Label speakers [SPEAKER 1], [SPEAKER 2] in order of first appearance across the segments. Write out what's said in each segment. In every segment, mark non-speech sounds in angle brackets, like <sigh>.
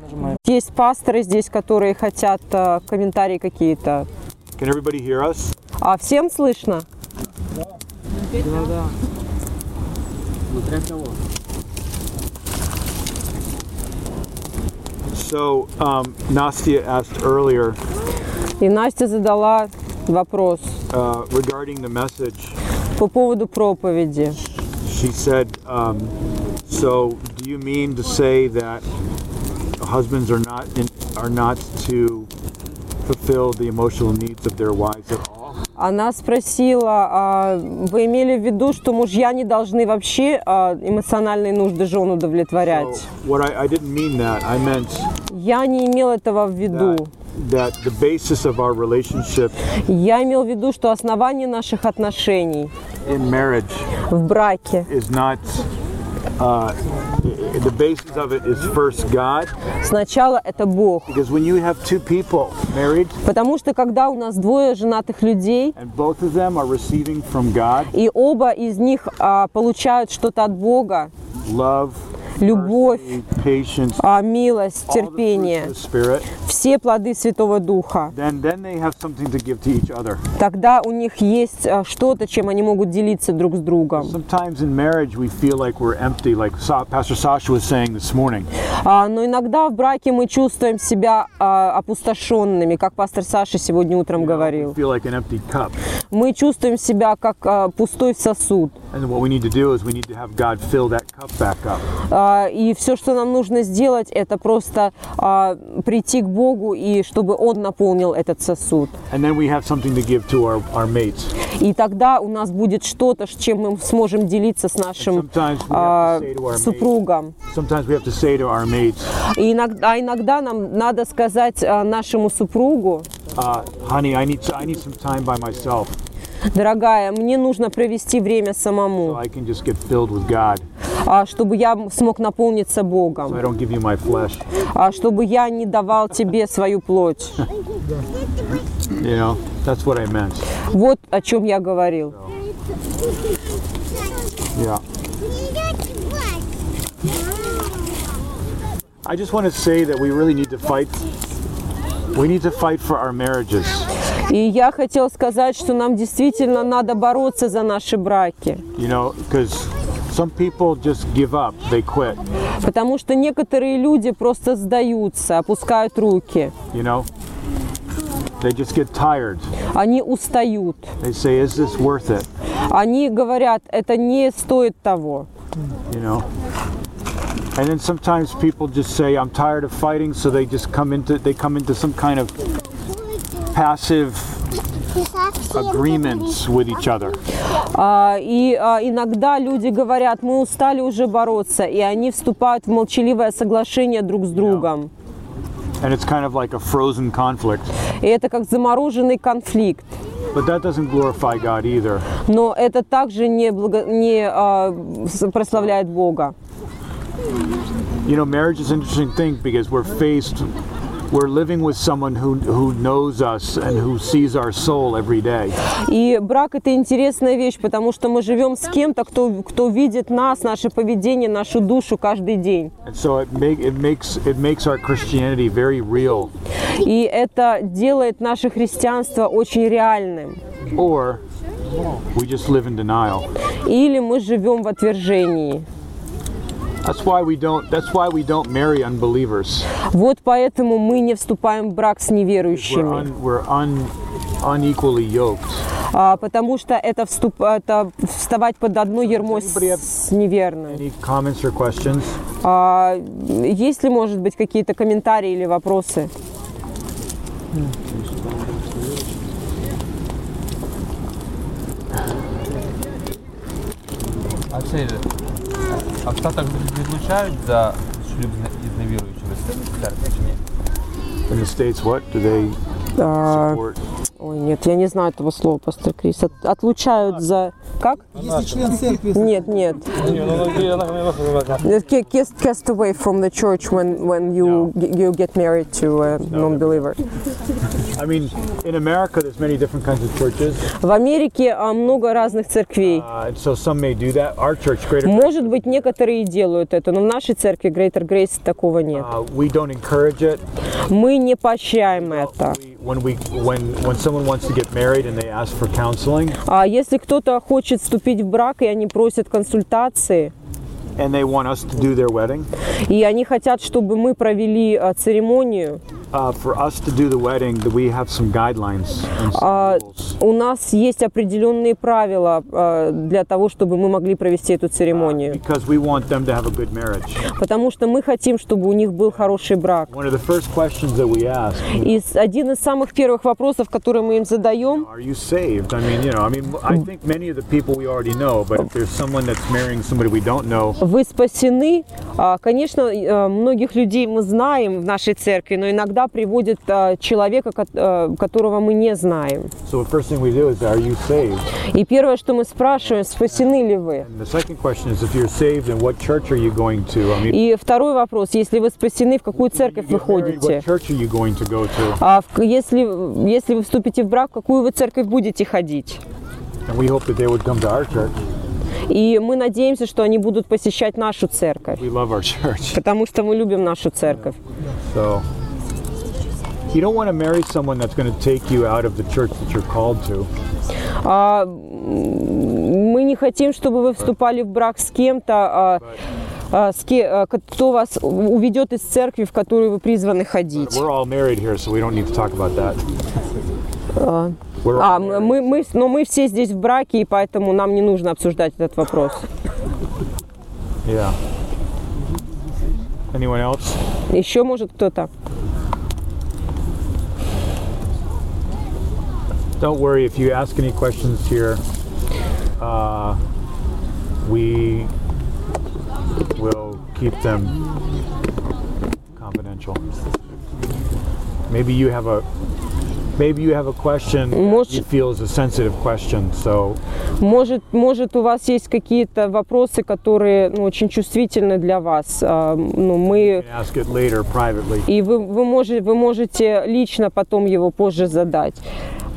[SPEAKER 1] Нажимаем. Есть пасторы здесь, которые хотят э, комментарии какие-то.
[SPEAKER 2] Can everybody hear us?
[SPEAKER 1] А всем слышно?
[SPEAKER 2] So, um, Nastia asked earlier
[SPEAKER 1] И Настя задала вопрос
[SPEAKER 2] uh, regarding the message.
[SPEAKER 1] по поводу проповеди.
[SPEAKER 2] She said, um, "So, do you mean to say that husbands are not in, are not to fulfill the emotional needs of their wives at all?"
[SPEAKER 1] Она спросила, а, вы имели в виду, что мужья не должны вообще а, эмоциональные нужды жен
[SPEAKER 2] So,
[SPEAKER 1] удовлетворять?
[SPEAKER 2] what I, I didn't mean that. I meant
[SPEAKER 1] Я не имел этого в виду.
[SPEAKER 2] that, that the basis of our relationship
[SPEAKER 1] Я имел в виду, что основание наших отношений
[SPEAKER 2] in marriage
[SPEAKER 1] в браке,
[SPEAKER 2] is not. Uh, i- i- the basis of it is first God,
[SPEAKER 1] сначала это Бог.
[SPEAKER 2] because when you have two people married
[SPEAKER 1] Потому что когда у нас двое женатых людей,
[SPEAKER 2] and both of them are receiving from God
[SPEAKER 1] и оба из них а, получают что-то от Бога,
[SPEAKER 2] love,
[SPEAKER 1] любовь,
[SPEAKER 2] mercy, patience,
[SPEAKER 1] а, милость,
[SPEAKER 2] all the fruits of
[SPEAKER 1] терпение,
[SPEAKER 2] the Spirit,
[SPEAKER 1] все плоды Святого Духа,
[SPEAKER 2] then then they have something to give to each other.
[SPEAKER 1] тогда у них есть а, что-то, чем они могут делиться друг с другом.
[SPEAKER 2] Sometimes in marriage we feel like we're empty, like Sa- Pastor Sasha was saying this morning.
[SPEAKER 1] А, но иногда в браке мы чувствуем себя а, опустошенными, как пастор Саша сегодня утром
[SPEAKER 2] We
[SPEAKER 1] говорил.
[SPEAKER 2] feel like an empty cup,
[SPEAKER 1] Мы чувствуем себя как а, пустой сосуд.
[SPEAKER 2] and what we need to do is we need to have God fill that cup back up.
[SPEAKER 1] А, и все, что нам нужно сделать, это просто а, прийти к Богу и чтобы Он наполнил этот сосуд.
[SPEAKER 2] And then we have something to give to our, our mates.
[SPEAKER 1] И тогда у нас будет что-то, с чем мы сможем делиться с нашим
[SPEAKER 2] Sometimes we
[SPEAKER 1] а,
[SPEAKER 2] have to say to our mates.
[SPEAKER 1] супругом.
[SPEAKER 2] Sometimes we have to say to our mates,
[SPEAKER 1] И иногда, а иногда нам надо сказать а, нашему супругу,
[SPEAKER 2] uh, "Honey, I need to, I need some time by myself
[SPEAKER 1] дорогая, мне нужно провести время самому.
[SPEAKER 2] so I can just get filled with God,
[SPEAKER 1] а, чтобы я м- смог наполниться
[SPEAKER 2] so
[SPEAKER 1] Богом,
[SPEAKER 2] I don't give you my flesh."
[SPEAKER 1] а, чтобы я не давал тебе свою плоть.
[SPEAKER 2] You know, that's what I meant.
[SPEAKER 1] Вот о чем я говорил.
[SPEAKER 2] Yeah. I just want to say that we really need to fight. We need to fight for our marriages.
[SPEAKER 1] И я хотел сказать, что нам действительно надо бороться за наши браки,
[SPEAKER 2] You know, because some people just give up. They quit.
[SPEAKER 1] потому что некоторые люди просто sдаются, опускают руки,
[SPEAKER 2] You know, they just get tired.
[SPEAKER 1] они устают,
[SPEAKER 2] They say, "Is this worth it?"
[SPEAKER 1] они говорят, это не стоит того.
[SPEAKER 2] You know. And then sometimes people just say, "I'm tired of fighting," so they just come into they come into some kind of passive agreements with each other.
[SPEAKER 1] А, и а, иногда люди говорят, мы устали уже бороться, и они вступают в молчаливое соглашение друг с другом.
[SPEAKER 2] And it's kind of like a frozen conflict.
[SPEAKER 1] И это как замороженный конфликт.
[SPEAKER 2] But that doesn't glorify God either.
[SPEAKER 1] Но это также не, благо- не а, с- прославляет Бога.
[SPEAKER 2] You know, marriage is an interesting thing because we're faced, we're living with someone who, who knows us and who sees our soul every day.
[SPEAKER 1] И брак это интересная вещь, потому что мы живем с кем-то, кто, кто видит нас, наше поведение, нашу душу каждый день.
[SPEAKER 2] And so it, make, it, makes, it makes our Christianity very real.
[SPEAKER 1] И это делает наше христианство очень реальным.
[SPEAKER 2] Or we just live in denial.
[SPEAKER 1] Или мы живем в отвержении.
[SPEAKER 2] That's why we don't, that's why we don't marry unbelievers.
[SPEAKER 1] Вот поэтому мы не вступаем в брак с
[SPEAKER 2] We're,
[SPEAKER 1] неверующими,
[SPEAKER 2] un, we're un, unequally yoked.
[SPEAKER 1] А, потому что это, вступ, это вставать под одно ермо с, с неверным.
[SPEAKER 2] Any comments or questions?
[SPEAKER 1] А, есть ли, может быть, какие-то комментарии или вопросы?
[SPEAKER 3] А це а в Штатах відлучають за шлюб з не- із невіруючими з церкви чи ні?
[SPEAKER 2] In the States, what do they
[SPEAKER 1] А,
[SPEAKER 2] support?
[SPEAKER 1] Ой, нет, я не знаю этого слова, пастор Крис. От- отлучают за... Как?
[SPEAKER 4] Если член церкви
[SPEAKER 1] Нет, нет. Get- Cast, cast away from the church when, when you, you get married to a non-believer.
[SPEAKER 2] I mean, in America, there's many different kinds of churches,
[SPEAKER 1] В Америке а, много разных церквей.
[SPEAKER 2] uh, and so some may do that. Our church, Greater,
[SPEAKER 1] Может быть, некоторые и делают это, но в нашей церкви Greater Grace такого нет.
[SPEAKER 2] uh, we don't encourage it.
[SPEAKER 1] Мы не поощряем это.
[SPEAKER 2] We, when we when when someone wants to get married and they ask for counseling
[SPEAKER 1] А если кто-то хочет вступить в брак, и они просят консультации,
[SPEAKER 2] and they want us to do their wedding,
[SPEAKER 1] и они хотят, чтобы мы провели а, церемонию,
[SPEAKER 2] uh, for us to do the wedding, th- we have some guidelines and some
[SPEAKER 1] А,
[SPEAKER 2] rules.
[SPEAKER 1] у нас есть определенные правила а, для того, чтобы мы могли провести эту церемонию.
[SPEAKER 2] Uh, Because we want them to have a good marriage.
[SPEAKER 1] Потому что мы хотим, чтобы у них был хороший брак.
[SPEAKER 2] One of the first questions that we ask
[SPEAKER 1] И с- один из самых первых вопросов, которые мы им задаем,
[SPEAKER 2] Are you saved? I mean, you know, I mean, I think many of the people we already know, but if there's someone that's marrying somebody we don't know,
[SPEAKER 1] вы спасены. А, Конечно, э, многих людей мы знаем в нашей церкви, но иногда приводит а, человека, ко- э, которого мы не знаем.
[SPEAKER 2] so the first thing we do is, Are you saved?
[SPEAKER 1] И первое, что мы спрашиваем, спасены ли вы?
[SPEAKER 2] And the second question is, If you're saved, then what church are you going to? I mean,
[SPEAKER 1] И второй вопрос, если вы спасены, в какую
[SPEAKER 2] when you
[SPEAKER 1] церковь вы
[SPEAKER 2] get married,
[SPEAKER 1] ходите?
[SPEAKER 2] what church are you going to go to?
[SPEAKER 1] А в- если, если вы вступите в брак, в какую вы церковь будете ходить?
[SPEAKER 2] And we hope that they would come to our church.
[SPEAKER 1] И мы надеемся, что они будут посещать нашу церковь,
[SPEAKER 2] We love our church.
[SPEAKER 1] потому что мы любим нашу церковь.
[SPEAKER 2] So you don't want to marry someone that's going to take you out of the church that you're called to.
[SPEAKER 1] А, м, мы не хотим, чтобы вы вступали в брак с кем-то, а, а, с ке- а, ко- кто вас уведет из церкви, в которую вы призваны ходить.
[SPEAKER 2] We're all married here, so we don't need to talk about that. We're all
[SPEAKER 1] А, м- мы, мы, с- но мы все здесь в браке, и поэтому нам не нужно обсуждать этот вопрос.
[SPEAKER 2] Yeah. Anyone else?
[SPEAKER 1] Еще может кто-то?
[SPEAKER 2] Don't worry if you ask any questions here. Uh, we will keep them confidential. Maybe you have a maybe you have a question that you
[SPEAKER 1] Может-
[SPEAKER 2] feel is a sensitive question. So
[SPEAKER 1] Может, может, у вас есть какие-то вопросы, которые ну, очень чувствительны для вас. А, ну, мы
[SPEAKER 2] you can ask it later privately.
[SPEAKER 1] и вы, вы, можете, вы можете лично потом его позже задать.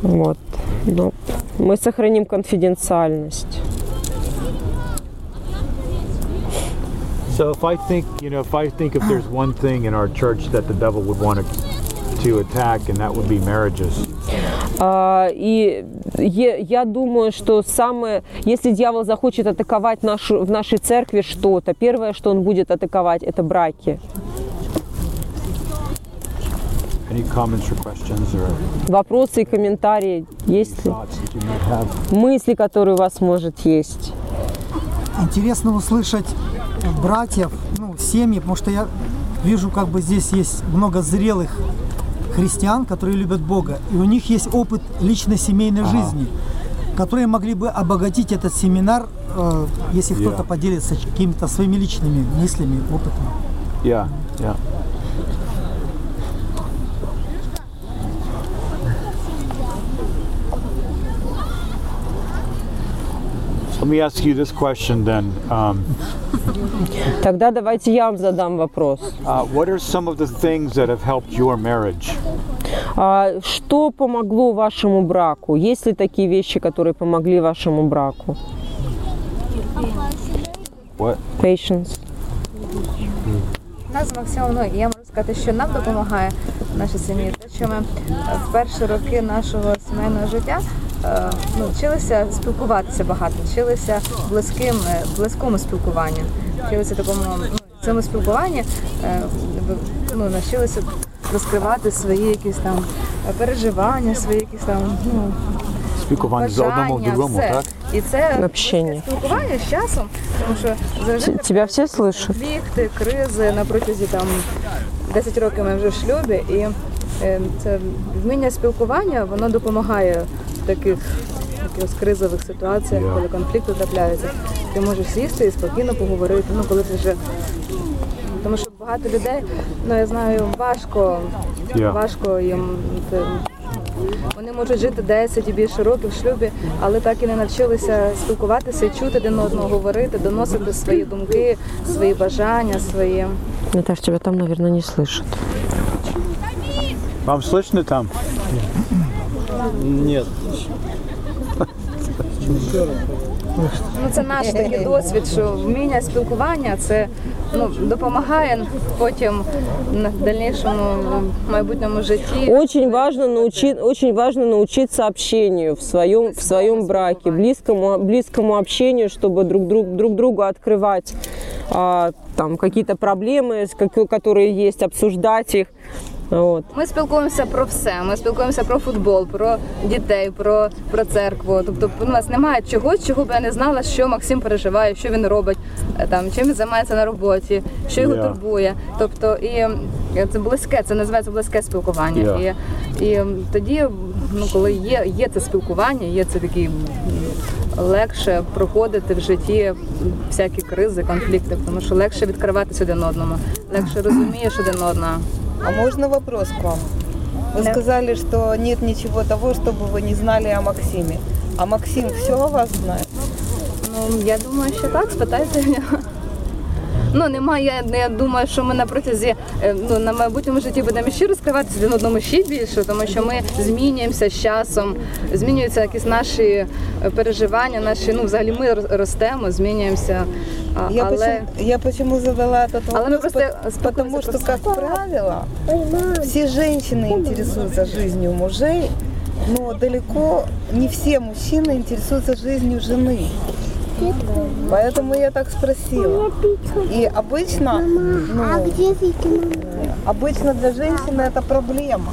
[SPEAKER 1] Вот. Ну, мы сохраним конфиденциальность.
[SPEAKER 2] So if I think, you know, if I think if there's one thing in our church that the devil would want to, to attack, and that would be marriages.
[SPEAKER 1] А, и е- я думаю, что самое, если дьявол захочет атаковать нашу, в нашей церкви что-то, первое, что он будет атаковать, это браки.
[SPEAKER 2] Any comments or questions or
[SPEAKER 1] Вопросы и комментарии есть ли?
[SPEAKER 2] thoughts that you might have?
[SPEAKER 1] Мысли, которые у вас может есть?
[SPEAKER 4] Интересно услышать братьев, ну, семьи, потому что я вижу, как бы здесь есть много зрелых христиан, которые любят Бога, и у них есть опыт личной семейной жизни, которые могли бы обогатить этот семинар, э, если
[SPEAKER 2] Я.
[SPEAKER 4] кто-то поделится какими-то своими личными мыслями, опытом.
[SPEAKER 2] Yeah, yeah. Let me ask you this question then. Um,
[SPEAKER 1] Тогда давайте я вам задам вопрос.
[SPEAKER 2] uh, what are some of the things that have helped your marriage?
[SPEAKER 1] А что помогло вашему браку? Есть ли такие вещи, которые помогли вашему браку?
[SPEAKER 2] What?
[SPEAKER 1] Patience.
[SPEAKER 5] Нас максимально ну, я можу сказати, що нам допомагає наша сім'я. Те, що ми е, в перші роки нашого сімейного життя е, ну, вчилися спілкуватися багато, вчилися близьким, е, близькому спілкуванню, вчилися такому ну, цьому спілкуванні, е, в- ну, навчилися розкривати свої якісь там е, переживання, свої якісь там ну,
[SPEAKER 2] Спілкування за одному
[SPEAKER 5] бажання,
[SPEAKER 2] другому,
[SPEAKER 5] все.
[SPEAKER 2] так?
[SPEAKER 5] І це
[SPEAKER 1] Общення.
[SPEAKER 5] спілкування з часом, тому що завжди
[SPEAKER 1] Т- Тебя все слышат?
[SPEAKER 5] конфлікти, кризи на протязі там 10 років ми вже в шлюбі, і е, це вміння спілкування воно допомагає в таких якихось кризових ситуаціях,
[SPEAKER 2] Я.
[SPEAKER 5] коли конфлікти трапляються. Ти можеш сісти і спокійно поговорити. Ну коли ти вже тому що багато людей, ну я знаю, важко
[SPEAKER 2] Я.
[SPEAKER 5] важко їм. Це, Вони можуть жити 10 і більше років в шлюбі, але так і не навчилися спілкуватися, і чути один одного, говорити, доносити свої думки, свої бажання, свої.
[SPEAKER 1] Наташа, тебя там, наверное, не слышат.
[SPEAKER 2] Вам слышно там?
[SPEAKER 6] Нет.
[SPEAKER 5] Ну, це наш такий досвід, що вміння спілкування це ну, допомагає потім на дальнішому майбутньому житті.
[SPEAKER 1] Очень важно, научи, очень важно научиться общению в своем, в своем браке, близкому, близкому общению, чтобы друг, друг, друг другу открывать а, там, какие-то проблемы, с как- которые есть, обсуждать их. Вот.
[SPEAKER 5] Ми спілкуємося про все. Ми спілкуємося про футбол, про дітей, про, про церкву. Тобто у нас немає чогось, чого б я не знала, що Максим переживає, що він робить, е, там чим він займається на роботі, що його
[SPEAKER 2] Yeah.
[SPEAKER 5] турбує. Тобто, і е, це близьке, це називається близьке спілкування.
[SPEAKER 2] Yeah.
[SPEAKER 5] І, і м, тоді, ну коли є, є це спілкування, є це такі м, легше проходити в житті м, всякі кризи, конфлікти, тому що легше відкриватися один одному, легше розумієш один одного.
[SPEAKER 7] А можно вопрос к вам? Вы сказали, что нет ничего того, чтобы вы не знали о Максиме. А Максим все о вас знает?
[SPEAKER 5] Ну, я думаю, що так, спитайте в нього. Ну, немає, я, я думаю, що ми на протязі е, ну, на майбутньому житті будемо ще розкриватися один одному ще більше, тому що ми змінюємося з часом, змінюються якісь наші е, переживання, наші, ну, взагалі ми рос- ростемо, змінюємося. А,
[SPEAKER 7] Я,
[SPEAKER 5] але...
[SPEAKER 7] почему, я почему задала этот вопрос?
[SPEAKER 5] Але ми просто
[SPEAKER 7] по-
[SPEAKER 5] спокойно
[SPEAKER 7] Потому что,
[SPEAKER 5] просто-
[SPEAKER 7] как правило, все женщины интересуются жизнью мужей, но далеко не все мужчины интересуются жизнью жены. Поэтому я так спросила. И обычно, ну, обычно для женщины это проблема,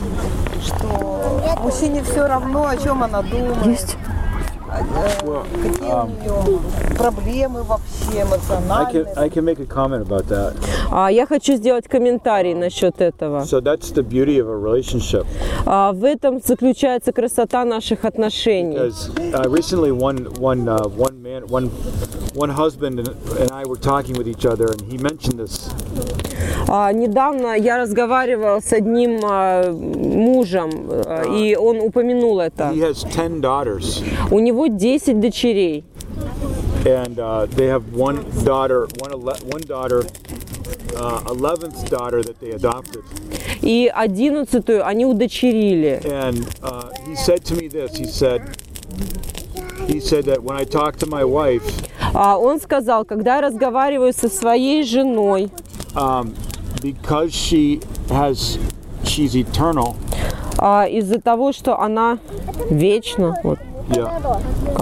[SPEAKER 7] что мужчине все равно, о чем она думает.
[SPEAKER 2] <laughs> Well, um,
[SPEAKER 7] Какие у нее проблемы вообще
[SPEAKER 2] I can,
[SPEAKER 7] эмоциональные?
[SPEAKER 2] I can make a comment about that.
[SPEAKER 1] А, я хочу сделать комментарий насчет этого.
[SPEAKER 2] So that's the beauty of a relationship.
[SPEAKER 1] А, в этом заключается красота наших отношений.
[SPEAKER 2] Because uh, recently, one one uh, one man, one one husband and, and I were talking with each other, and he mentioned this.
[SPEAKER 1] Uh, А, недавно я разговаривала с одним а, мужем, э, и он упомянул это.
[SPEAKER 2] Uh, He has ten daughters,
[SPEAKER 1] У него 10 дочерей.
[SPEAKER 2] and uh, they have one daughter, one ele- one daughter, uh, eleventh daughter that they adopted.
[SPEAKER 1] И одиннадцатую они удочерили.
[SPEAKER 2] And uh, he said to me this. He said. He said that when I talk to my wife,
[SPEAKER 1] А он сказал, когда я разговариваю со своей женой,
[SPEAKER 2] um, because she has, she's eternal.
[SPEAKER 1] а, из-за того, что она вечно, вот,
[SPEAKER 2] Yeah.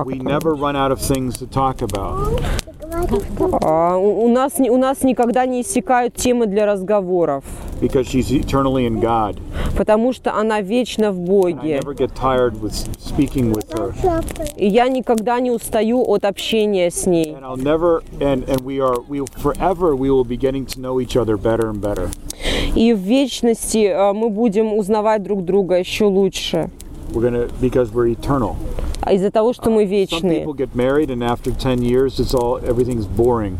[SPEAKER 2] We never run out of things to talk about.
[SPEAKER 1] а, у, у нас, не- у нас никогда не иссякают темы для разговоров,
[SPEAKER 2] because she's eternally in God.
[SPEAKER 1] потому что она вечно в
[SPEAKER 2] And I
[SPEAKER 1] Боге.
[SPEAKER 2] never get tired with speaking with her,
[SPEAKER 1] И я никогда не устаю от общения с ней.
[SPEAKER 2] and I'll never and and we are we forever we will be getting to know each other better and better.
[SPEAKER 1] И в вечности а, мы будем узнавать друг друга еще лучше.
[SPEAKER 2] We're gonna because we're eternal.
[SPEAKER 1] А Из-за того, что мы
[SPEAKER 2] Some
[SPEAKER 1] вечные.
[SPEAKER 2] people get married, and after ten years, it's all everything's boring.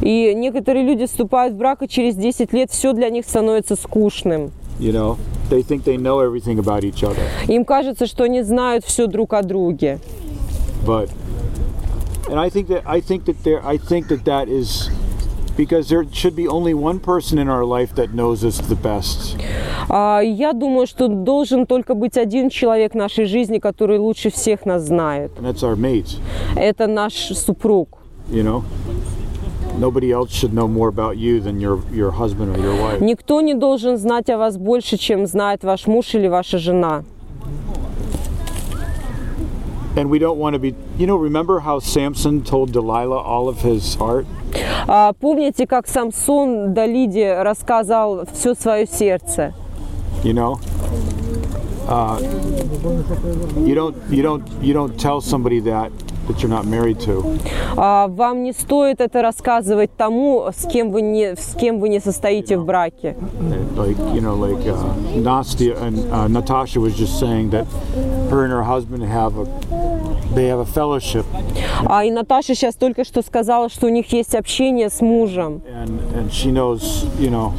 [SPEAKER 1] И некоторые люди вступают в брак, и через 10 лет все для них становится скучным.
[SPEAKER 2] You know, they think they know everything about each other,
[SPEAKER 1] Им кажется, что они знают все друг о друге.
[SPEAKER 2] but and I think that I think that there I think that that is. Because there should be only one person in our life that knows us the best.
[SPEAKER 1] А, я думаю, что должен только быть один человек в нашей жизни, который лучше всех нас знает.
[SPEAKER 2] and that's our mate.
[SPEAKER 1] Это наш супруг.
[SPEAKER 2] You know, nobody else should know more about you than your your husband or your wife.
[SPEAKER 1] Никто не должен знать о вас больше, чем знает ваш муж или ваша жена.
[SPEAKER 2] And we don't want to be. You know, remember how Samson told Delilah all of his heart,
[SPEAKER 1] А, помните, как Самсон Далиде рассказал все свое сердце?
[SPEAKER 2] you know. Uh, you don't you don't you don't tell somebody that that you're not married to.
[SPEAKER 1] А, вам не стоит это рассказывать тому, с кем вы не, с кем вы не состоите в браке.
[SPEAKER 2] And Like you know, like uh, Nastia and uh, Natasha was just saying that her and her husband have a they have a fellowship,
[SPEAKER 1] А и Наташа сейчас только что сказала, что у них есть общение с мужем.
[SPEAKER 2] and and she knows you know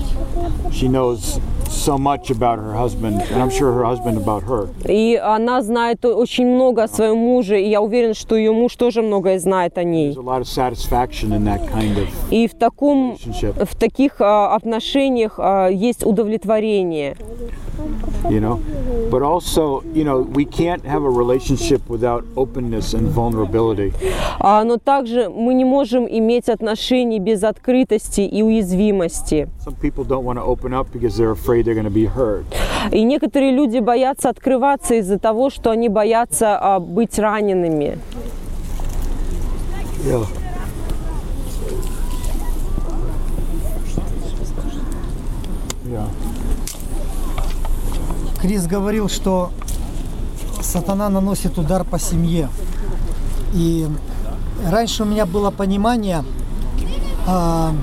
[SPEAKER 2] she knows so much about her husband, and I'm sure her husband about her.
[SPEAKER 1] И она знает о- очень много о своем муже, и я уверен, что ее муж тоже многое знает о ней.
[SPEAKER 2] There's a lot of satisfaction in that kind of
[SPEAKER 1] И в таком,
[SPEAKER 2] relationship,
[SPEAKER 1] в таких а, отношениях а, есть удовлетворение.
[SPEAKER 2] you know. But also, you know, we can't have a relationship without openness and vulnerability.
[SPEAKER 1] А, но также мы не можем иметь отношений без открытости и уязвимости.
[SPEAKER 2] Some people don't want to open up because they're afraid they're going to be hurt.
[SPEAKER 1] И некоторые люди боятся открываться из-за того, что они боятся а, быть ранеными.
[SPEAKER 2] Yeah. Yeah.
[SPEAKER 8] Крис говорил, что сатана наносит удар по семье. И раньше у меня было понимание а,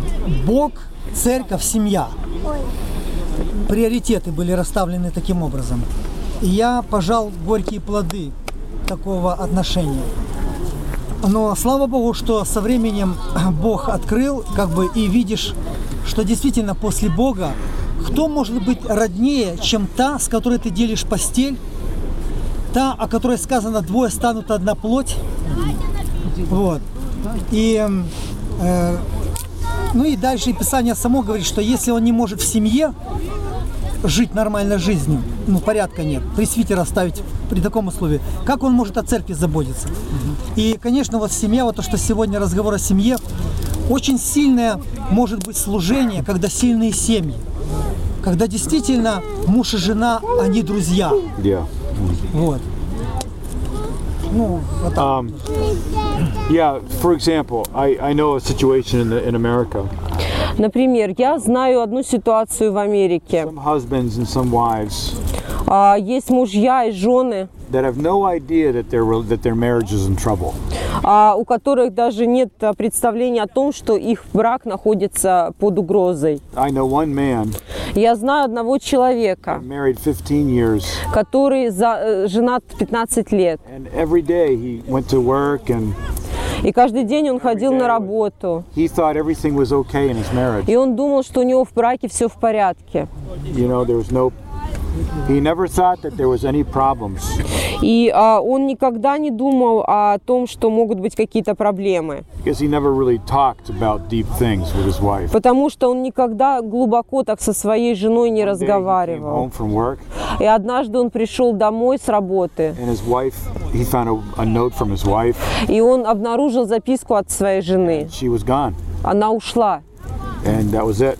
[SPEAKER 8] Бог, церковь, семья. Приоритеты были расставлены таким образом. И я пожал горькие плоды такого отношения. Но слава Богу, что со временем <clears throat> Бог открыл, как бы и видишь, что действительно после Бога кто может быть роднее, чем та, с которой ты делишь постель, та, о которой сказано двое станут одна плоть. Вот. И м, э, ну и дальше и Писание само говорит, что если он не может в семье жить нормальной жизнью, ну порядка нет, пресвитера ставить при таком условии, как он может о церкви заботиться? И, конечно, вот семья, вот то, что сегодня разговор о семье, очень сильное может быть служение, когда сильные семьи, когда действительно муж и жена, они друзья.
[SPEAKER 2] Yeah.
[SPEAKER 8] Вот. Ну, вот так.
[SPEAKER 2] Um, yeah. For example, I, I know a situation in the, in America.
[SPEAKER 1] Например, я знаю одну ситуацию в Америке.
[SPEAKER 2] Some husbands and some wives
[SPEAKER 1] А, есть мужья и жены,
[SPEAKER 2] that have no idea that their rel- that their marriage is in trouble.
[SPEAKER 1] а, у которых даже нет а, представления о том, что их брак находится под угрозой.
[SPEAKER 2] I know one man
[SPEAKER 1] Я знаю одного человека,
[SPEAKER 2] married 15 years,
[SPEAKER 1] который за- э, женат 15 лет.
[SPEAKER 2] and every day he went to work, and
[SPEAKER 1] И каждый день он ходил на работу.
[SPEAKER 2] he thought everything was okay in his marriage.
[SPEAKER 1] И он думал, что у него в браке все в порядке.
[SPEAKER 2] You know, there was no. He never thought that there was any problems.
[SPEAKER 1] И а, он никогда не думал о том, что могут быть какие-то проблемы.
[SPEAKER 2] because he never really talked about deep things with his wife.
[SPEAKER 1] Потому что он никогда глубоко так со своей женой не
[SPEAKER 2] One day he came
[SPEAKER 1] разговаривал.
[SPEAKER 2] home from work,
[SPEAKER 1] И однажды он пришел домой с работы,
[SPEAKER 2] and his wife, he found a, a note from his wife.
[SPEAKER 1] и он обнаружил записку от своей жены.
[SPEAKER 2] She was gone,
[SPEAKER 1] Она ушла.
[SPEAKER 2] and that was it.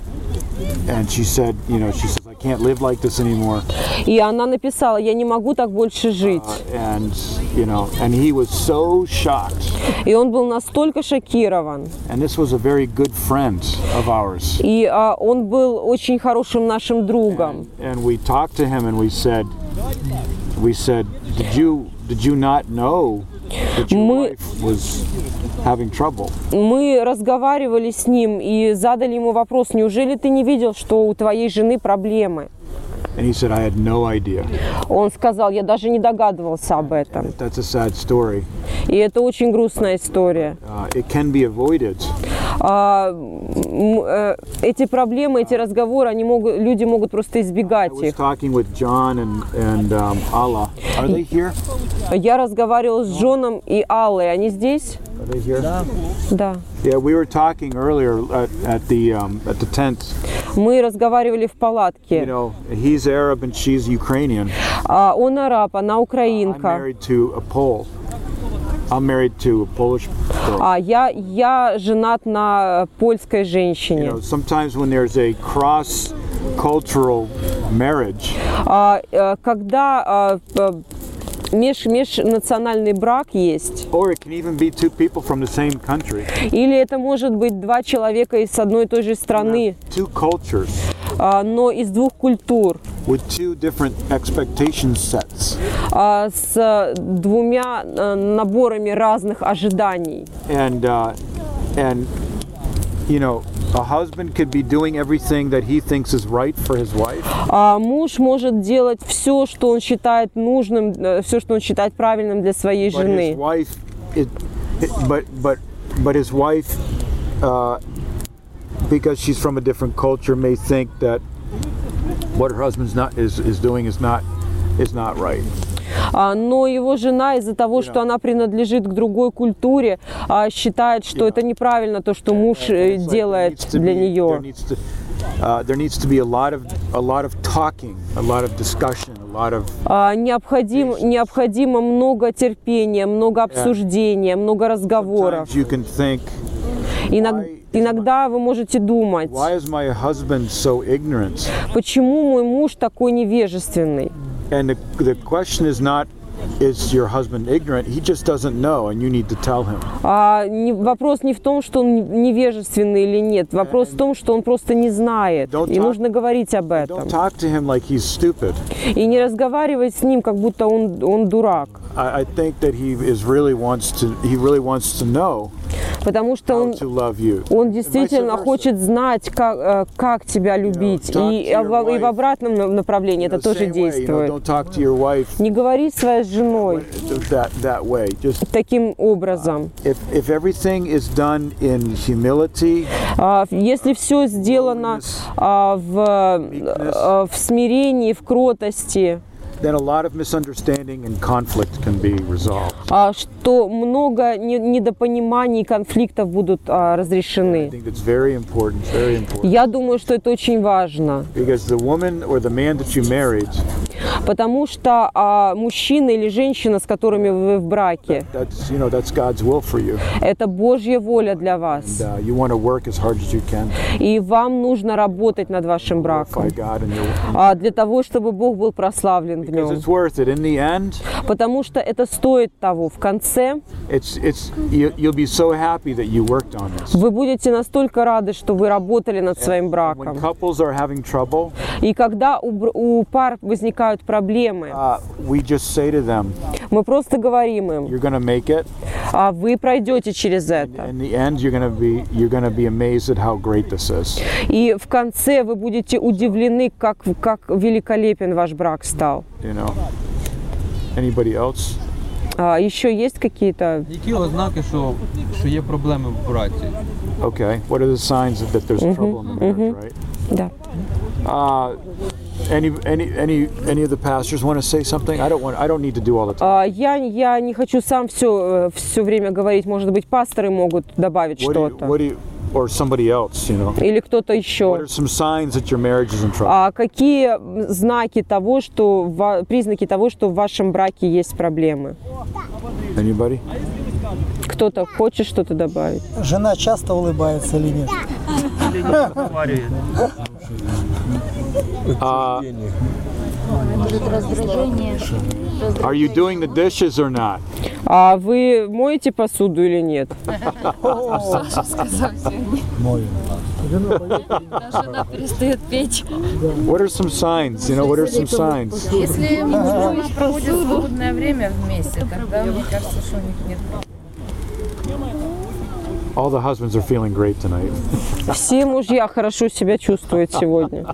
[SPEAKER 2] And she said, you know, she says, I can't live like this anymore.
[SPEAKER 1] И она написала, я не могу так больше жить.
[SPEAKER 2] And, you know, and he was so shocked.
[SPEAKER 1] И он был настолько шокирован.
[SPEAKER 2] And this was a very good friend of ours.
[SPEAKER 1] И а, он был очень хорошим нашим другом.
[SPEAKER 2] And we talked to him and we said, we said, did you, did you not know that your
[SPEAKER 1] Мы-
[SPEAKER 2] wife was having trouble?
[SPEAKER 1] Мы разговаривали с ним и задали ему вопрос, неужели ты не видел, что у твоей жены проблемы?
[SPEAKER 2] And he said, I had no idea.
[SPEAKER 1] Он сказал, я даже не догадывался об этом.
[SPEAKER 2] That's a sad story.
[SPEAKER 1] И это очень грустная история.
[SPEAKER 2] Uh, it can be avoided.
[SPEAKER 1] А, м, э, эти проблемы, эти разговоры, они могут, люди могут просто
[SPEAKER 2] I
[SPEAKER 1] избегать
[SPEAKER 2] was
[SPEAKER 1] их.
[SPEAKER 2] talking with John and, and um, Ala. Are they here?
[SPEAKER 1] Я разговаривала с Джоном и Аллой. Они здесь?
[SPEAKER 2] Are they here?
[SPEAKER 1] Да.
[SPEAKER 2] Yeah, we were talking earlier at, at the um, at the tent.
[SPEAKER 1] Мы разговаривали в
[SPEAKER 2] You
[SPEAKER 1] палатке.
[SPEAKER 2] know, he's Arab and she's Ukrainian.
[SPEAKER 1] А, он араб, она
[SPEAKER 2] I'm
[SPEAKER 1] украинка.
[SPEAKER 2] married to a Pole. I'm married to a Polish girl.
[SPEAKER 1] А я, я женат на польской
[SPEAKER 2] You
[SPEAKER 1] женщине.
[SPEAKER 2] know, sometimes when there's a cross cultural marriage,
[SPEAKER 1] А, э, когда а, э, меж, межнациональный брак есть,
[SPEAKER 2] or it can even be two people from the same country,
[SPEAKER 1] или это может быть два человека из одной и той же страны,
[SPEAKER 2] two cultures.
[SPEAKER 1] а, но из двух культур,
[SPEAKER 2] with two different expectation sets.
[SPEAKER 1] а, с двумя э, наборами разных ожиданий.
[SPEAKER 2] And uh, and you know, a husband could be doing everything that he thinks is right for his wife,
[SPEAKER 1] А Муж может делать все, что он считает нужным, все, что он считает правильным для своей
[SPEAKER 2] but his
[SPEAKER 1] жены.
[SPEAKER 2] wife, it, it, but but but his wife, uh, because she's from a different culture, may think that what her husband's not is, is doing is not is not right.
[SPEAKER 1] А, Но его жена из-за того, что она принадлежит к другой культуре, а, считает, что это неправильно то, что муж э,
[SPEAKER 2] It's like there
[SPEAKER 1] делает
[SPEAKER 2] needs to
[SPEAKER 1] для
[SPEAKER 2] be- There
[SPEAKER 1] нее.
[SPEAKER 2] needs to, uh, there needs to be a lot of a lot of talking, a lot of discussion, a lot of
[SPEAKER 1] А, Необходим, необходимо много терпения, много обсуждения, много разговоров.
[SPEAKER 2] times you can think,
[SPEAKER 1] Иног-
[SPEAKER 2] why-
[SPEAKER 1] Иногда вы можете думать,
[SPEAKER 2] why is my husband so ignorant?
[SPEAKER 1] почему мой муж такой невежественный?
[SPEAKER 2] And the, the question is not is your husband ignorant? He just doesn't know, and you need to tell him.
[SPEAKER 1] А, не- вопрос не в том, что он невежественный или нет, вопрос в том, что он просто не знает,
[SPEAKER 2] Don't
[SPEAKER 1] и
[SPEAKER 2] talk-
[SPEAKER 1] нужно говорить об этом.
[SPEAKER 2] Don't talk to him like he's stupid.
[SPEAKER 1] И не разговаривать с ним, как будто он, он дурак.
[SPEAKER 2] I, I think that he is really wants to. He really wants to know
[SPEAKER 1] Потому что
[SPEAKER 2] how
[SPEAKER 1] он,
[SPEAKER 2] to love you.
[SPEAKER 1] он действительно
[SPEAKER 2] versa.
[SPEAKER 1] хочет знать, как, э, как тебя любить.
[SPEAKER 2] talk
[SPEAKER 1] И,
[SPEAKER 2] to your
[SPEAKER 1] во- и в
[SPEAKER 2] wife.
[SPEAKER 1] обратном на- направлении
[SPEAKER 2] You know,
[SPEAKER 1] это тоже
[SPEAKER 2] same way, you know,
[SPEAKER 1] действует.
[SPEAKER 2] don't talk to your wife
[SPEAKER 1] Не говори своей женой
[SPEAKER 2] that that way. Just uh,
[SPEAKER 1] таким образом.
[SPEAKER 2] if if everything is done in humility,
[SPEAKER 1] А, если все сделано а, в,
[SPEAKER 2] Weakness.
[SPEAKER 1] а, в смирении, в кротости,
[SPEAKER 2] then a lot of misunderstanding and conflict can be resolved.
[SPEAKER 1] а, что много не- недопониманий и конфликтов будут а,
[SPEAKER 2] I
[SPEAKER 1] разрешены.
[SPEAKER 2] think that's very important. Very important
[SPEAKER 1] Я думаю, что это очень важно.
[SPEAKER 2] because the woman or the man that you married,
[SPEAKER 1] Потому что а, мужчина или женщина, с которыми вы в браке,
[SPEAKER 2] that's you know that's God's will for you.
[SPEAKER 1] это Божья воля для вас.
[SPEAKER 2] And, uh, you want to work as hard as you can.
[SPEAKER 1] И вам нужно работать над вашим браком
[SPEAKER 2] Glorify God in your.
[SPEAKER 1] а, для того, чтобы Бог был прославлен в
[SPEAKER 2] Because
[SPEAKER 1] нем.
[SPEAKER 2] it's worth it in the end.
[SPEAKER 1] Потому что это стоит того. В конце
[SPEAKER 2] It's it's you, you'll be so happy that you worked on this.
[SPEAKER 1] вы будете настолько рады, что вы работали над своим
[SPEAKER 2] When
[SPEAKER 1] браком.
[SPEAKER 2] couples are having trouble,
[SPEAKER 1] И когда у, бр- у пар возникают проблемы,
[SPEAKER 2] uh, we just say to them,
[SPEAKER 1] мы просто говорим им,
[SPEAKER 2] "You're going to make it.
[SPEAKER 1] а вы пройдете через это.
[SPEAKER 2] In the end, you're going to be you're going to be amazed at how great this is."
[SPEAKER 1] И в конце вы будете удивлены, как, как великолепен ваш брак стал.
[SPEAKER 2] You know. Anybody else?
[SPEAKER 1] А, еще есть какие-то
[SPEAKER 3] Які ознаки, що, що є проблеми в браті?
[SPEAKER 2] Okay. What are the signs that, that there's
[SPEAKER 1] Mm-hmm,
[SPEAKER 2] trouble in the marriage? Right.
[SPEAKER 1] Да. mm-hmm.
[SPEAKER 2] Uh, any any any any of the pastors want to say something? I don't want. I don't need to do all the time.
[SPEAKER 1] А, я, я не хочу сам все, все время говорить. Может быть, пасторы могут добавить
[SPEAKER 2] What do you,
[SPEAKER 1] что-то.
[SPEAKER 2] what do you, or somebody else? You know.
[SPEAKER 1] Или кто-то
[SPEAKER 2] What
[SPEAKER 1] еще.
[SPEAKER 2] are some signs that your marriage is in trouble?
[SPEAKER 1] А какие м, знаки того, что ва- признаки того, что в вашем браке есть проблемы? Uh,
[SPEAKER 2] Anybody?
[SPEAKER 1] Кто-то хочет что-то добавить?
[SPEAKER 4] Жена часто улыбается или нет?
[SPEAKER 2] Are you doing the dishes or not?
[SPEAKER 1] А вы моете посуду или нет?
[SPEAKER 6] Жена перестает петь.
[SPEAKER 2] What are some signs? You know, what are some signs?
[SPEAKER 9] Если мужчина проводит свободное время вместе, тогда мне кажется, что у них нет
[SPEAKER 2] All the husbands are feeling great tonight.
[SPEAKER 1] Все мужья хорошо себя чувствуют сегодня.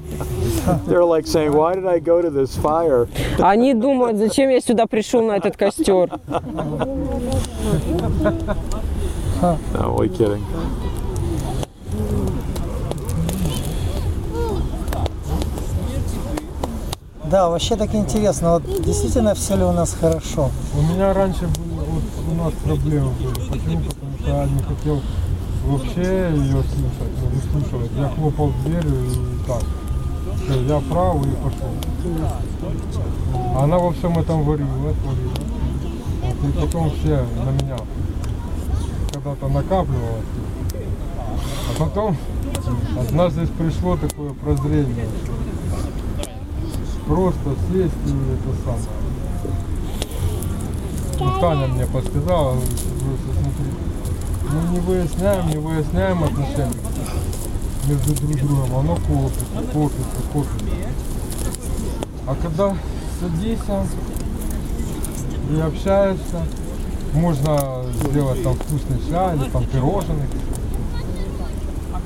[SPEAKER 2] They're like saying, "Why did I go to this fire?"
[SPEAKER 1] Они думают, зачем я сюда пришел на этот костер.
[SPEAKER 2] No, only kidding.
[SPEAKER 4] Да, вообще так интересно. Вот действительно все ли у нас хорошо?
[SPEAKER 10] У меня раньше были, вот у нас проблемы были. Почему? Потому что я не хотел вообще ее слушать, ну, выслушивать. Я хлопал дверью и так. Все, я прав и пошел. Она во всем этом варила, творила. Вот, и потом все на меня когда-то накапливалось. А потом однажды пришло такое прозрение. Просто сесть и это самое. Ну, Таня мне подсказала, говорит, «Слушай, смотри, мы не выясняем, не выясняем отношения между друг другом, оно копится, копится, копится. А когда садишься и общаешься, можно сделать там вкусный чай или там пирожный.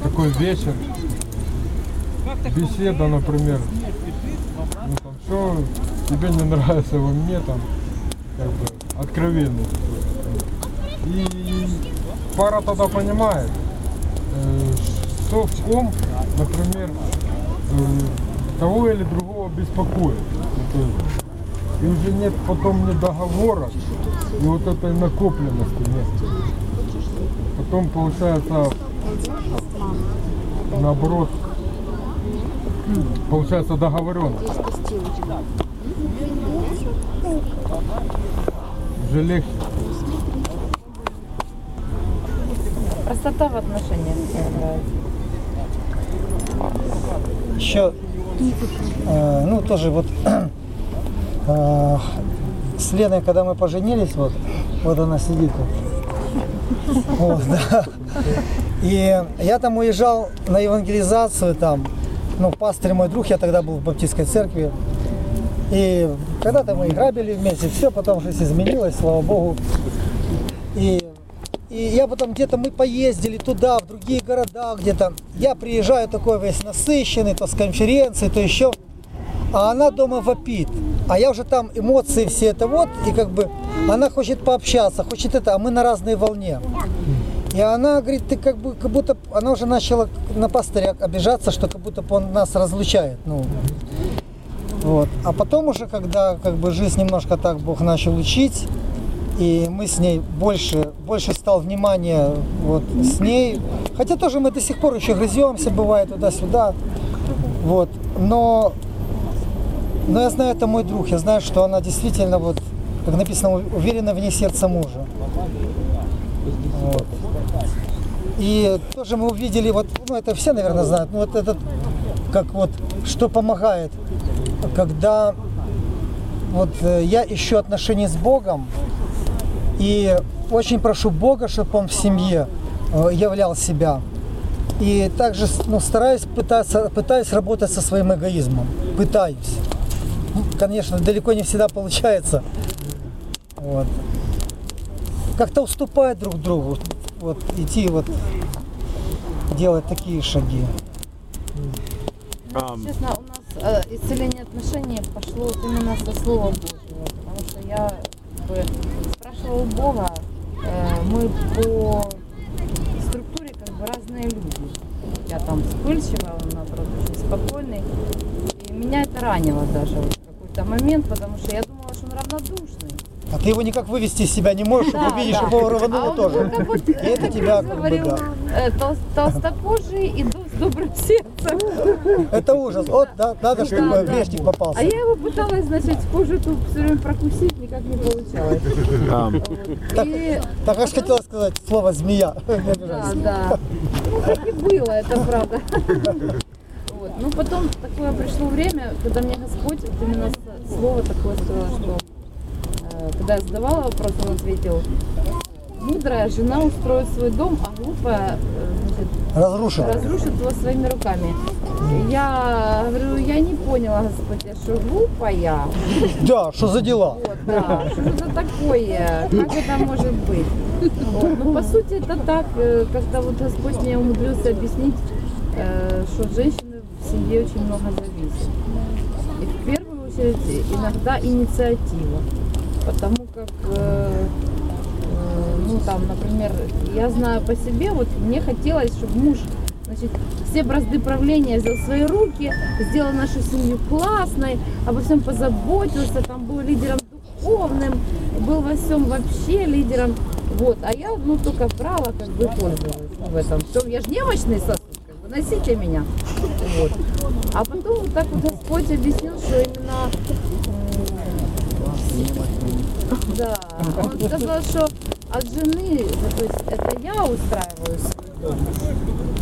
[SPEAKER 10] Такой вечер. Беседа, например. Ну там, что тебе не нравится во мне там как бы откровенно. И пара тогда понимает, э, что в ком, например, э, того или другого его беспокоит. это и уже нет потом ни договора, и вот этой накопленности нет. Потом получается наоборот, получается договоренность. Уже легче.
[SPEAKER 9] Простота в отношениях мне нравится.
[SPEAKER 8] Еще, э, ну, тоже вот <clears throat> э, с Леной, когда мы поженились, вот, вот она сидит. вот. Вот, да. И я там уезжал на евангелизацию, там, ну, пастырь мой друг, я тогда был в баптистской церкви. И когда-то мы грабили вместе, все, потом жизнь изменилось, слава богу. И и я потом где-то мы поездили туда, в другие города где-то. Я приезжаю такой весь насыщенный, то с конференции, то еще. А она дома вопит. А я уже там эмоции все это вот. И как бы она хочет пообщаться, хочет это, а мы на разной волне. И она говорит, ты как бы, как будто, она уже начала на пастыря обижаться, что как будто бы он нас разлучает. Ну, вот. А потом уже, когда как бы жизнь немножко так Бог начал учить, и мы с ней больше, больше стал внимание вот с ней. Хотя тоже мы до сих пор еще грыземся, бывает туда-сюда. Вот. Но, но я знаю, это мой друг. Я знаю, что она действительно, вот, как написано, уверена вне сердца мужа. Вот. И тоже мы увидели, вот, ну это все, наверное, знают, ну вот этот, как вот, что помогает, когда вот э, я ищу отношения с Богом, и очень прошу Бога, чтобы он в семье э, являл себя. И также ну, стараюсь, пытаться, пытаюсь работать со своим эгоизмом. Пытаюсь. Ну, Конечно, далеко не всегда получается. Вот. Как-то уступать друг другу. Вот, идти вот делать такие шаги.
[SPEAKER 9] Ну,
[SPEAKER 2] Um,
[SPEAKER 9] честно, у нас э, исцеление отношений пошло вот именно со Слова Божьего, потому что я как бы, спрашивала у Бога, э, мы по структуре как бы разные люди. Я там вспыльчивая, он наоборот очень спокойный. И меня это ранило даже вот, в какой-то момент, потому что я думала, что он равнодушный.
[SPEAKER 8] А ты его никак вывести из себя не можешь,
[SPEAKER 9] Да,
[SPEAKER 8] чтобы видишь,
[SPEAKER 9] да.
[SPEAKER 8] его рвануло
[SPEAKER 9] А он
[SPEAKER 8] тоже.
[SPEAKER 9] как вот,
[SPEAKER 8] И
[SPEAKER 9] <laughs>
[SPEAKER 8] это
[SPEAKER 9] как
[SPEAKER 8] тебя как бы,
[SPEAKER 9] говорил,
[SPEAKER 8] да.
[SPEAKER 9] э, тол- толстокожий и ду- с добрым сердцем.
[SPEAKER 8] Это ужас. Вот, да, надо, чтобы
[SPEAKER 9] Да, да.
[SPEAKER 8] грешник попался.
[SPEAKER 9] А я его пыталась, значит, кожу тут все время прокусить, никак не получалось.
[SPEAKER 2] Um,
[SPEAKER 9] И
[SPEAKER 8] Так аж хотела сказать слово змея. <laughs>
[SPEAKER 9] да, да. Ну так и было, это правда. Вот. Ну потом такое пришло время, когда мне Господь вот именно с- слово такое сказал, что э, когда я задавала вопрос, он ответил, мудрая жена устроит свой дом, а глупая э, значит,
[SPEAKER 8] Разрушил.
[SPEAKER 9] разрушит его своими руками. Я говорю, я не поняла, Господи, что глупая.
[SPEAKER 8] Да, что за дела?
[SPEAKER 9] Вот, да. Что же это такое? Как это может быть? Вот. Ну, по сути, это так. э, Как-то вот Господь мне умудрился объяснить, э, что от женщины в семье очень много зависит. И в первую очередь иногда инициатива. Потому как, э, э, ну там, например, я знаю по себе, вот мне хотелось, чтобы муж Значит, все бразды правления взял в свои руки, сделал нашу семью классной, обо всем позаботился, там был лидером духовным, был во всем вообще лидером. Вот, а я, ну, только право как бы пользовалась в этом. Всем, я же немощный сосуд, как бы, носите меня. Вот. А потом вот так вот Господь объяснил, что именно... м, Да, он сказал, что от жены, то есть это я устраиваю свой дом.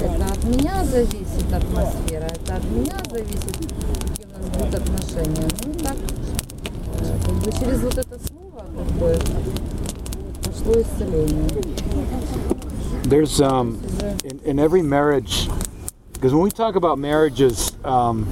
[SPEAKER 9] Это от меня зависит атмосфера, это от меня зависит, какие у нас будут отношения. Ну и так, э, как бы через вот это слово как бы пошло исцеление.
[SPEAKER 2] there's um, in, in every marriage because when we talk about marriages um,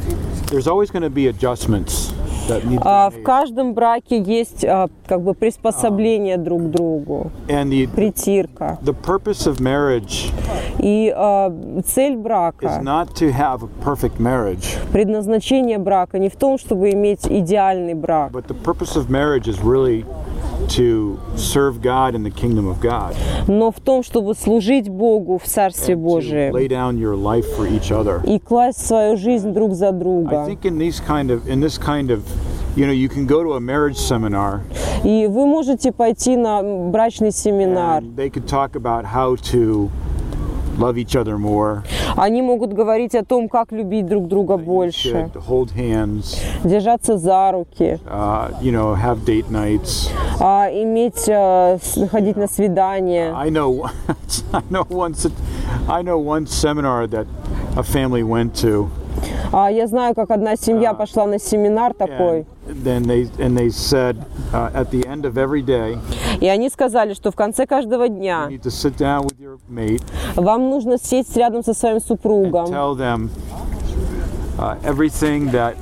[SPEAKER 2] there's always going to be adjustments that need
[SPEAKER 1] А,
[SPEAKER 2] to
[SPEAKER 1] В
[SPEAKER 2] be made.
[SPEAKER 1] каждом браке есть а, как бы приспособление друг к другу,
[SPEAKER 2] and the
[SPEAKER 1] притирка.
[SPEAKER 2] the purpose of marriage
[SPEAKER 1] И а, цель брака
[SPEAKER 2] is not to have a perfect marriage
[SPEAKER 1] Предназначение брака не в том, чтобы иметь идеальный брак.
[SPEAKER 2] but the purpose of marriage is really to serve God in the kingdom of God,
[SPEAKER 1] но в том, чтобы служить Богу в Царстве
[SPEAKER 2] to lay
[SPEAKER 1] Божием
[SPEAKER 2] down your life for each other.
[SPEAKER 1] и класть свою жизнь друг за
[SPEAKER 2] I
[SPEAKER 1] друга.
[SPEAKER 2] think in these kind of in this kind of you know, you can go to a marriage seminar
[SPEAKER 1] И вы можете пойти на брачный семинар.
[SPEAKER 2] and they could talk about how to love each other more,
[SPEAKER 1] Они могут говорить о том, как любить друг друга больше,
[SPEAKER 2] should hold hands,
[SPEAKER 1] держаться за руки,
[SPEAKER 2] uh, you know, have date nights. <laughs>
[SPEAKER 1] а, иметь, э, с- ходить на свидания.
[SPEAKER 2] I know, I know one, sit- I know one seminar that a family went to.
[SPEAKER 1] А я знаю, как одна
[SPEAKER 2] Uh,
[SPEAKER 1] семья пошла на семинар такой.
[SPEAKER 2] And then they and they said uh, at the end of every day,
[SPEAKER 1] И они сказали, что в конце каждого дня
[SPEAKER 2] you need to sit down with your mate,
[SPEAKER 1] вам нужно сесть рядом со своим супругом
[SPEAKER 2] tell them uh, everything that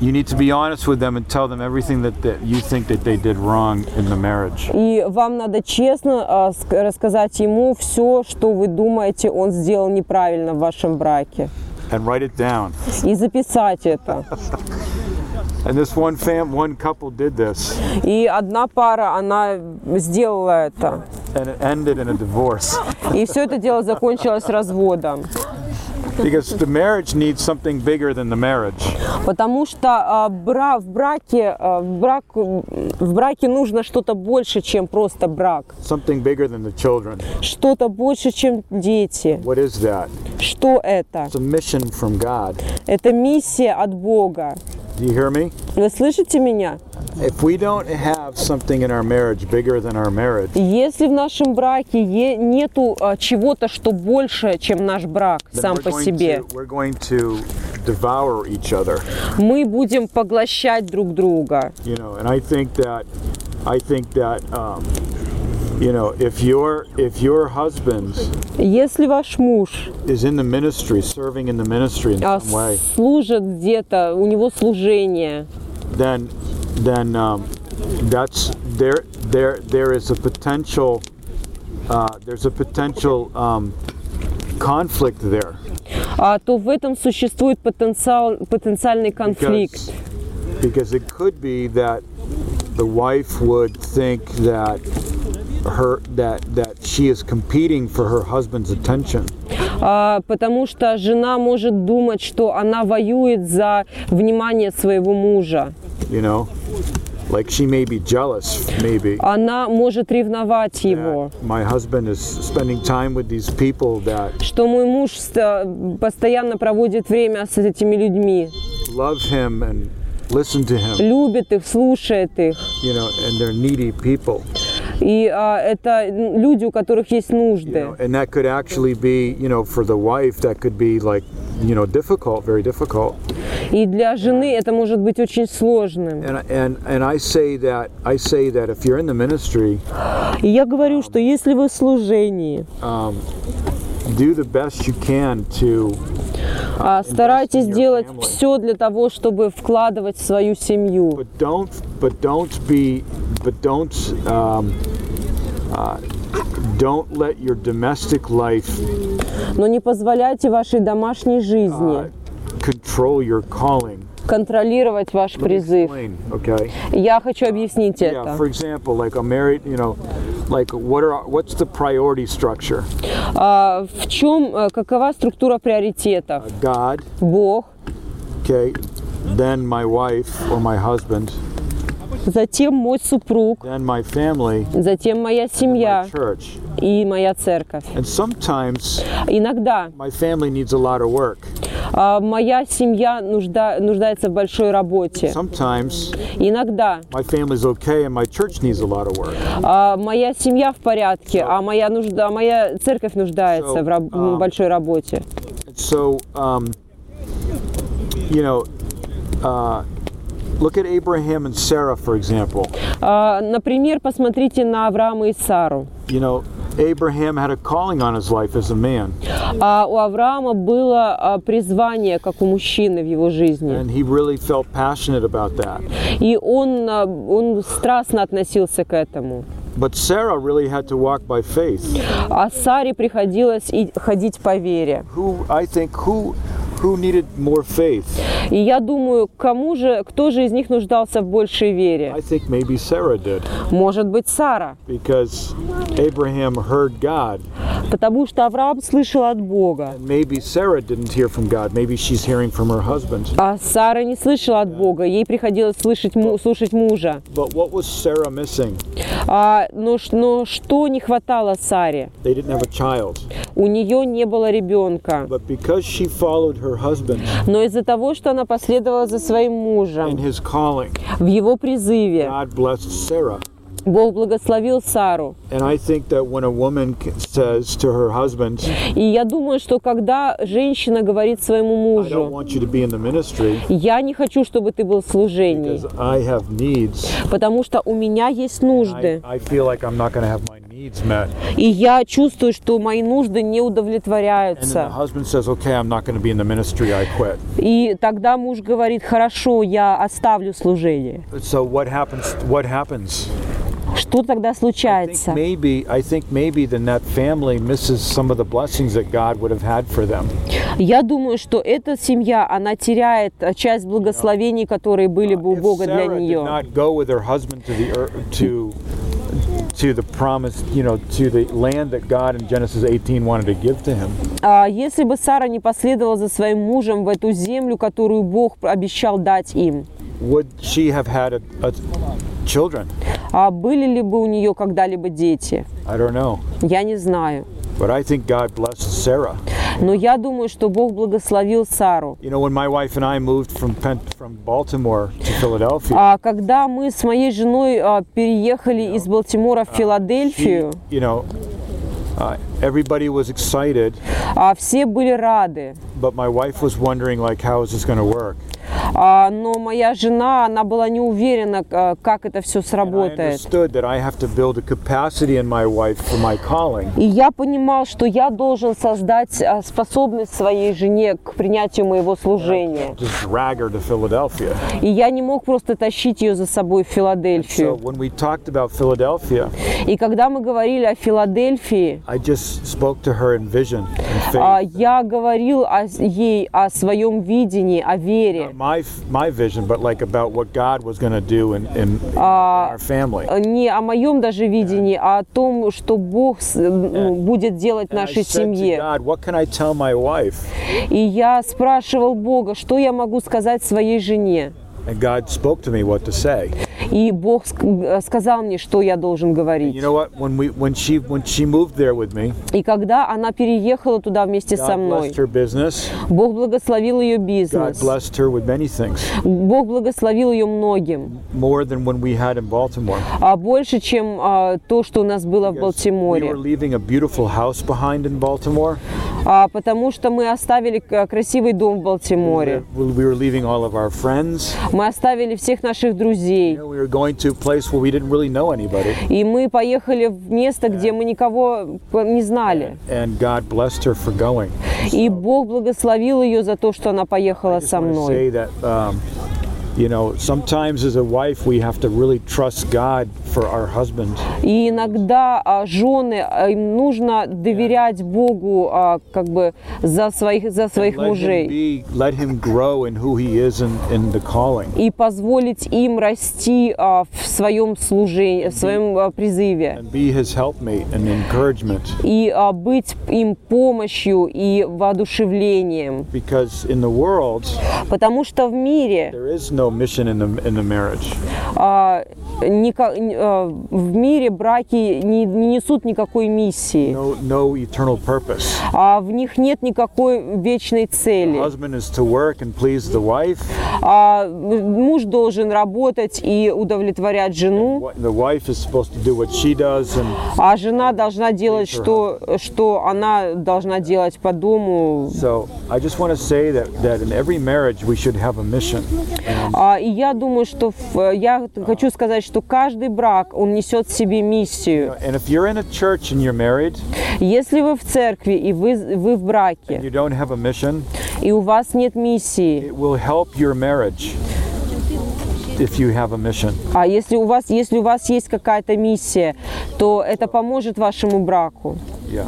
[SPEAKER 2] you need to be honest with them and tell them everything that, that you think that they did wrong in the marriage.
[SPEAKER 1] И вам надо честно а, ск- рассказать ему все, что вы думаете, он сделал неправильно в вашем браке.
[SPEAKER 2] And write it down.
[SPEAKER 1] И записать это.
[SPEAKER 2] And this one fam, one couple did this,
[SPEAKER 1] И одна пара, она сделала это.
[SPEAKER 2] and it ended in a divorce.
[SPEAKER 1] И все это дело закончилось разводом.
[SPEAKER 2] Because the marriage needs something bigger than the marriage.
[SPEAKER 1] Потому что а, бра- в, браке, а, в, брак, в браке нужно что-то больше, чем просто брак.
[SPEAKER 2] Something bigger than the children.
[SPEAKER 1] Что-то больше, чем дети.
[SPEAKER 2] What is that?
[SPEAKER 1] Что это?
[SPEAKER 2] It's a mission from God.
[SPEAKER 1] Это миссия от Бога.
[SPEAKER 2] Do you hear me?
[SPEAKER 1] Вы слышите меня?
[SPEAKER 2] If we don't have something in our marriage bigger than our marriage,
[SPEAKER 1] Если в нашем браке е- нету а, чего-то, что больше, чем наш брак
[SPEAKER 2] then
[SPEAKER 1] сам
[SPEAKER 2] we're
[SPEAKER 1] по
[SPEAKER 2] going
[SPEAKER 1] себе,
[SPEAKER 2] to- we're going to devour each other.
[SPEAKER 1] мы будем поглощать друг друга.
[SPEAKER 2] You know, and I think that I think that um, you know, if your if your husband
[SPEAKER 1] Если ваш муж
[SPEAKER 2] is in the ministry, serving in the ministry in
[SPEAKER 1] а,
[SPEAKER 2] some way,
[SPEAKER 1] служит где-то, у него служение,
[SPEAKER 2] then then um, that's there there there is a potential uh, there's a potential um, conflict there
[SPEAKER 1] а, то в этом существует потенциал, потенциальный конфликт.
[SPEAKER 2] because, because it could be that the wife would think that her that that she is competing for her husband's attention
[SPEAKER 1] А, потому что жена может думать, что она воюет за внимание своего мужа.
[SPEAKER 2] you know like she may be jealous maybe
[SPEAKER 1] Она может ревновать его.
[SPEAKER 2] my husband is spending time with these people that
[SPEAKER 1] Что мой муж ста- постоянно проводит время с этими людьми.
[SPEAKER 2] love him and listen to him
[SPEAKER 1] Любит их, слушает их.
[SPEAKER 2] you know and they're needy people
[SPEAKER 1] И а, это люди, у которых есть нужды.
[SPEAKER 2] and that could actually be you know for the wife that could be like you know difficult very difficult
[SPEAKER 1] И для жены это может быть очень сложным.
[SPEAKER 2] and and and i say that i say that if you're in the ministry
[SPEAKER 1] И я говорю, что если вы в служении,
[SPEAKER 2] um, do the best you can to
[SPEAKER 1] а, старайтесь делать все для того, чтобы вкладывать в свою семью.
[SPEAKER 2] but don't but don't be but don't um, uh, don't let your domestic life
[SPEAKER 1] Но не позволяйте вашей домашней жизни
[SPEAKER 2] control your calling
[SPEAKER 1] контролировать ваш
[SPEAKER 2] Let me
[SPEAKER 1] призыв.
[SPEAKER 2] explain, okay
[SPEAKER 1] Я хочу объяснить
[SPEAKER 2] yeah
[SPEAKER 1] это.
[SPEAKER 2] for example like a married you know like what are what's the priority structure
[SPEAKER 1] А, в чем, э, какова структура приоритетов?
[SPEAKER 2] А, god
[SPEAKER 1] Бог,
[SPEAKER 2] okay then my wife or my husband
[SPEAKER 1] затем мой супруг,
[SPEAKER 2] then my family
[SPEAKER 1] затем моя семья
[SPEAKER 2] church
[SPEAKER 1] и моя церковь.
[SPEAKER 2] and sometimes
[SPEAKER 1] Иногда
[SPEAKER 2] my family needs a lot of work
[SPEAKER 1] а, моя семья нужда- нуждается в большой работе.
[SPEAKER 2] sometimes
[SPEAKER 1] Иногда
[SPEAKER 2] my family's okay and my church needs a lot of work
[SPEAKER 1] а, моя семья в порядке, а моя, нужда, моя церковь нуждается в раб-
[SPEAKER 2] um,
[SPEAKER 1] м, большой работе.
[SPEAKER 2] And so, um, you know, uh, look at Abraham and Sarah, for example.
[SPEAKER 1] А, например, посмотрите на Авраама и Сару.
[SPEAKER 2] You know, Abraham had a calling on his life as a man,
[SPEAKER 1] А у Авраама было а, призвание, как у мужчины в его жизни.
[SPEAKER 2] and he really felt passionate about that.
[SPEAKER 1] И он, а, он страстно относился к этому.
[SPEAKER 2] But Sarah really had to walk by faith.
[SPEAKER 1] А Саре приходилось и ходить по вере.
[SPEAKER 2] Who I think who Who needed more faith?
[SPEAKER 1] И я думаю, кому же, кто же из них нуждался в большей вере?
[SPEAKER 2] I think maybe Sarah did
[SPEAKER 1] Может быть, Сара.
[SPEAKER 2] because Abraham heard God.
[SPEAKER 1] Потому что Авраам слышал от Бога.
[SPEAKER 2] Maybe Sarah didn't hear from God. Maybe she's hearing from her husband.
[SPEAKER 1] А Сара не слышала от Бога, ей приходилось слышать, му- слушать мужа.
[SPEAKER 2] But what was Sarah missing?
[SPEAKER 1] А, но, ш- но что не хватало Саре?
[SPEAKER 2] They didn't have a child.
[SPEAKER 1] У нее не было ребенка.
[SPEAKER 2] But because she followed her husband
[SPEAKER 1] Но из-за того, что она последовала за своим мужем,
[SPEAKER 2] in his calling,
[SPEAKER 1] в его призыве,
[SPEAKER 2] God blessed Sarah.
[SPEAKER 1] Бог благословил Сару.
[SPEAKER 2] And I think that when a woman c- says to her husband,
[SPEAKER 1] И я думаю, что когда женщина говорит
[SPEAKER 2] I
[SPEAKER 1] своему
[SPEAKER 2] don't
[SPEAKER 1] мужу,
[SPEAKER 2] want you to be in the ministry
[SPEAKER 1] я не хочу, чтобы ты был в служении,
[SPEAKER 2] because I have needs.
[SPEAKER 1] потому что у меня есть
[SPEAKER 2] I,
[SPEAKER 1] нужды.
[SPEAKER 2] I feel like I'm not going to have my needs met.
[SPEAKER 1] И я чувствую, что мои нужды не
[SPEAKER 2] And then the
[SPEAKER 1] удовлетворяются.
[SPEAKER 2] husband says, okay, I'm not going to be in the ministry, I quit.
[SPEAKER 1] И тогда муж говорит, хорошо, я оставлю служение.
[SPEAKER 2] So what happens? What happens?
[SPEAKER 1] Что тогда случается?
[SPEAKER 2] Maybe I think maybe then that family misses some of the blessings that God would have had for them.
[SPEAKER 1] Я думаю, что эта семья, она теряет э, часть благословений, которые были бы у Бога для
[SPEAKER 2] Sarah did
[SPEAKER 1] нее.
[SPEAKER 2] not go with her husband to the ear- to to the promise, you know, to the land that God in Genesis 18 wanted to give to him.
[SPEAKER 1] А если бы Сара не последовала за своим мужем в эту землю, которую Бог обещал дать им,
[SPEAKER 2] Would she have had a, a children?
[SPEAKER 1] а были ли бы у нее когда-либо дети?
[SPEAKER 2] I don't know.
[SPEAKER 1] Я не знаю.
[SPEAKER 2] But I think God blessed Sarah.
[SPEAKER 1] Но я думаю, что Бог благословил Сару.
[SPEAKER 2] You know, when my wife and I moved from Pen- from Baltimore to Philadelphia,
[SPEAKER 1] А когда мы с моей женой а, переехали из Балтимора в
[SPEAKER 2] she,
[SPEAKER 1] Филадельфию,
[SPEAKER 2] you know, uh, everybody was excited,
[SPEAKER 1] а, все были рады.
[SPEAKER 2] but my wife was wondering like, how is this going to work?
[SPEAKER 1] А, но моя жена, она была не уверена, а, как это все
[SPEAKER 2] I
[SPEAKER 1] сработает.
[SPEAKER 2] understood that I have to build a capacity in my wife for my calling.
[SPEAKER 1] И я понимал, что я должен создать а, способность своей жене к принятию моего служения.
[SPEAKER 2] Just drag her to Philadelphia.
[SPEAKER 1] И я не мог просто тащить ее за собой в
[SPEAKER 2] So
[SPEAKER 1] Филадельфию.
[SPEAKER 2] when we talked about Philadelphia,
[SPEAKER 1] И когда мы говорили о Филадельфии,
[SPEAKER 2] I just spoke to her in vision and faith.
[SPEAKER 1] а, я говорил о с- ей о своем видении, о вере.
[SPEAKER 2] my my vision, but like about what God was going to do in, in, in our family.
[SPEAKER 1] Э, Не о моем даже видении, а о том, что Бог с- ну, будет делать в
[SPEAKER 2] And I
[SPEAKER 1] нашей
[SPEAKER 2] said to
[SPEAKER 1] семье.
[SPEAKER 2] God, what can I tell my wife?
[SPEAKER 1] И я спрашивал Бога, что я могу сказать своей жене.
[SPEAKER 2] And God spoke to me what to say.
[SPEAKER 1] И Бог ск- э, сказал мне, что я должен говорить.
[SPEAKER 2] You know what? When we when she when she moved there with me,
[SPEAKER 1] И когда она переехала туда вместе со
[SPEAKER 2] God
[SPEAKER 1] мной,
[SPEAKER 2] blessed her business.
[SPEAKER 1] Бог благословил ее
[SPEAKER 2] God
[SPEAKER 1] бизнес,
[SPEAKER 2] blessed her with many things,
[SPEAKER 1] Бог благословил ее многим,
[SPEAKER 2] more than when we had in Baltimore.
[SPEAKER 1] а больше, чем а, то, что у нас было
[SPEAKER 2] Because
[SPEAKER 1] в
[SPEAKER 2] We were
[SPEAKER 1] Балтиморе.
[SPEAKER 2] leaving a beautiful house behind in Baltimore.
[SPEAKER 1] А, потому что мы оставили к- красивый дом в Балтиморе,
[SPEAKER 2] We were- we were leaving all of our friends.
[SPEAKER 1] мы оставили всех наших
[SPEAKER 2] You
[SPEAKER 1] друзей,
[SPEAKER 2] know, we were going to a place where we didn't really know anybody.
[SPEAKER 1] и мы поехали в место, где мы никого по- не знали.
[SPEAKER 2] And God blessed her for going.
[SPEAKER 1] И Бог благословил ее за то, что она поехала
[SPEAKER 2] just
[SPEAKER 1] со
[SPEAKER 2] wanna
[SPEAKER 1] мной.
[SPEAKER 2] say that, um, you know, sometimes as a wife, we have to really trust God for our husband.
[SPEAKER 1] И иногда а, жены, а, им нужно доверять Богу а, как бы за своих, за своих
[SPEAKER 2] Let him,
[SPEAKER 1] мужей
[SPEAKER 2] be, let him grow in who he is in, in the calling.
[SPEAKER 1] и позволить им расти а, в своем служении, в своем а, призыве
[SPEAKER 2] And be his helpmate and encouragement.
[SPEAKER 1] и а, быть им помощью и воодушевлением.
[SPEAKER 2] Because in the world,
[SPEAKER 1] Потому что в мире,
[SPEAKER 2] there is no mission in the, in the marriage.
[SPEAKER 1] а, ника- н- а, в мире браки не, не несут никакой миссии,
[SPEAKER 2] No, no eternal purpose.
[SPEAKER 1] а в них нет никакой вечной цели.
[SPEAKER 2] Husband is to work and please the wife.
[SPEAKER 1] А муж должен работать и удовлетворять жену,
[SPEAKER 2] What- The wife is supposed to do what she does, and
[SPEAKER 1] а жена должна делать, что, что она должна делать по дому.
[SPEAKER 2] so I just want to say that that in every marriage we should have a mission.
[SPEAKER 1] А, и я думаю, что в- я хочу сказать, что каждый брак, он несет в себе миссию.
[SPEAKER 2] And if you're in a church and you're married
[SPEAKER 1] Если вы в церкви и вы, вы в
[SPEAKER 2] and you
[SPEAKER 1] браке,
[SPEAKER 2] don't have a mission,
[SPEAKER 1] и у вас нет миссии,
[SPEAKER 2] it will help your marriage if you have a mission.
[SPEAKER 1] а если у вас, если у вас есть какая-то миссия, то это поможет вашему браку.
[SPEAKER 2] Yeah.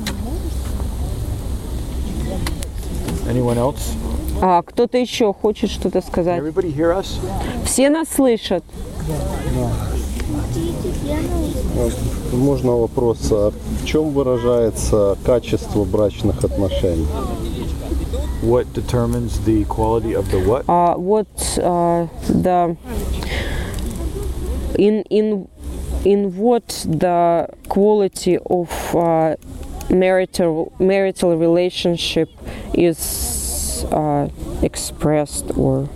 [SPEAKER 2] Anyone else?
[SPEAKER 1] А, кто-то еще хочет что-то сказать?
[SPEAKER 2] Everybody hear us?
[SPEAKER 1] Все нас слышат.
[SPEAKER 11] Можно вопрос, а в чем выражается качество брачных отношений?
[SPEAKER 2] What determines the quality of the what?
[SPEAKER 1] А, вот, а, да. In, in, in what the quality of uh, marital, marital relationship is uh, expressed or,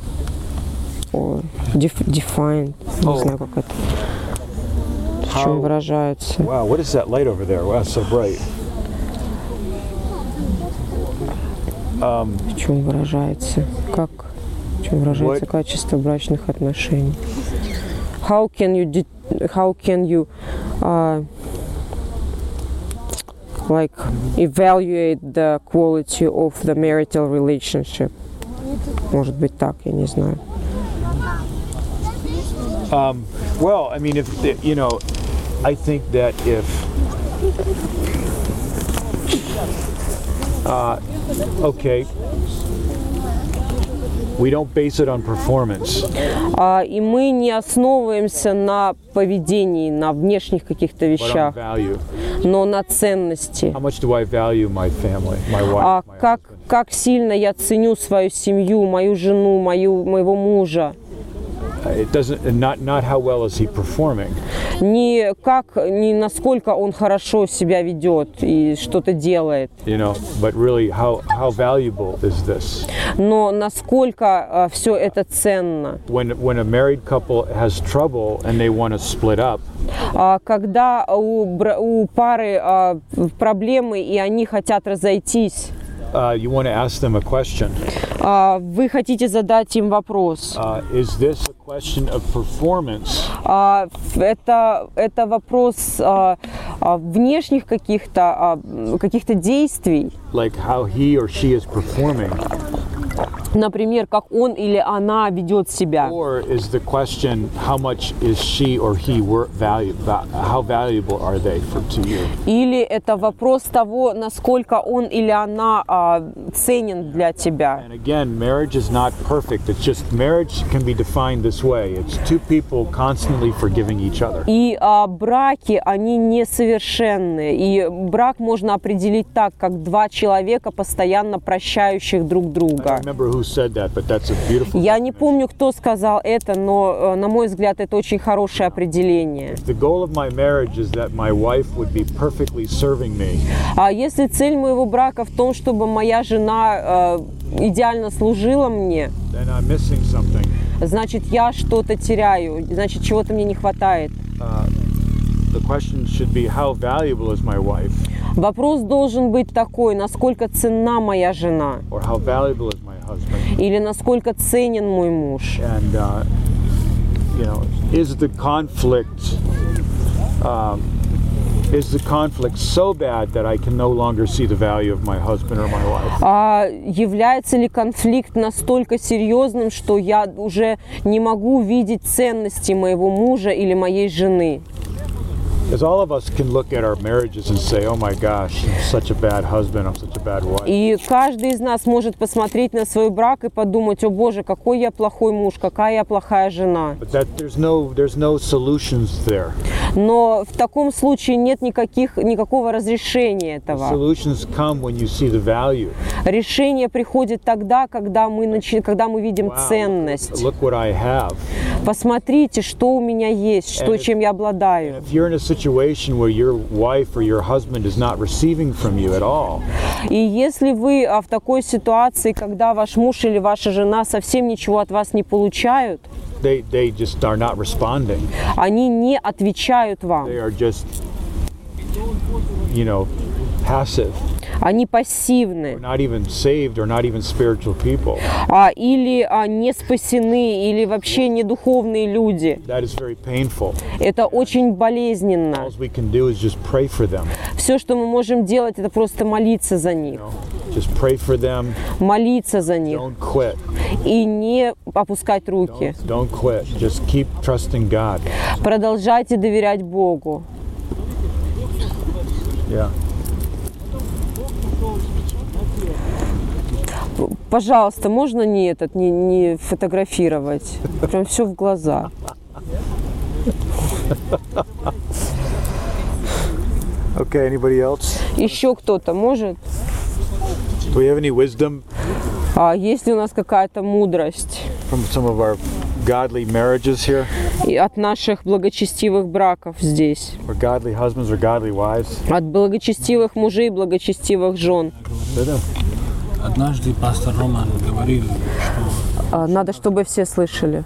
[SPEAKER 1] or def- defined.
[SPEAKER 2] Oh.
[SPEAKER 1] Не знаю, как это. В чем выражается.
[SPEAKER 2] Wow, what is that light over there? Wow, it's so bright. Um,
[SPEAKER 1] В чем выражается? Как? В чем выражается качество брачных отношений? How can you de- how can you uh, like evaluate the quality of the marital relationship? Может быть так, я не знаю.
[SPEAKER 2] Um, well, I mean, if the- you know, I think that if uh, okay, we don't base it on performance.
[SPEAKER 1] А, и мы не основываемся на поведении, на внешних каких-то
[SPEAKER 2] But on
[SPEAKER 1] вещах,
[SPEAKER 2] value.
[SPEAKER 1] но на ценности.
[SPEAKER 2] How much do I value my family, my
[SPEAKER 1] А
[SPEAKER 2] wife?
[SPEAKER 1] как, как сильно я ценю свою семью, мою жену, мою, моего мужа.
[SPEAKER 2] It doesn't. and Not not how well is he performing.
[SPEAKER 1] Не как, не насколько он хорошо себя ведет и что-то делает,
[SPEAKER 2] You know, but really, how how valuable is this?
[SPEAKER 1] но насколько все это ценно.
[SPEAKER 2] When when a married couple has trouble and they want to split up,
[SPEAKER 1] А, когда у, бра- у пары а, проблемы и они хотят разойтись,
[SPEAKER 2] uh, you want to ask them a question.
[SPEAKER 1] а, вы хотите задать им вопрос.
[SPEAKER 2] Uh, is this a question of performance?
[SPEAKER 1] А, это, это вопрос а, а, внешних каких-то а, м, каких-то действий,
[SPEAKER 2] Like how he or she is performing?
[SPEAKER 1] например, как он или она ведет себя.
[SPEAKER 2] Or is the question how much is she or he worth value? va- How valuable are they for to you?
[SPEAKER 1] Или это вопрос того, насколько он или она а, ценен для тебя.
[SPEAKER 2] And again, marriage is not perfect. It's just marriage can be defined this way. It's two people constantly forgiving each other.
[SPEAKER 1] И а, браки, они несовершенны. И брак можно определить так, как два человека, постоянно прощающих друг друга.
[SPEAKER 2] Remember who said that, but that's a beautiful.
[SPEAKER 1] Я не помню, кто сказал это, но, э, на мой взгляд, это очень хорошее определение.
[SPEAKER 2] The goal of my marriage is that my wife would be perfectly serving me.
[SPEAKER 1] А если цель моего брака в том, чтобы моя жена э, идеально служила мне,
[SPEAKER 2] Then I'm missing something.
[SPEAKER 1] значит, я что-то теряю, значит, чего-то мне не хватает.
[SPEAKER 2] Uh, the question should be how valuable is my wife,
[SPEAKER 1] Вопрос должен быть такой, насколько ценна моя жена,
[SPEAKER 2] or how valuable is my husband?
[SPEAKER 1] или насколько ценен мой муж.
[SPEAKER 2] and uh, you know is the conflict um, is the conflict so bad that I can no longer see the value of my husband or my wife?
[SPEAKER 1] А является ли конфликт настолько серьезным, что я уже не могу видеть ценности моего мужа или моей жены?
[SPEAKER 2] Because all of us can look at our marriages and say, "Oh my gosh, I'm such a bad husband. I'm such a bad wife."
[SPEAKER 1] И каждый из нас может посмотреть на свой брак и подумать, о боже, какой я плохой муж, какая я плохая жена.
[SPEAKER 2] But that there's no there's no solutions there.
[SPEAKER 1] Но в таком случае нет никаких, никакого разрешения этого.
[SPEAKER 2] Solutions come when you see the value.
[SPEAKER 1] Решение приходит тогда, когда мы, начи- когда мы видим
[SPEAKER 2] Wow,
[SPEAKER 1] ценность.
[SPEAKER 2] Look what I have.
[SPEAKER 1] Посмотрите, что у меня есть,
[SPEAKER 2] And
[SPEAKER 1] что,
[SPEAKER 2] if-
[SPEAKER 1] чем я обладаю.
[SPEAKER 2] If you're in a situation where your wife or your husband is not receiving from you at all,
[SPEAKER 1] И если вы а, в такой ситуации, когда ваш муж или ваша жена совсем ничего от вас не получают,
[SPEAKER 2] they they just are not responding.
[SPEAKER 1] они не отвечают вам,
[SPEAKER 2] They are just, you know, passive.
[SPEAKER 1] они пассивны.
[SPEAKER 2] Not even saved or not even spiritual people.
[SPEAKER 1] а, или а, не спасены, или вообще не духовные люди.
[SPEAKER 2] That is very painful.
[SPEAKER 1] Это очень болезненно.
[SPEAKER 2] All we can do is just pray for them.
[SPEAKER 1] Все, что мы можем делать, это просто молиться за них.
[SPEAKER 2] Just pray for them.
[SPEAKER 1] Молиться за них.
[SPEAKER 2] Quit.
[SPEAKER 1] И не опускать руки.
[SPEAKER 2] Don't quit. Just keep trusting God.
[SPEAKER 1] Продолжайте доверять Богу.
[SPEAKER 2] Yeah.
[SPEAKER 1] По- пожалуйста, можно не этот, не, не фотографировать? Прям все в глаза.
[SPEAKER 2] Okay, anybody else?
[SPEAKER 1] Еще кто-то может?
[SPEAKER 2] Do we have any wisdom
[SPEAKER 1] А есть ли у нас какая-то мудрость
[SPEAKER 2] from some of our godly marriages here?
[SPEAKER 1] и от наших благочестивых браков здесь?
[SPEAKER 2] Or godly husbands or godly wives?
[SPEAKER 1] От благочестивых мужей и благочестивых жен?
[SPEAKER 12] Однажды пастор Роман говорил,
[SPEAKER 1] А, Надо, чтобы все слышали.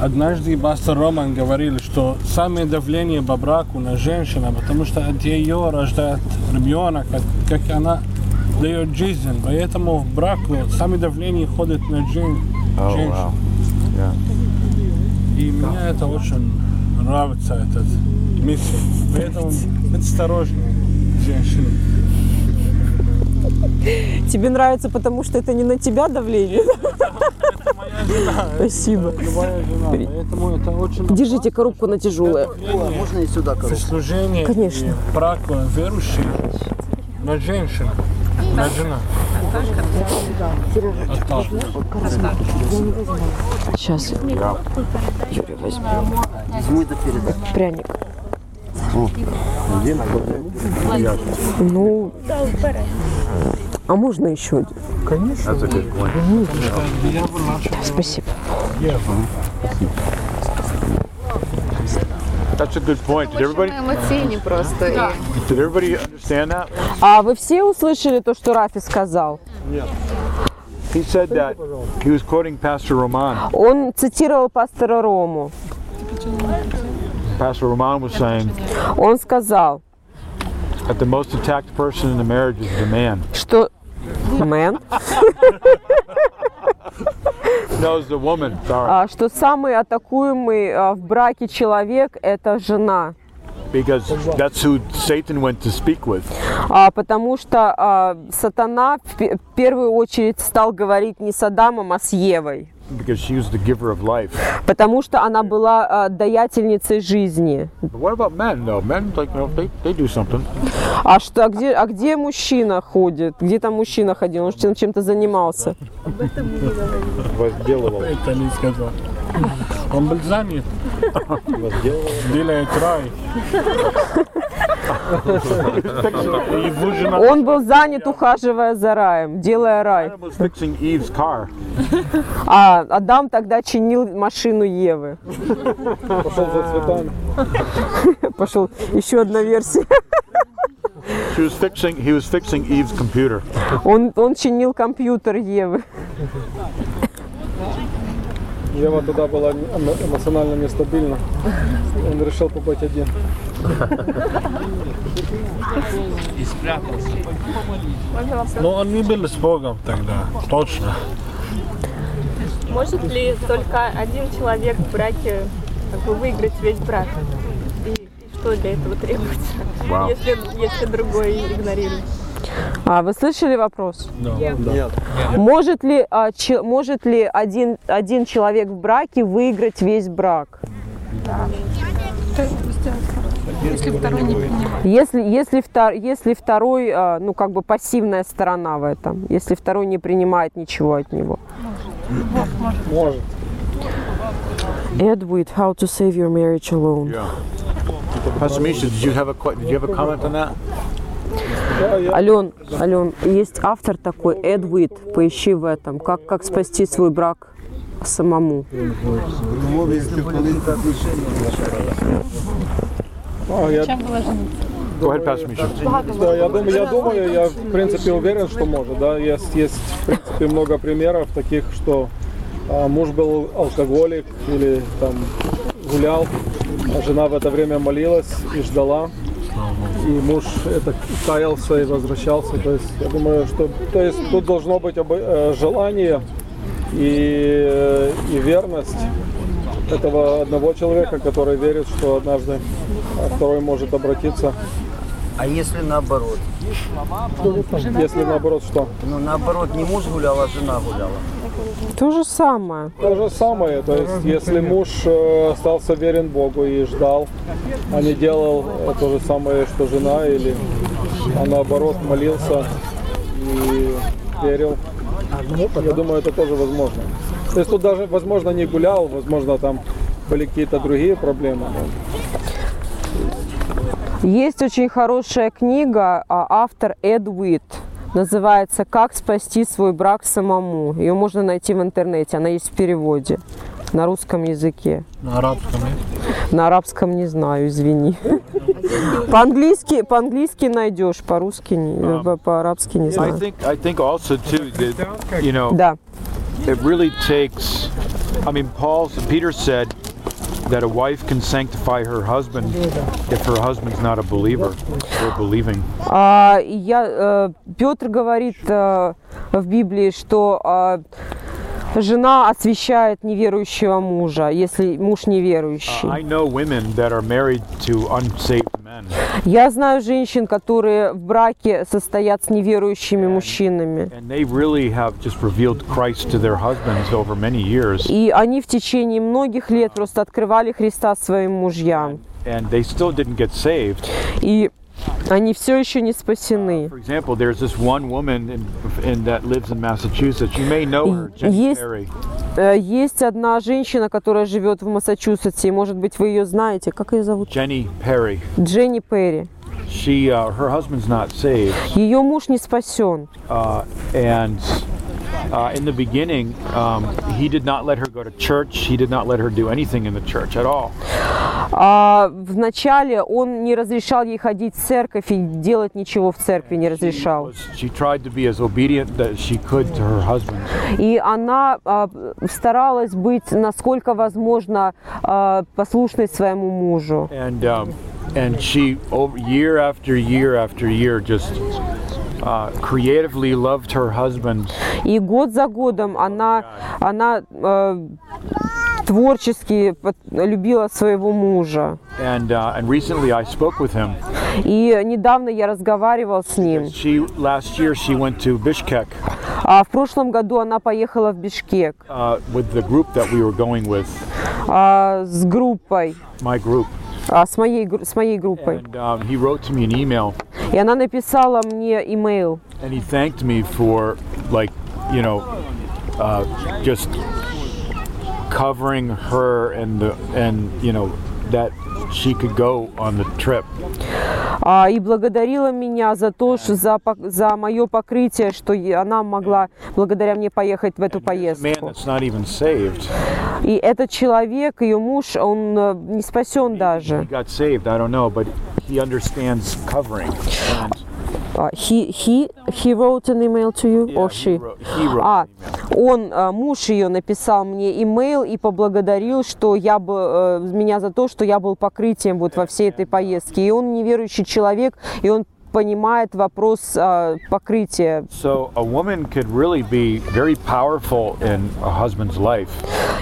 [SPEAKER 12] однажды пастор Роман говорил, что самое давление по браку на женщину, потому что от ее рождает ребенок, от- как она дает жизнь. Поэтому в брак вот, самое давление ходит на жен-
[SPEAKER 2] Oh,
[SPEAKER 12] женщину.
[SPEAKER 2] wow. Yeah.
[SPEAKER 12] И мне это очень нравится, этот мысль. Поэтому будь осторожнее, женщины.
[SPEAKER 1] Тебе нравится, потому что это не на тебя давление? <laughs> Спасибо.
[SPEAKER 12] Любая жена, поэтому это очень
[SPEAKER 1] Держите коробку на тяжелое.
[SPEAKER 12] а Можно и сюда, короче. Служение
[SPEAKER 1] Конечно.
[SPEAKER 12] и брак верующих на женщин, на жена.
[SPEAKER 1] Сейчас. Юрий, возьми. Пряник. Ну, а можно еще один?
[SPEAKER 13] Конечно.
[SPEAKER 1] Спасибо.
[SPEAKER 2] That's a good point. Did everybody
[SPEAKER 14] Емоційні просто. І...
[SPEAKER 2] did everybody understand that?
[SPEAKER 1] А вы все услышали то, что Рафи сказал?
[SPEAKER 2] He said that he was quoting Pastor Roman.
[SPEAKER 1] Он цитировал пастора Рому.
[SPEAKER 2] Pastor Roman was saying
[SPEAKER 1] Он сказал,
[SPEAKER 2] that the most attacked person in the marriage is the man.
[SPEAKER 1] что мэн,
[SPEAKER 2] No, it's the woman. Sorry.
[SPEAKER 1] а, что самый атакуемый а, в браке человек – это жена.
[SPEAKER 2] Because that's who Satan went to speak with.
[SPEAKER 1] А, потому что а, сатана в пе- в первую очередь стал говорить не с Адамом, а с Евой.
[SPEAKER 2] Because she was the giver of life.
[SPEAKER 1] Потому что она была а, даятельницей жизни.
[SPEAKER 2] But what about men though? Men like you know, they, they do something.
[SPEAKER 1] А что, а где, а где мужчина ходит? Где там мужчина ходил? Он же чем-то занимался.
[SPEAKER 2] Возделывал.
[SPEAKER 12] Это не сказал. Он был занят. Делает рай. Его жена
[SPEAKER 1] Он был занят, ухаживая за раем, делая рай.
[SPEAKER 2] was fixing Eve's car.
[SPEAKER 1] А Адам тогда чинил машину Евы.
[SPEAKER 13] Пошел за цветами.
[SPEAKER 1] <laughs> Пошел еще одна версия. <laughs>
[SPEAKER 2] She was fixing. He was fixing Eve's computer.
[SPEAKER 1] Он, он чинил компьютер Евы.
[SPEAKER 13] Ева тогда была эмо- эмоционально нестабильна. Он решил побыть один.
[SPEAKER 12] и спрятался. Но он не был Ну, с Богом тогда, точно.
[SPEAKER 7] Может ли только один человек в браке как бы, выиграть весь брак? И, и что для этого требуется,
[SPEAKER 1] Вау.
[SPEAKER 7] если, если другой игнорирует?
[SPEAKER 1] А вы слышали вопрос?
[SPEAKER 7] Нет. Нет.
[SPEAKER 1] Может ли, а, че- может ли один, один человек в браке выиграть весь брак?
[SPEAKER 9] Если второй не понимает.
[SPEAKER 1] Если, если, втор- если второй, а, ну как бы пассивная сторона в этом, если второй не принимает ничего от него.
[SPEAKER 13] Может.
[SPEAKER 1] Ed Wood, How to Save Your Marriage Alone.
[SPEAKER 2] Pastor Misha, did you have a que- did you have a comment on that?
[SPEAKER 1] Ален, Ален, есть автор такой, Эд Уит, поищи в этом, как, как спасти свой брак самому.
[SPEAKER 13] А, я-
[SPEAKER 2] Go ahead, Pastor Misha.
[SPEAKER 13] Да, я думаю, я думаю, я в принципе уверен, что может, да. Есть, есть в принципе много примеров таких, что а, муж был алкоголик или там гулял, а жена в это время молилась и ждала, и муж это каялся и возвращался. То есть я думаю, что то есть тут должно быть обо- э, желание и, э, и верность этого одного человека, который верит, что однажды а, второй может обратиться
[SPEAKER 15] А если наоборот?
[SPEAKER 13] Если наоборот что?
[SPEAKER 15] Ну наоборот, не муж гулял, а жена гуляла.
[SPEAKER 1] То же самое.
[SPEAKER 13] То же самое, то есть если муж э, остался верен Богу и ждал, а не делал э, то же самое, что жена, или а наоборот молился и верил, положительный опыт. Я думаю, это тоже возможно. То есть тут даже, возможно, не гулял, возможно, там были какие-то другие проблемы.
[SPEAKER 1] Есть очень хорошая книга, а, автор Эд Уит. Называется «Как спасти свой брак самому». Ее можно найти в интернете, она есть в переводе на русском языке.
[SPEAKER 12] На арабском нет?
[SPEAKER 1] На арабском не знаю, извини. <laughs> По-английски, по-английски найдешь, по-русски, не- по- по-арабски не
[SPEAKER 2] I
[SPEAKER 1] знаю.
[SPEAKER 2] think I think also too that you know
[SPEAKER 1] Да.
[SPEAKER 2] it really takes. I mean, Paul Peter said that a wife can sanctify her husband if her husband's not a believer or believing.
[SPEAKER 1] А, и я, э, Петр говорит э, в Библии, что а, жена освещает неверующего мужа, если муж неверующий.
[SPEAKER 2] I know women that are married to unsaved men,
[SPEAKER 1] Я знаю женщин, которые в браке состоят с неверующими мужчинами.
[SPEAKER 2] and they really have just revealed Christ to their husbands over many years,
[SPEAKER 1] И они в течение многих лет просто открывали Христа своим мужьям.
[SPEAKER 2] and they still didn't get saved.
[SPEAKER 1] И они все еще не спасены.
[SPEAKER 2] For example, there's this one woman in, in that lives in Massachusetts. You may know her, Jenny
[SPEAKER 1] Есть,
[SPEAKER 2] Perry.
[SPEAKER 1] э, есть одна женщина, которая живет в Массачусетсе, и, может быть, вы ее знаете. Как ее зовут?
[SPEAKER 2] Jenny Perry.
[SPEAKER 1] Дженни Перри.
[SPEAKER 2] She, uh, her husband's not saved,
[SPEAKER 1] Ее муж не спасен.
[SPEAKER 2] uh, and uh, in the beginning, um, he did not let her go to church. He did not let her do anything in the church at all.
[SPEAKER 1] А вначале он не разрешал ей ходить в церковь и делать ничего в церкви не разрешал.
[SPEAKER 2] She tried to be as obedient that she could to her husband.
[SPEAKER 1] И она а, старалась быть, насколько возможно, а, послушной своему мужу.
[SPEAKER 2] and um, and she over year after year after year just uh, creatively loved her husband
[SPEAKER 1] И год за годом она, она э, творчески под- любила своего мужа.
[SPEAKER 2] and uh, and recently I spoke with him.
[SPEAKER 1] И недавно я разговаривал с ним.
[SPEAKER 2] She last year she went to Bishkek
[SPEAKER 1] А в прошлом году она поехала в Бишкек
[SPEAKER 2] uh, with the group that we were going with,
[SPEAKER 1] а, с группой,
[SPEAKER 2] my group,
[SPEAKER 1] а, с, моей, гру- с моей группой.
[SPEAKER 2] and um, he wrote to me an email
[SPEAKER 1] И она написала мне имейл.
[SPEAKER 2] and he thanked me for like you know uh, just covering her and the and you know that she could go on the trip
[SPEAKER 1] а, и благодарила меня за то, что за, пок- за мое покрытие, что е- она могла благодаря мне поехать в эту
[SPEAKER 2] man
[SPEAKER 1] поездку.
[SPEAKER 2] that's not even saved
[SPEAKER 1] И этот человек, ее муж, он э, не спасен
[SPEAKER 2] he
[SPEAKER 1] даже.
[SPEAKER 2] got saved i don't know but he understands covering and
[SPEAKER 1] А, He, he, he wrote an email to you, or she? А, он, э, муж ее написал мне имейл и поблагодарил, что я бы, э, меня за то, что я был покрытием вот во всей этой поездке. И он неверующий человек, и он понимает вопрос э, покрытия
[SPEAKER 2] so a woman could really be very powerful in a husband's life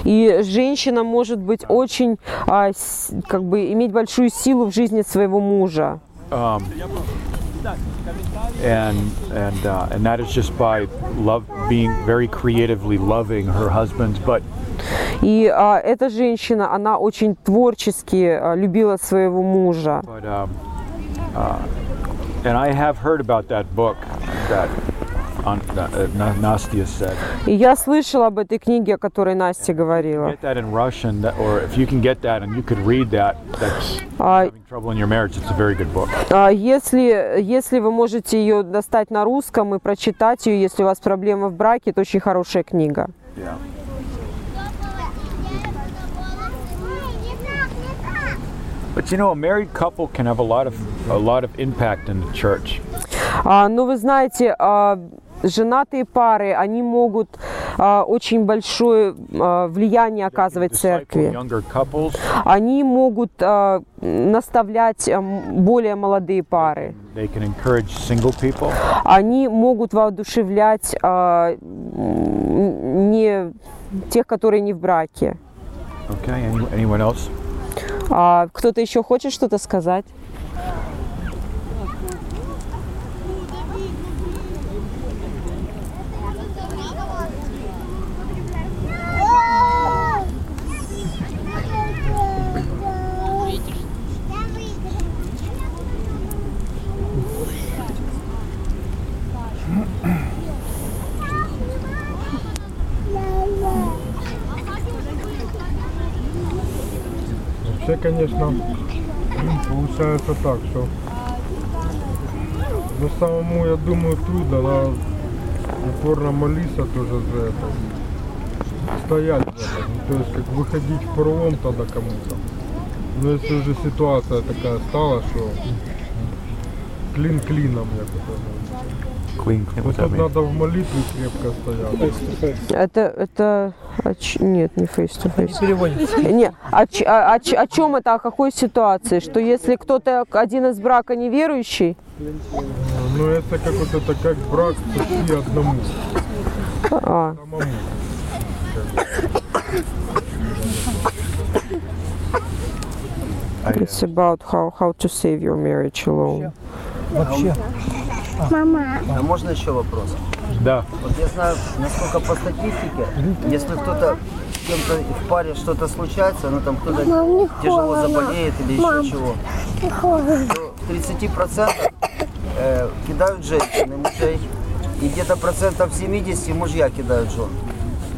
[SPEAKER 1] И женщина может быть очень, а, с- как бы, иметь большую силу в жизни своего мужа.
[SPEAKER 2] um, and and uh, and that is just by love being very creatively loving her husband but
[SPEAKER 1] И а, эта женщина, она очень творчески а, любила своего мужа.
[SPEAKER 2] but um, uh, and I have heard about that book that on, uh, Nastia said.
[SPEAKER 1] И я слышала об этой книге, о которой Настя говорила.
[SPEAKER 2] Get that in Russian, that, or if you can get that and you could read that, that's
[SPEAKER 1] А,
[SPEAKER 2] having trouble in your marriage. It's a very good book.
[SPEAKER 1] а, если, если вы можете ее достать на русском и прочитать ее, если у вас проблемы в браке, это очень хорошая книга.
[SPEAKER 2] Yeah. But you know, a married couple can have a lot of a lot of impact in the church.
[SPEAKER 1] А, ну, вы знаете, а, женатые пары, они могут а, очень большое а, влияние оказывать церкви.
[SPEAKER 2] Younger couples,
[SPEAKER 1] Они могут а, наставлять а, м- более молодые пары.
[SPEAKER 2] they can encourage single people.
[SPEAKER 1] Они могут воодушевлять а, м, не тех, которые не в браке.
[SPEAKER 2] Okay. Any, anyone else?
[SPEAKER 1] А, кто-то еще хочет что-то сказать?
[SPEAKER 10] вообще, конечно, получается так, что ну, самому, я думаю, трудно, надо упорно молиться тоже за это, стоять за это, ну, то есть как выходить в пролом тогда кому-то. Но если уже ситуация такая стала, что клин клином, я бы сказал.
[SPEAKER 2] Clean,
[SPEAKER 10] Ну, тут надо в молитве крепко стоять.
[SPEAKER 1] Это, это, о ч- нет, не face to face.
[SPEAKER 8] Не переводится.
[SPEAKER 1] Не, о, ч- о- о ч- о чем это, о какой ситуации? Что если кто-то, один из брака неверующий,
[SPEAKER 10] Ну, это как вот это, как брак идти одному.
[SPEAKER 1] а,
[SPEAKER 10] Самому.
[SPEAKER 1] it's about how, how to save your marriage alone.
[SPEAKER 15] Вообще.
[SPEAKER 7] Мама.
[SPEAKER 15] А можно еще вопрос?
[SPEAKER 2] Да.
[SPEAKER 15] Вот я знаю, насколько по статистике, если кто-то с кем-то в паре что-то случается, ну там кто-то
[SPEAKER 7] Мам, не
[SPEAKER 15] тяжело
[SPEAKER 7] холодно.
[SPEAKER 15] заболеет или еще
[SPEAKER 7] Мам.
[SPEAKER 15] чего, то в 30% э, кидают женщины мужей, и где-то процентов 70 мужья кидают жен.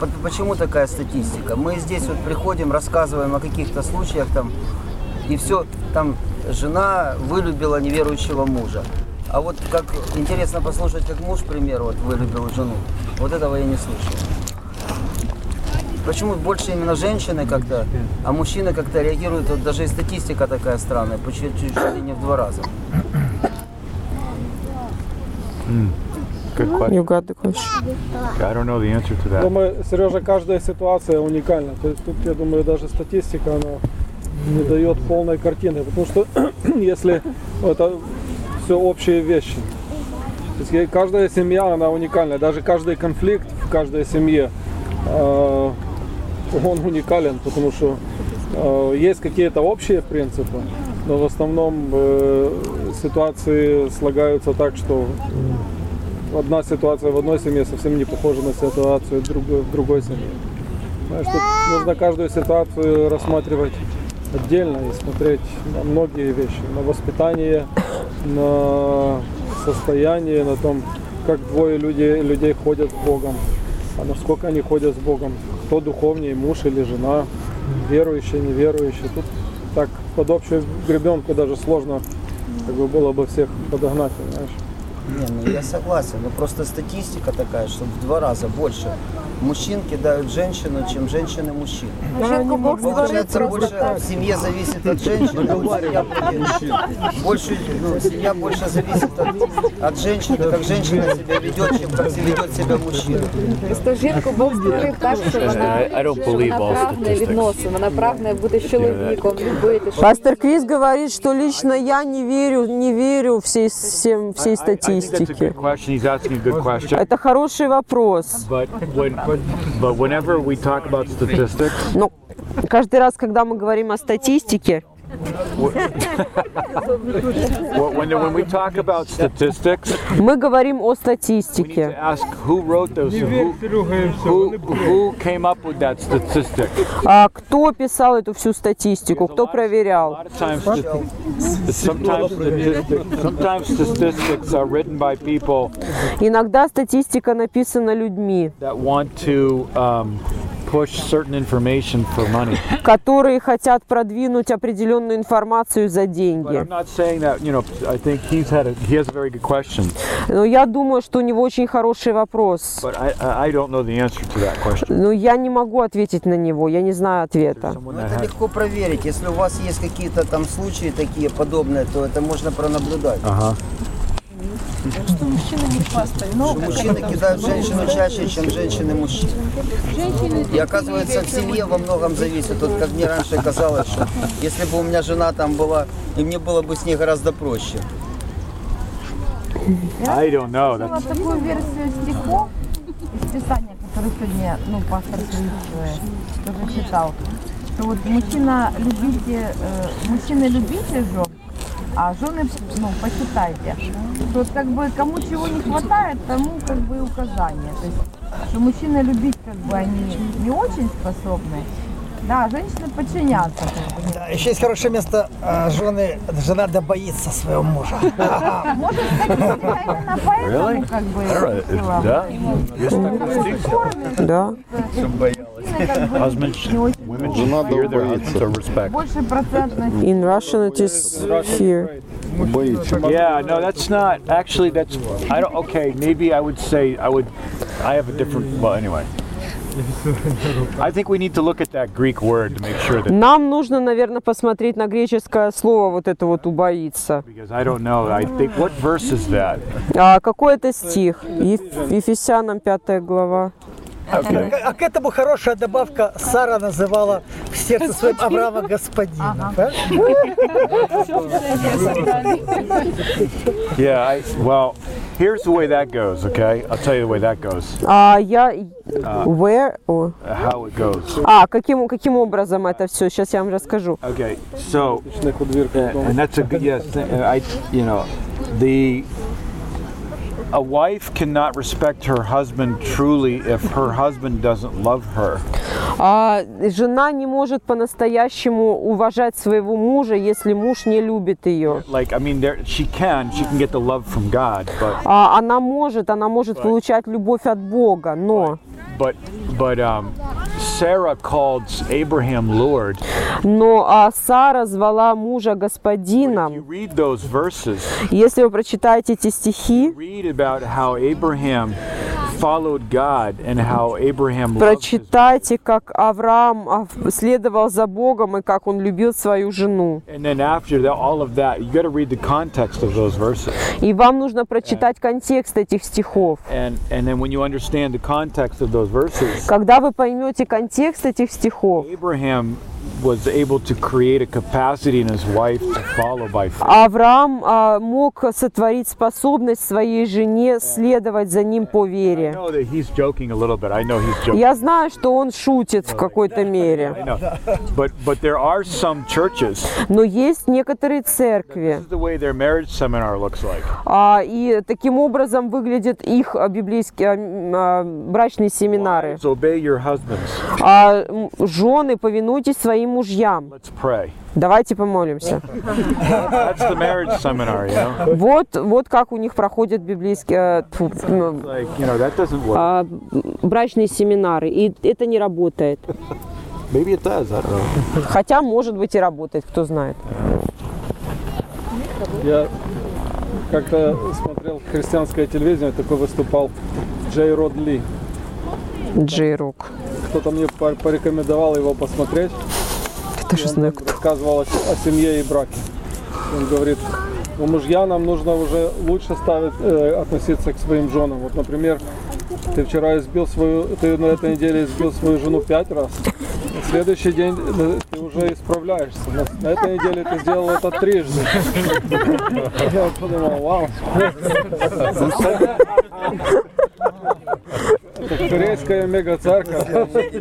[SPEAKER 15] По- Почему такая статистика? Мы здесь вот приходим, рассказываем о каких-то случаях там, и все, там жена вылюбила неверующего мужа. А вот как интересно послушать, как муж, к примеру, вот вылюбил жену. Вот этого я не слышал. Почему больше именно женщины как-то, а мужчины как-то реагируют, вот даже и статистика такая странная, почти чуть ли не в два раза.
[SPEAKER 2] Good question.
[SPEAKER 1] You got the question.
[SPEAKER 2] I don't know the answer to that.
[SPEAKER 13] Думаю, Сережа, каждая ситуация уникальна. То есть тут, я думаю, даже статистика, она не дает полной картины. Потому что <clears throat> если это все общие вещи. То есть я- каждая семья, она уникальна. Даже каждый конфликт в каждой семье, э, <laughs> он уникален, потому что э, есть какие-то общие принципы, но в основном э, ситуации слагаются так, что одна ситуация в одной семье совсем не похожа на ситуацию в другой, в другой семье. Знаешь, тут нужно каждую ситуацию рассматривать отдельно и смотреть на многие вещи, на воспитание, на состояние, на том, как двое людей, людей ходят с Богом, а насколько они ходят с Богом, кто духовнее, муж или жена, верующий, неверующий. Тут так под общую гребенку даже сложно как бы было бы всех подогнать, понимаешь.
[SPEAKER 15] Не, ну я согласен, но просто статистика такая, что в два раза больше мужчин кидают женщину, чем женщины мужчин.
[SPEAKER 16] А
[SPEAKER 5] Мужчинку Бог створил
[SPEAKER 15] Получается,
[SPEAKER 5] просто
[SPEAKER 15] больше
[SPEAKER 5] так.
[SPEAKER 15] в семье зависит от женщины, а вот семья больше- больше, ну, семья больше зависит от, от женщины, как женщина себя ведет, чем как ведет себя мужчина.
[SPEAKER 9] Просто жінку Бог створив так, що вона,
[SPEAKER 17] I don't
[SPEAKER 9] що
[SPEAKER 17] believe all
[SPEAKER 9] вона прагне відносин, вона прагне бути з чоловіком, любити. щоб
[SPEAKER 1] Пастор Крис говорит, что лично я не верю, не верю всей, всем,
[SPEAKER 2] I
[SPEAKER 1] всей
[SPEAKER 2] think that's a
[SPEAKER 1] статистике.
[SPEAKER 2] good question. He's asking a good question.
[SPEAKER 1] Это хороший вопрос.
[SPEAKER 2] But when, but whenever we talk about statistics,
[SPEAKER 1] Но каждый раз, когда мы говорим о статистике,
[SPEAKER 2] wh- when, when we talk about statistics,
[SPEAKER 1] мы говорим
[SPEAKER 2] we
[SPEAKER 1] о
[SPEAKER 2] need to
[SPEAKER 1] статистике.
[SPEAKER 2] ask who wrote those, who, who, who came up with that statistic.
[SPEAKER 1] А кто писал эту всю статистику, кто проверял?
[SPEAKER 2] Sometimes, sta- sometimes, statistics, sometimes statistics are written by people
[SPEAKER 1] Иногда статистика написана людьми,
[SPEAKER 2] that want to um, push certain information for money.
[SPEAKER 1] которые хотят продвинуть определенную информацию за
[SPEAKER 2] But
[SPEAKER 1] деньги.
[SPEAKER 2] I'm not saying that, you know, I think he's had a, he has a very good question,
[SPEAKER 1] Но я думаю, что у него очень хороший вопрос.
[SPEAKER 2] but I- I, I don't know the answer to that question.
[SPEAKER 1] Но я не могу ответить на него, я не знаю ответа.
[SPEAKER 15] Ну, это легко проверить. Если у вас есть какие-то там случаи такие подобные, то это можно пронаблюдать.
[SPEAKER 2] Ага.
[SPEAKER 16] Что мужчины не хвастают. Ну,
[SPEAKER 15] Мужчины кидают женщину чаще, чем женщины мужчин. И оказывается, в семье во многом зависит. Вот как мне раньше казалось, что если бы у меня жена там была, и мне было бы с ней гораздо проще.
[SPEAKER 2] I don't know.
[SPEAKER 9] Я
[SPEAKER 2] That's,
[SPEAKER 9] слышала такую версию стихов из Писания, который сегодня, ну, пастор Крис, э, тоже читал, что вот мужчина любите, э, мужчины любите жен, а жены, ну, почитайте. Что вот как бы кому чего не хватает, тому как бы и указания. То есть, что мужчины любить как бы они не очень способны,
[SPEAKER 16] Да, женщины подчинятся. как бы.
[SPEAKER 8] Да, еще есть хорошее место. э, Жены, жена да боится своего мужа.
[SPEAKER 16] Может, кстати, именно поэтому как бы сила.
[SPEAKER 8] Э,
[SPEAKER 1] Да.
[SPEAKER 11] Жена да боится.
[SPEAKER 16] Больше процентность.
[SPEAKER 1] In Russian it is fear.
[SPEAKER 2] Yeah, no, that's not actually. That's I don't. Okay, maybe I would say I would. I have a different. Well, anyway, I think we need to look at that Greek word to make sure that
[SPEAKER 1] Нам нужно, наверное, посмотреть на греческое слово вот это вот убоится.
[SPEAKER 2] because I don't know. I think what verse is that?
[SPEAKER 1] А какой это стих? Еф- Ефесянам 5 глава.
[SPEAKER 8] А а к этому хорошая добавка. Сара называла в сердце своем Авраама господина.
[SPEAKER 2] Yeah. I, well, here's the way that goes. Okay, I'll tell you the way that goes. Uh,
[SPEAKER 1] А я... Where? О.
[SPEAKER 2] How it goes.
[SPEAKER 1] А, каким, каким образом это все? Сейчас я вам расскажу.
[SPEAKER 2] Okay, so uh, and that's a good yes. uh, I you know the a wife cannot respect her husband truly if her husband doesn't love her.
[SPEAKER 1] А, жена не может по-настоящему уважать своего мужа, если муж не любит ее.
[SPEAKER 2] Like I mean, there she can she can get the love from God, but
[SPEAKER 1] А, она может, она может получать любовь от Бога, но...
[SPEAKER 2] but but um, Sarah called Abraham Lord.
[SPEAKER 1] Но а, Сара звала мужа господином.
[SPEAKER 2] Read those verses.
[SPEAKER 1] Если вы прочитаете эти стихи,
[SPEAKER 2] Read about how Abraham followed God and how Abraham loved
[SPEAKER 1] прочитайте, как Авраам а, следовал за Богом и как он любил свою жену.
[SPEAKER 2] And then after that, all of that, you got to read the context of those verses.
[SPEAKER 1] И вам нужно прочитать контекст этих стихов.
[SPEAKER 2] And and then when you understand the context of those verses,
[SPEAKER 1] Когда вы поймете контекст этих стихов,
[SPEAKER 2] Abraham was able to create a capacity in his wife to follow by faith.
[SPEAKER 1] Авраам а, мог сотворить способность своей жене следовать за ним по
[SPEAKER 2] I
[SPEAKER 1] вере.
[SPEAKER 2] know that he's joking a little bit. I know he's joking.
[SPEAKER 1] Я знаю, что он шутит в какой-то
[SPEAKER 2] I
[SPEAKER 1] мере,
[SPEAKER 2] know. But but there are some churches.
[SPEAKER 1] но есть некоторые церкви,
[SPEAKER 2] This is the way their marriage seminar looks like.
[SPEAKER 1] а, и таким образом выглядят их а, библейские а, м, а, брачные семинары.
[SPEAKER 2] So obey your husbands.
[SPEAKER 1] А м, жены, повинуйтесь своим мужьям.
[SPEAKER 2] Let's pray.
[SPEAKER 1] Давайте помолимся.
[SPEAKER 2] That's the marriage seminar, you know.
[SPEAKER 1] Вот, вот как у них проходят библейские, э, тьфу, м,
[SPEAKER 2] Like you know that doesn't work.
[SPEAKER 1] а, брачные семинары, и это не работает.
[SPEAKER 2] Maybe it does. I don't know.
[SPEAKER 1] Хотя, может быть, и работает, кто знает.
[SPEAKER 13] Я как-то смотрел христианское телевидение, такой выступал Джей Род Ли.
[SPEAKER 1] Джей Рок.
[SPEAKER 13] Кто-то мне по- порекомендовал его посмотреть.
[SPEAKER 1] даже знаю, кто.
[SPEAKER 13] Рассказывал о, се- о семье и браке. Он говорит, у мужья нам нужно уже лучше ставить, э, относиться к своим женам. Вот, например, ты вчера избил свою, ты на этой неделе избил свою жену пять раз. На следующий день э, ты уже исправляешься. На, на этой неделе ты сделал это трижды. Я вот подумал, вау. Это корейская мега-церковь. Ну,
[SPEAKER 3] What was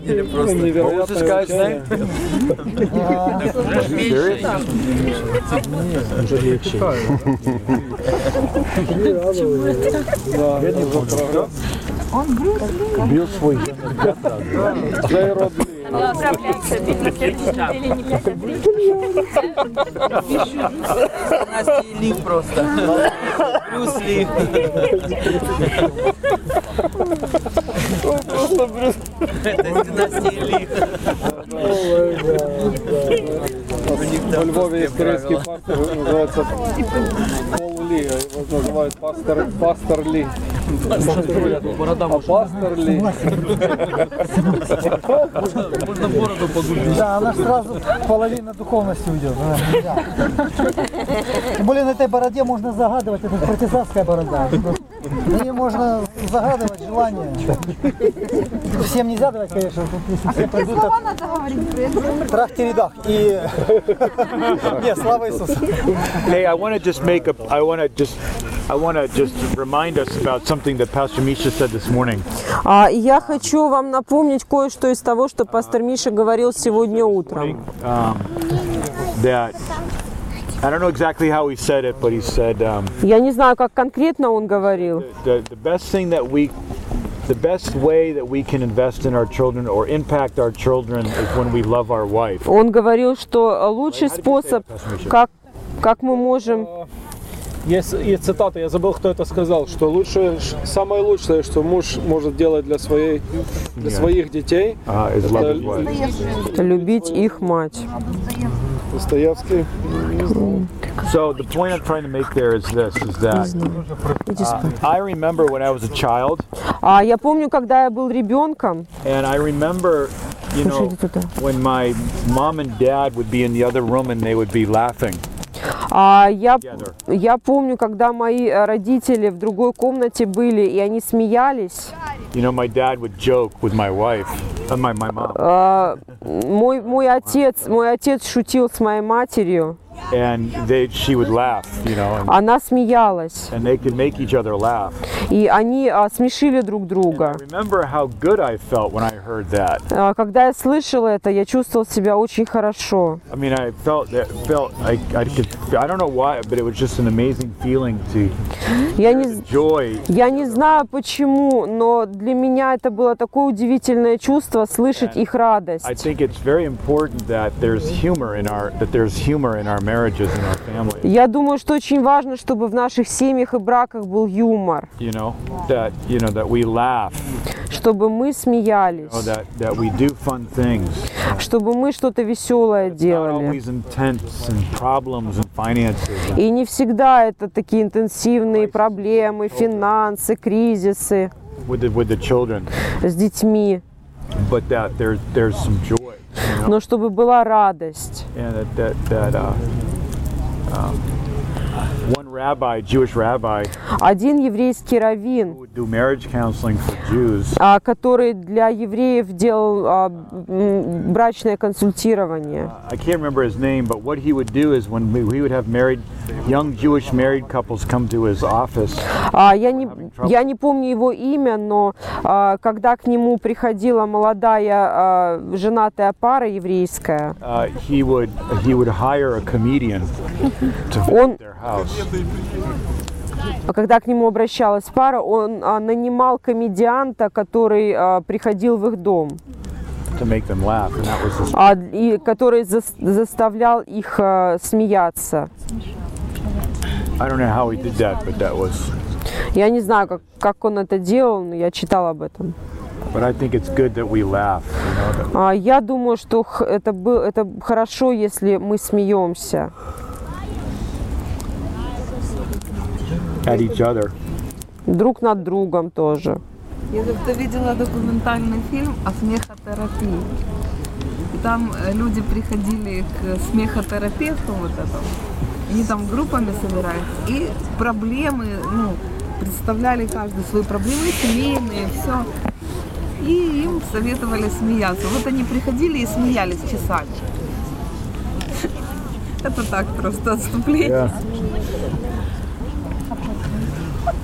[SPEAKER 3] this guy's
[SPEAKER 13] Невероятное учение. Да, это уже прогресс.
[SPEAKER 11] Бил свой.
[SPEAKER 13] Джей Род Ли.
[SPEAKER 18] Справляйся, ты на следующей неделе не пять, а три.
[SPEAKER 15] Настя и Ли просто. Брюс Ли.
[SPEAKER 3] Просто Брюс.
[SPEAKER 15] Настя
[SPEAKER 10] <laughs>
[SPEAKER 15] и Ли.
[SPEAKER 13] Во Львове есть корейский пастор, называется Пол Ли, его называют пастор, пастор Ли. А пастор Ли.
[SPEAKER 3] Можно бороду погубить.
[SPEAKER 8] Да, она ж сразу половина духовности уйдет. да, да. Тем более на этой бороде можно загадывать, это же партизанская борода. На ней можно загадывать желание. Всем нельзя давать, конечно, тут если все пойдут,
[SPEAKER 16] Слова надо говорить, в принципе.
[SPEAKER 8] трах теридах. И... Нет, слава Иисусу.
[SPEAKER 2] Hey, I want to just make a. I want to just. I want to just remind us about something that Pastor Misha said this morning.
[SPEAKER 1] А, и я хочу вам напомнить кое-что из того, что пастор Миша говорил сегодня утром.
[SPEAKER 2] Um, that I don't know exactly how he said it, but he said um,
[SPEAKER 1] Я не знаю, как конкретно он говорил.
[SPEAKER 2] the the best thing that we the best way that we can invest in our children or impact our children is when we love our wife.
[SPEAKER 1] Он говорил, что лучший способ, как, как мы можем...
[SPEAKER 13] Есть, есть цитата, я забыл, кто это сказал, что лучшее, ш- самое лучшее, что муж может делать для, своей, для
[SPEAKER 2] Yeah.
[SPEAKER 13] своих детей,
[SPEAKER 2] Uh, is love his wife.
[SPEAKER 1] Любить их мать.
[SPEAKER 13] Достоевский.
[SPEAKER 2] So the point I'm trying to make there is this: is that uh, I remember when I was a child,
[SPEAKER 1] А я помню, когда я был ребенком,
[SPEAKER 2] and I remember, you know, when my mom and dad would be in the other room and they would be laughing.
[SPEAKER 1] а я, я помню, когда мои э, родители в другой комнате были, и они смеялись.
[SPEAKER 2] You know, my dad would joke with my wife, uh, my my mom,
[SPEAKER 1] А, мой, мой отец, мой отец шутил с моей матерью.
[SPEAKER 2] and they she would laugh, you know, and,
[SPEAKER 1] Она смеялась.
[SPEAKER 2] and they could make each other laugh.
[SPEAKER 1] И они а, смешили друг друга.
[SPEAKER 2] Remember how good I felt when I heard that.
[SPEAKER 1] А, когда я слышала это, я чувствовала себя очень хорошо.
[SPEAKER 2] I mean, I felt that felt I I could I don't know why, but it was just an amazing feeling to
[SPEAKER 1] Я не,
[SPEAKER 2] joy
[SPEAKER 1] я не знаю почему, но для меня это было такое удивительное чувство слышать их радость.
[SPEAKER 2] I think it's very important that there's humor in our that there's humor in our marriages and our families.
[SPEAKER 1] Я думаю, что очень важно, чтобы в наших семьях и браках был юмор,
[SPEAKER 2] You know that you know that we laugh,
[SPEAKER 1] чтобы мы
[SPEAKER 2] you
[SPEAKER 1] смеялись,
[SPEAKER 2] know, that that we do fun things.
[SPEAKER 1] чтобы мы что-то веселое делали.
[SPEAKER 2] Always intense and problems and finances.
[SPEAKER 1] И не всегда это такие интенсивные проблемы, финансы, кризисы
[SPEAKER 2] with the with the children,
[SPEAKER 1] с детьми,
[SPEAKER 2] but that there's there's some joy, you know,
[SPEAKER 1] но чтобы была радость.
[SPEAKER 2] and that that that uh, um, one rabbi, Jewish rabbi,
[SPEAKER 1] Один еврейский раввин,
[SPEAKER 2] would do marriage counseling for Jews,
[SPEAKER 1] а, который для евреев делал а, м, брачное консультирование.
[SPEAKER 2] I can't remember his name, but what he would do is when we, we would have married young Jewish married couples come to his office,
[SPEAKER 1] А, я, не, я не помню его имя, но а, когда к нему приходила молодая а, женатая пара еврейская,
[SPEAKER 2] uh, he would he would hire a comedian to
[SPEAKER 1] Он-
[SPEAKER 2] visit their house.
[SPEAKER 1] а когда к нему обращалась пара, он а, нанимал комедианта, который а, приходил в их дом,
[SPEAKER 2] to make them laugh, and that was his
[SPEAKER 1] а, и который зас- заставлял их а, смеяться.
[SPEAKER 2] I don't know how he did that, but that was.
[SPEAKER 1] Я не знаю, как, как он это делал, но я читала об этом.
[SPEAKER 2] But I think it's good that we laugh. You know, that
[SPEAKER 1] А, Я думаю, что х- это, бы- это хорошо, если мы смеемся
[SPEAKER 2] at each other.
[SPEAKER 1] друг над другом тоже.
[SPEAKER 7] Я как-то видела документальный фильм о смехотерапии. И там э, люди приходили к смехотерапевту вот этому. Они там группами собираются. И проблемы, ну, представляли каждый свои проблемы, семейные, все. И им советовали смеяться. Вот они приходили и смеялись часами. <laughs> Это так просто отступление.
[SPEAKER 2] Yeah.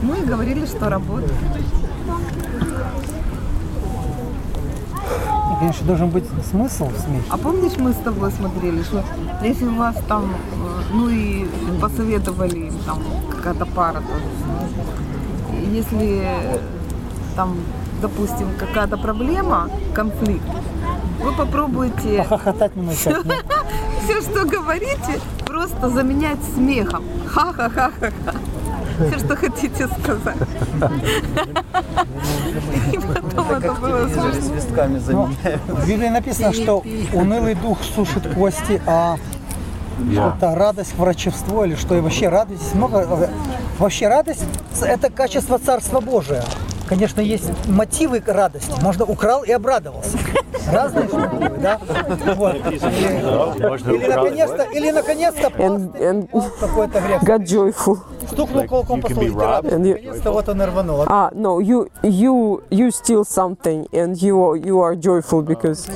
[SPEAKER 7] Ну и говорили, что работает.
[SPEAKER 8] И, конечно, должен быть смысл в смехе.
[SPEAKER 7] А помнишь, мы с тобой смотрели, что если у вас там, э, ну и посоветовали им там какая-то пара тоже, и если э, там, допустим, какая-то проблема, конфликт, вы попробуйте <laughs>
[SPEAKER 8] Похохотать не мычать. нет?
[SPEAKER 7] все, что говорите, просто заменять смехом. Ха-ха-ха-ха-ха. <laughs> Все, что хотите сказать. И потом это было смешно.
[SPEAKER 15] свистками
[SPEAKER 8] Ну,
[SPEAKER 15] заменяют.
[SPEAKER 8] в Библии написано, что унылый дух сушит кости, а
[SPEAKER 15] Я.
[SPEAKER 8] это радость, врачевство или что, и вообще радость, много, э, вообще радость – это качество Царства Божия. Конечно, есть мотивы к радости. Можно украл и обрадовался. Разные штуки, бывают, да? Вот.
[SPEAKER 2] Можно
[SPEAKER 8] Или
[SPEAKER 2] украл.
[SPEAKER 8] наконец-то, или наконец-то
[SPEAKER 1] <laughs>
[SPEAKER 8] какой-то грех.
[SPEAKER 1] God joyful.
[SPEAKER 8] Стукнул кулаком по
[SPEAKER 1] can be
[SPEAKER 8] столу, и ты
[SPEAKER 1] robbed.
[SPEAKER 8] радуешься.
[SPEAKER 1] And you-
[SPEAKER 8] Наконец-то вот он и рванул. А
[SPEAKER 1] А, no, you you you steal something and you you are joyful because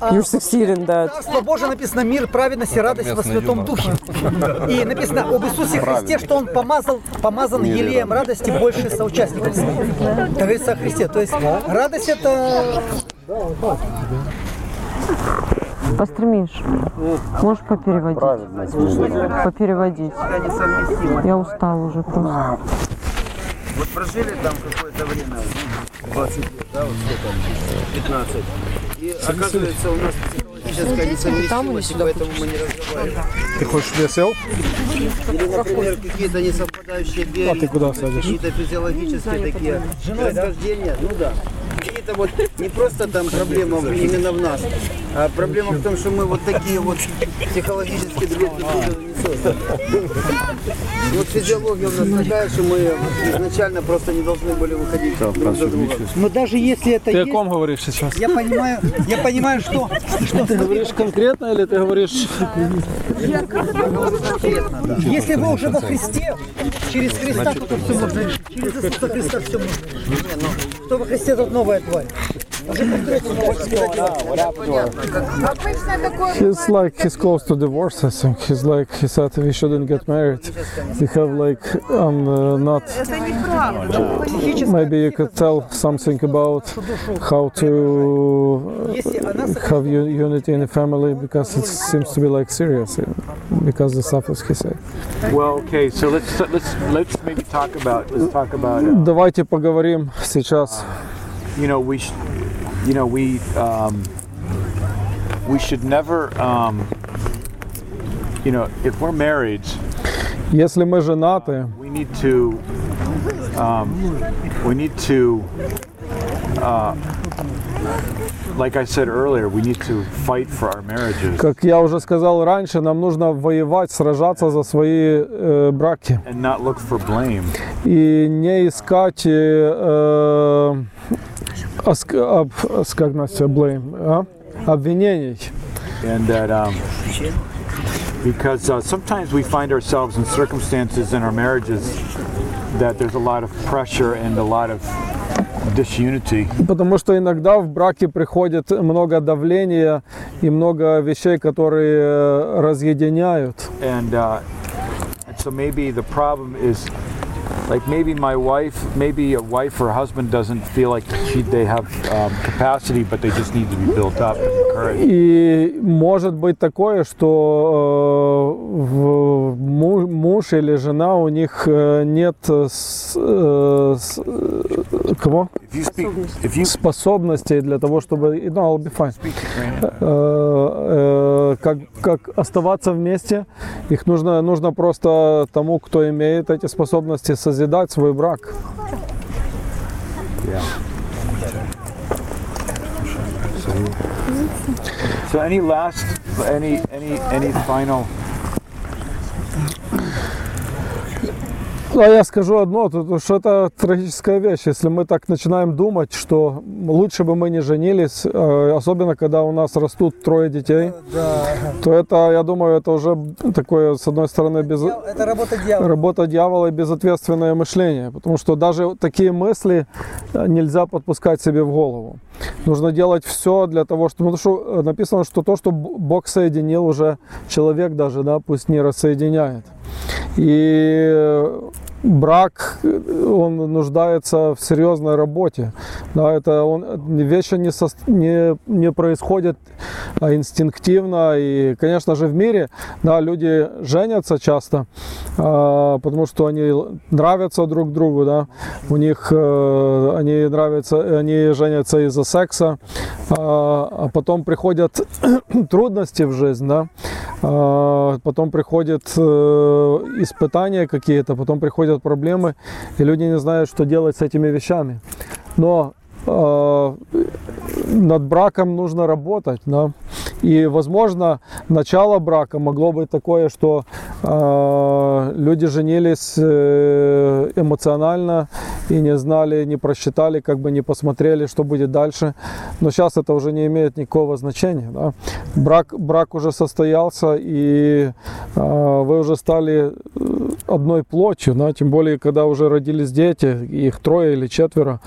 [SPEAKER 8] А.
[SPEAKER 1] you succeed in that.
[SPEAKER 8] Царство Божие написано мир, праведность и радость во
[SPEAKER 1] местный
[SPEAKER 8] Святом
[SPEAKER 1] юмор.
[SPEAKER 8] Духе. И написано об Иисусе Христе, что Он помазал, помазан
[SPEAKER 17] Мир и
[SPEAKER 8] елеем радости больше соучастников своих. Как говорится о Христе. То есть радость это...
[SPEAKER 1] Постремишь? Можешь попереводить? Попереводить. Я устал уже просто.
[SPEAKER 15] Вот прожили там какое-то время, ну, 20 лет, да, вот сколько, там, 15. И оказывается у нас психологическая несовместимость, и поэтому мы не разговариваем.
[SPEAKER 10] Ты хочешь, чтобы я сел?
[SPEAKER 15] Или, например, какие-то несовпадающие биоритмы,
[SPEAKER 10] куда садишь?
[SPEAKER 15] какие-то физиологические такие расхождения, ну да. Какие-то вот не просто там проблема в- именно в нас, а проблема в том, что мы вот такие вот психологически друг друга не созданы. Вот физиология у нас такая, что мы изначально просто не должны были выходить друг за друга.
[SPEAKER 8] Но даже если это
[SPEAKER 13] Ты о
[SPEAKER 8] есть,
[SPEAKER 13] ком говоришь сейчас?
[SPEAKER 8] я понимаю, я понимаю, что, что
[SPEAKER 13] Ты говоришь конкретно или ты говоришь...
[SPEAKER 8] если вы уже во Христе, через Христа
[SPEAKER 13] Значит,
[SPEAKER 8] тут все можно решить. Через Иисуса Христа все можно. Что во Христе, тот новая тварь. Уже конкретно можно сказать.
[SPEAKER 16] Обычно такое
[SPEAKER 13] He's like he's close to divorce. I think he's like he said we shouldn't get married. We have like um uh, not.
[SPEAKER 16] Это неправда.
[SPEAKER 13] Maybe you could tell something about how to uh, have u- unity in a family because it seems to be like serious uh, because the stuff is he said.
[SPEAKER 2] Well, okay, so let's let's let's maybe talk about let's talk about uh,
[SPEAKER 13] Давайте поговорим сейчас.
[SPEAKER 2] you know we sh- you know we um, we should never um, you know if we're married
[SPEAKER 13] Если мы женаты,
[SPEAKER 2] we need to um, we need to uh, like I said earlier we need to fight for our marriages
[SPEAKER 13] как я уже сказал раньше, нам нужно воевать, сражаться за свои э, браки.
[SPEAKER 2] and not look for blame
[SPEAKER 13] и не искать э, оск- об- с- как Настя, blame, а? обвинений.
[SPEAKER 2] and that um, because uh, sometimes we find ourselves in circumstances in our marriages that there's a lot of pressure and a lot of disunity
[SPEAKER 13] Потому что иногда в браке приходит много давления и много вещей, которые разъединяют.
[SPEAKER 2] and uh, and so maybe the problem is like maybe my wife maybe a wife or husband doesn't feel like she, they have um, capacity but they just need to be built up and encouraged
[SPEAKER 13] И может быть такое, что э, в- му- муж или жена у них э, нет э, с- э, с- э, кого? способностей для того, чтобы и- no, I'll be fine. Э, э, как, как оставаться вместе. Их нужно, нужно просто тому, кто имеет эти способности, созидать свой брак.
[SPEAKER 2] yeah so any last any any any final
[SPEAKER 13] А я скажу одно, тут что это трагическая вещь. Если мы так начинаем думать, что лучше бы мы не женились, э, особенно когда у нас растут трое детей, то это, я думаю, это уже такое, с одной стороны, без...
[SPEAKER 8] Это работа дьявола.
[SPEAKER 13] Работа дьявола и безответственное мышление, потому что даже такие мысли э, нельзя подпускать себе в голову. Нужно делать все для того, чтобы... Потому что э, написано, что то, что Б- Бог соединил, уже человек даже, да, пусть не рассоединяет. И э, брак, э, он нуждается в серьезной работе. Да, это он, э, вещи не, сос- не, не происходят а, инстинктивно. И, конечно же, в мире да, люди женятся часто, а, потому что они л- нравятся друг другу, да, у них э, они нравятся, они женятся из-за секса, а, а потом приходят <clears throat> трудности в жизнь, да, а, потом приходят э, испытания какие-то, потом приходят проблемы, и люди не знают, что делать с этими вещами. Но э, над браком нужно работать, да. И, возможно, начало брака могло быть такое, что э, люди женились э, эмоционально и не знали, не просчитали, как бы не посмотрели, что будет дальше. Но сейчас это уже не имеет никакого значения. да. Брак, брак уже состоялся, и э, вы уже стали э, одной плотью, да, тем более, когда уже родились дети, их трое или четверо,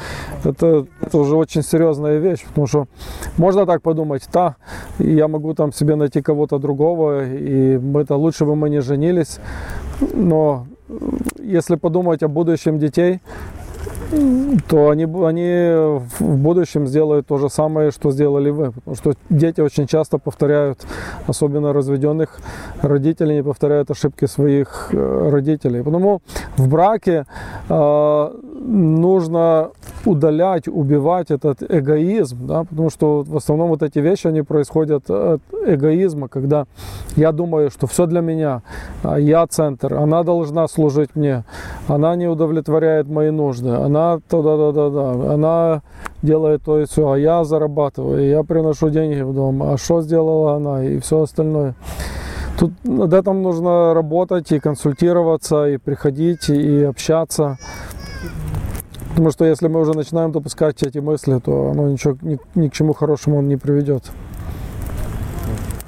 [SPEAKER 13] это, это уже очень серьезная вещь, потому что можно так подумать, да, я могу там себе найти кого-то другого, и мы-то лучше бы мы не женились, но э, если подумать о будущем детей, то они, бу- они в будущем сделают то же самое, что сделали вы. Потому что дети очень часто повторяют, особенно разведенных родителей, не повторяют ошибки своих э, родителей. Потому в браке э, нужно удалять, убивать этот эгоизм, да, потому что в основном вот эти вещи, они происходят от эгоизма, когда я думаю, что все для меня, а я центр, она должна служить мне, она не удовлетворяет мои нужды, она то-да-да-да-да, она делает то и все, а я зарабатываю, я приношу деньги в дом, а что сделала она и все остальное. Тут над этим нужно работать и консультироваться, и приходить, и общаться. Потому что если мы уже начинаем допускать эти мысли, то оно ничего, ни, ни к чему хорошему он не приведет.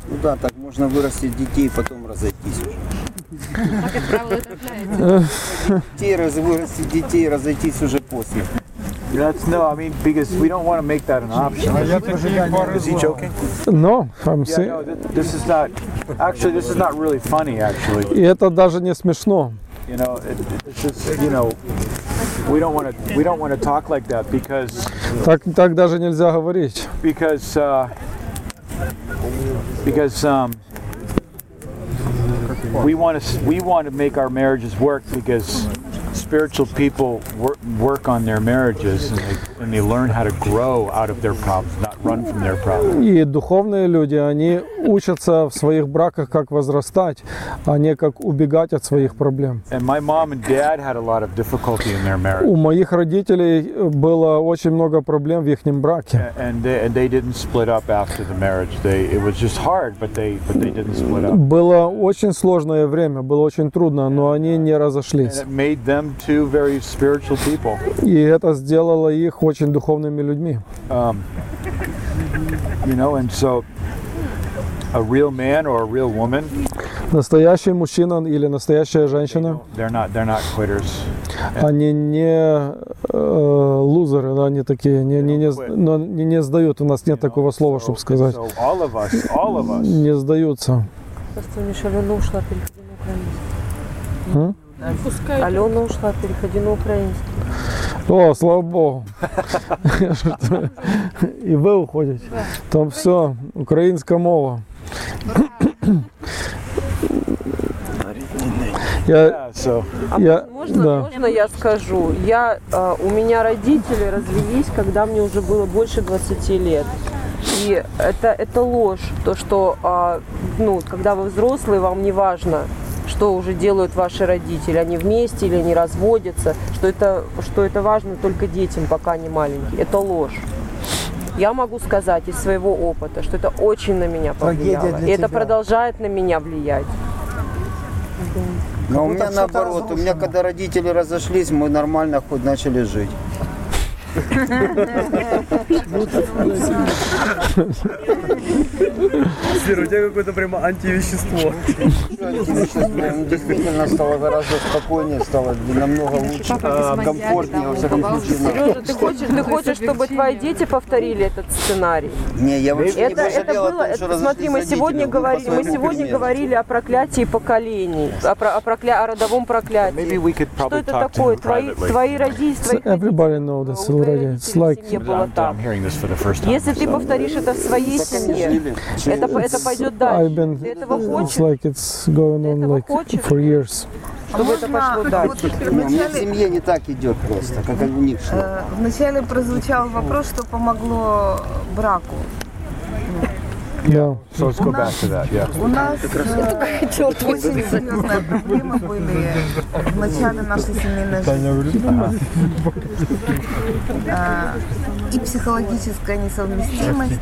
[SPEAKER 15] Ну да, так можно вырастить детей и потом разойтись уже. Детей раз- вырастить детей и разойтись уже после.
[SPEAKER 2] That's no, I mean because we don't want to make that an option. Is he joking?
[SPEAKER 13] Но, I'm
[SPEAKER 2] Yeah,
[SPEAKER 13] si-
[SPEAKER 2] no, th- this is not. Actually, this is not really funny.
[SPEAKER 13] и
[SPEAKER 2] Actually,
[SPEAKER 13] это даже не смешно.
[SPEAKER 2] you know, it, it- it's just you know, we don't want to we don't want to talk like that because
[SPEAKER 13] Так, так даже нельзя говорить.
[SPEAKER 2] because uh, because um, we want to we want to make our marriages work because spiritual people wor- work on their marriages and they, and they learn how to grow out of their problems, not run from their problems.
[SPEAKER 13] И духовные люди, они учатся в своих браках, как возрастать, а не как убегать от своих проблем.
[SPEAKER 2] And my mom and dad had a lot of difficulty in their marriage,
[SPEAKER 13] У моих родителей было очень много проблем в их браке.
[SPEAKER 2] and they, and they didn't split up after the marriage. They it was just hard, but they but they didn't split up.
[SPEAKER 13] Было очень сложное время, было очень трудно, но они не
[SPEAKER 2] And
[SPEAKER 13] разошлись.
[SPEAKER 2] it made them two very spiritual people.
[SPEAKER 13] И это сделало их очень духовными людьми.
[SPEAKER 2] Um, you know, and so a real man or a real woman,
[SPEAKER 13] Настоящий мужчина или настоящая женщина,
[SPEAKER 2] they're not they're not quitters. Э,
[SPEAKER 13] они не э, лузеры, да, они такие, не, не, не, с- но не, не сдают. У нас нет такого слова, чтобы сказать.
[SPEAKER 2] So all of us, all of us.
[SPEAKER 13] Не сдаются.
[SPEAKER 1] Просто у меня еще Алена ушла, переходи на украинский.
[SPEAKER 13] М?
[SPEAKER 1] Алена ушла, переходи на украинский.
[SPEAKER 13] О, слава богу. І ви уходите. Там все, українська мова. Я, я,
[SPEAKER 1] А Можно,
[SPEAKER 13] да.
[SPEAKER 1] можно я скажу? Я, э, у меня родители развелись, когда мне уже было больше 20 лет. И это, это ложь, то, что а, ну, когда вы взрослые, вам не важно, что уже делают ваши родители, они вместе или они разводятся, что это, что это важно только детям, пока они маленькие. Это ложь. Я могу сказать из своего опыта, что это очень на меня
[SPEAKER 7] Трагедия
[SPEAKER 1] повлияло.
[SPEAKER 7] для
[SPEAKER 1] И это
[SPEAKER 7] тебя.
[SPEAKER 1] продолжает на меня влиять.
[SPEAKER 15] Но у
[SPEAKER 1] Ну,
[SPEAKER 15] меня
[SPEAKER 1] так что-то
[SPEAKER 15] наоборот, у меня когда родители разошлись, мы нормально хоть начали жить.
[SPEAKER 9] Сбер, у тебя какое-то прямо антивещество.
[SPEAKER 15] Ну, Действительно стало гораздо спокойнее, стало намного лучше, э, комфортнее, во всяком случае. Ну,
[SPEAKER 1] Сережа,
[SPEAKER 15] на-
[SPEAKER 1] ты хочешь, ты хочешь, чтобы твои дети повторили этот сценарий?
[SPEAKER 15] Не, я вообще не
[SPEAKER 1] это,
[SPEAKER 15] пожалел
[SPEAKER 1] это
[SPEAKER 15] о том,
[SPEAKER 1] было,
[SPEAKER 15] что
[SPEAKER 1] это,
[SPEAKER 15] разошлись
[SPEAKER 1] смотри, мы
[SPEAKER 15] родители,
[SPEAKER 1] сегодня
[SPEAKER 15] ну, по
[SPEAKER 1] говорили, мы
[SPEAKER 15] своему
[SPEAKER 1] сегодня
[SPEAKER 15] примеру.
[SPEAKER 1] говорили о проклятии поколений, о, про- о, прокля- о родовом проклятии.
[SPEAKER 2] We could
[SPEAKER 1] Что
[SPEAKER 2] probably
[SPEAKER 1] это
[SPEAKER 2] talk to
[SPEAKER 1] такое?
[SPEAKER 2] him
[SPEAKER 1] Твои,
[SPEAKER 2] privately.
[SPEAKER 1] твои родители, твои...
[SPEAKER 13] Everybody know this already. It's like...
[SPEAKER 1] не было
[SPEAKER 2] I'm, I'm hearing this for the first time.
[SPEAKER 1] Если ты повторишь это в своей семье, это, по- это пойдет
[SPEAKER 13] I've
[SPEAKER 1] дальше.
[SPEAKER 13] been,
[SPEAKER 1] Ты этого
[SPEAKER 13] it's
[SPEAKER 1] хочешь,
[SPEAKER 13] like it's going on like for years.
[SPEAKER 1] чтобы это пошло дальше.
[SPEAKER 15] Не, Ну, у меня в семье не так идет просто, как у них шло.
[SPEAKER 7] Э, Вначале прозвучал вопрос, что помогло браку.
[SPEAKER 13] Yeah.
[SPEAKER 2] So let's go back to that. Yeah.
[SPEAKER 7] У нас <laughs> э, очень серьезные проблемы были в начале нашей семейной жизни. Э, И психологическая несовместимость,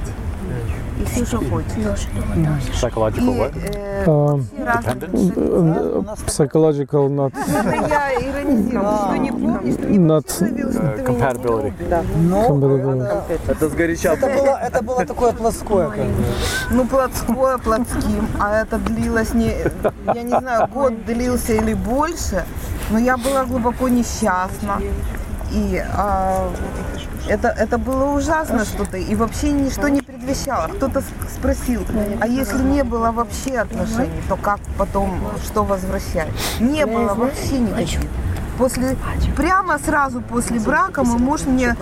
[SPEAKER 7] и все, что хочешь. Э,
[SPEAKER 2] Psychological what?
[SPEAKER 1] э,
[SPEAKER 10] Эм,
[SPEAKER 13] Um,
[SPEAKER 2] Dependence?
[SPEAKER 13] psychological not
[SPEAKER 7] Это я иронизирую, что не помнишь,
[SPEAKER 13] not
[SPEAKER 2] compatibility.
[SPEAKER 13] compatible.
[SPEAKER 9] Это сгоряча.
[SPEAKER 7] Это было, это было такое плоское. Ну, плотское, плотским. А это длилось, не, я не знаю, год длился или больше, но я была глубоко несчастна. И а, это, это было ужасно что-то. И вообще ничто не предвещало. Кто-то с- спросил, а если не было вообще отношений, то как потом, что возвращать? Не было вообще никаких. после, прямо сразу после брака мой муж мне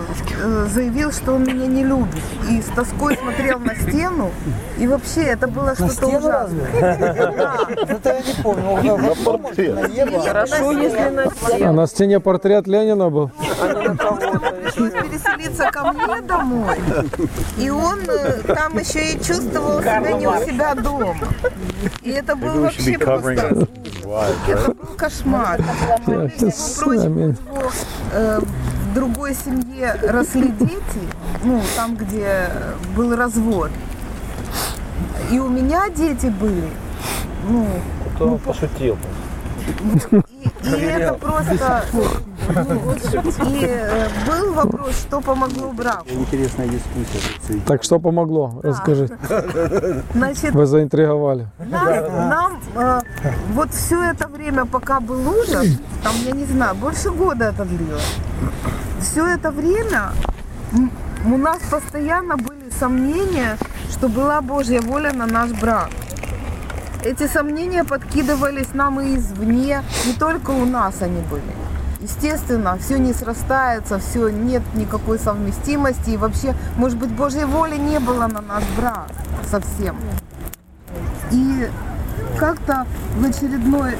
[SPEAKER 7] э, заявил, что он меня не любит. И с тоской смотрел на стену. И вообще это было что-то
[SPEAKER 8] стену
[SPEAKER 7] ужасное.
[SPEAKER 8] Это я не помню.
[SPEAKER 11] На портрет.
[SPEAKER 8] Хорошо, если на
[SPEAKER 10] А на стене портрет Ленина был.
[SPEAKER 7] пришлось переселиться ко мне домой. И он э, там еще и чувствовал себя не у себя дома. И это был вообще просто был кошмар. Э, В другой семье росли дети, ну, там, где э, был развод. И у меня дети были. Ну,
[SPEAKER 19] Кто пошутил?
[SPEAKER 7] и это просто... ну, и э, был вопрос, что помогло браку.
[SPEAKER 19] Интересная дискуссия.
[SPEAKER 10] Так что помогло?
[SPEAKER 1] А,
[SPEAKER 10] Расскажи.
[SPEAKER 7] Значит,
[SPEAKER 10] Вы заинтриговали.
[SPEAKER 7] Нам, нам, э, вот все это время, пока был ужас, там, я не знаю, больше года это длилось, все это время м, у нас постоянно были сомнения, что была Божья воля на наш брак. Эти сомнения подкидывались нам и извне, не только у нас они были. Естественно, все не срастается, все нет никакой совместимости и вообще, может быть, Божьей воли не было на наш брак совсем. И как-то в очередной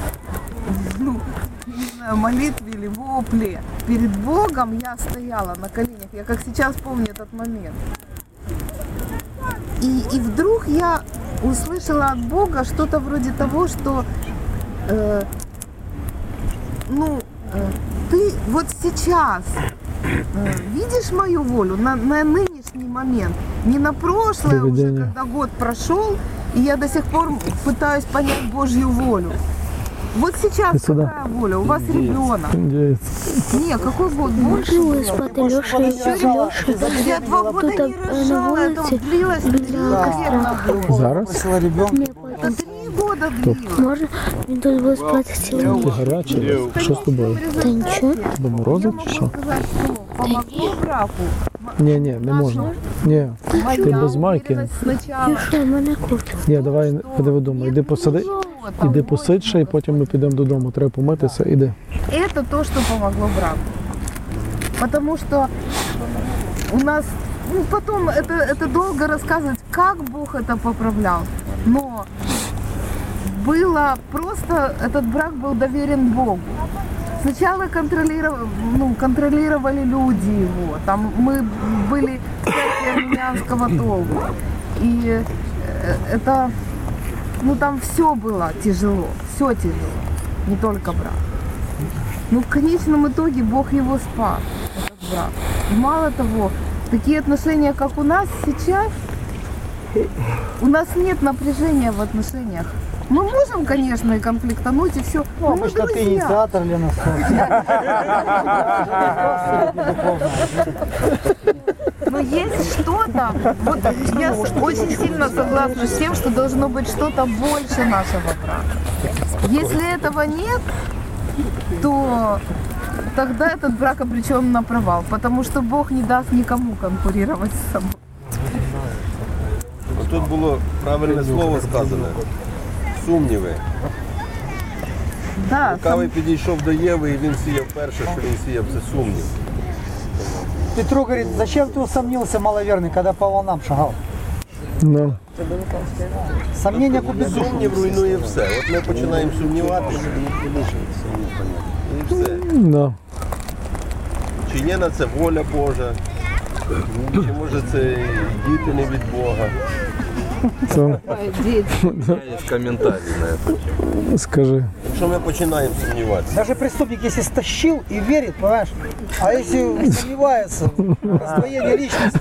[SPEAKER 7] ну, не знаю, молитве или вопле перед Богом я стояла на коленях. Я как сейчас помню этот момент. И, и вдруг я услышала от Бога что-то вроде того, что э, ну, э, ты вот сейчас э, видишь мою волю на, на нынешний момент, не на прошлое уже,
[SPEAKER 10] Привидение.
[SPEAKER 7] когда год прошел, и я до сих пор пытаюсь понять Божью волю. Вот сейчас
[SPEAKER 10] сюда.
[SPEAKER 7] какая воля? У вас ребенок.
[SPEAKER 10] Индеец.
[SPEAKER 7] Не, какой год? Больше было.
[SPEAKER 16] Леша и Леша.
[SPEAKER 7] Я два
[SPEAKER 16] А
[SPEAKER 7] года
[SPEAKER 16] тут,
[SPEAKER 7] не
[SPEAKER 16] а, на
[SPEAKER 7] рожала, это
[SPEAKER 16] улице
[SPEAKER 7] длилось три
[SPEAKER 16] била
[SPEAKER 7] года.
[SPEAKER 10] Зараз?
[SPEAKER 7] Это три года длилось.
[SPEAKER 16] Можно? Він тут був спати цілу
[SPEAKER 10] Ти
[SPEAKER 16] ніч.
[SPEAKER 10] гарячий? Що з тобою?
[SPEAKER 16] Та нічого.
[SPEAKER 10] До морозу чи що?
[SPEAKER 7] Сказать, что помогло браку.
[SPEAKER 10] Ні, ні,
[SPEAKER 1] А,
[SPEAKER 10] не можна. Ні, ти без майки.
[SPEAKER 7] Сначала
[SPEAKER 16] Що, мене куртка?
[SPEAKER 10] Ні, давай іди додому. Іди посиди.
[SPEAKER 7] а
[SPEAKER 10] Іди посидь ще, і потім ми підемо додому. Треба помитися. Іди.
[SPEAKER 7] это то, что помогло браку. Потому что у нас, ну потом это, это долго рассказывать, как Бог это поправлял. Но было просто, этот брак был доверен Богу. Сначала контролировали, ну, контролировали люди его. Там мы были в церкви армянского долга. И э, это, ну там все было тяжело, все тяжело, не только брак. Ну, в конечном итоге Бог его спас, этот брак. И Мало того, такие отношения, как у нас сейчас, у нас нет напряжения в отношениях. Мы можем, конечно, и конфликтануть, и все. Но мы
[SPEAKER 8] Обычно ты
[SPEAKER 7] друзья.
[SPEAKER 8] инициатор, Лена.
[SPEAKER 7] Но есть что-то, вот я с- очень сильно согласна с тем, что должно быть что-то больше нашего брака. Если этого нет, то тогда этот брак обречен на провал, потому что Бог не даст никому конкурировать с собой.
[SPEAKER 20] Тут було правильне слово сказане. Сумніви.
[SPEAKER 7] Да,
[SPEAKER 20] Кавий підійшов до Єви і він сіяв перше, що він сіяв, це сумнів.
[SPEAKER 8] Петру говорит, зачем ты усомнился, маловерный, когда по волнам шагал?
[SPEAKER 10] Ну.
[SPEAKER 8] Сомнение купит душу.
[SPEAKER 20] Сумнів руйнує все. От ми починаємо сумніватися і все.
[SPEAKER 10] Да.
[SPEAKER 20] Чи є на це воля Божа? Чи може це і діти не від Бога?
[SPEAKER 10] Це
[SPEAKER 20] Є коментарі на це.
[SPEAKER 10] скажи.
[SPEAKER 20] Якщо ми починаємо сумніватися,
[SPEAKER 8] Даже преступник, если стащил и верит, понимаешь, а если сомневается, раздвоение личности.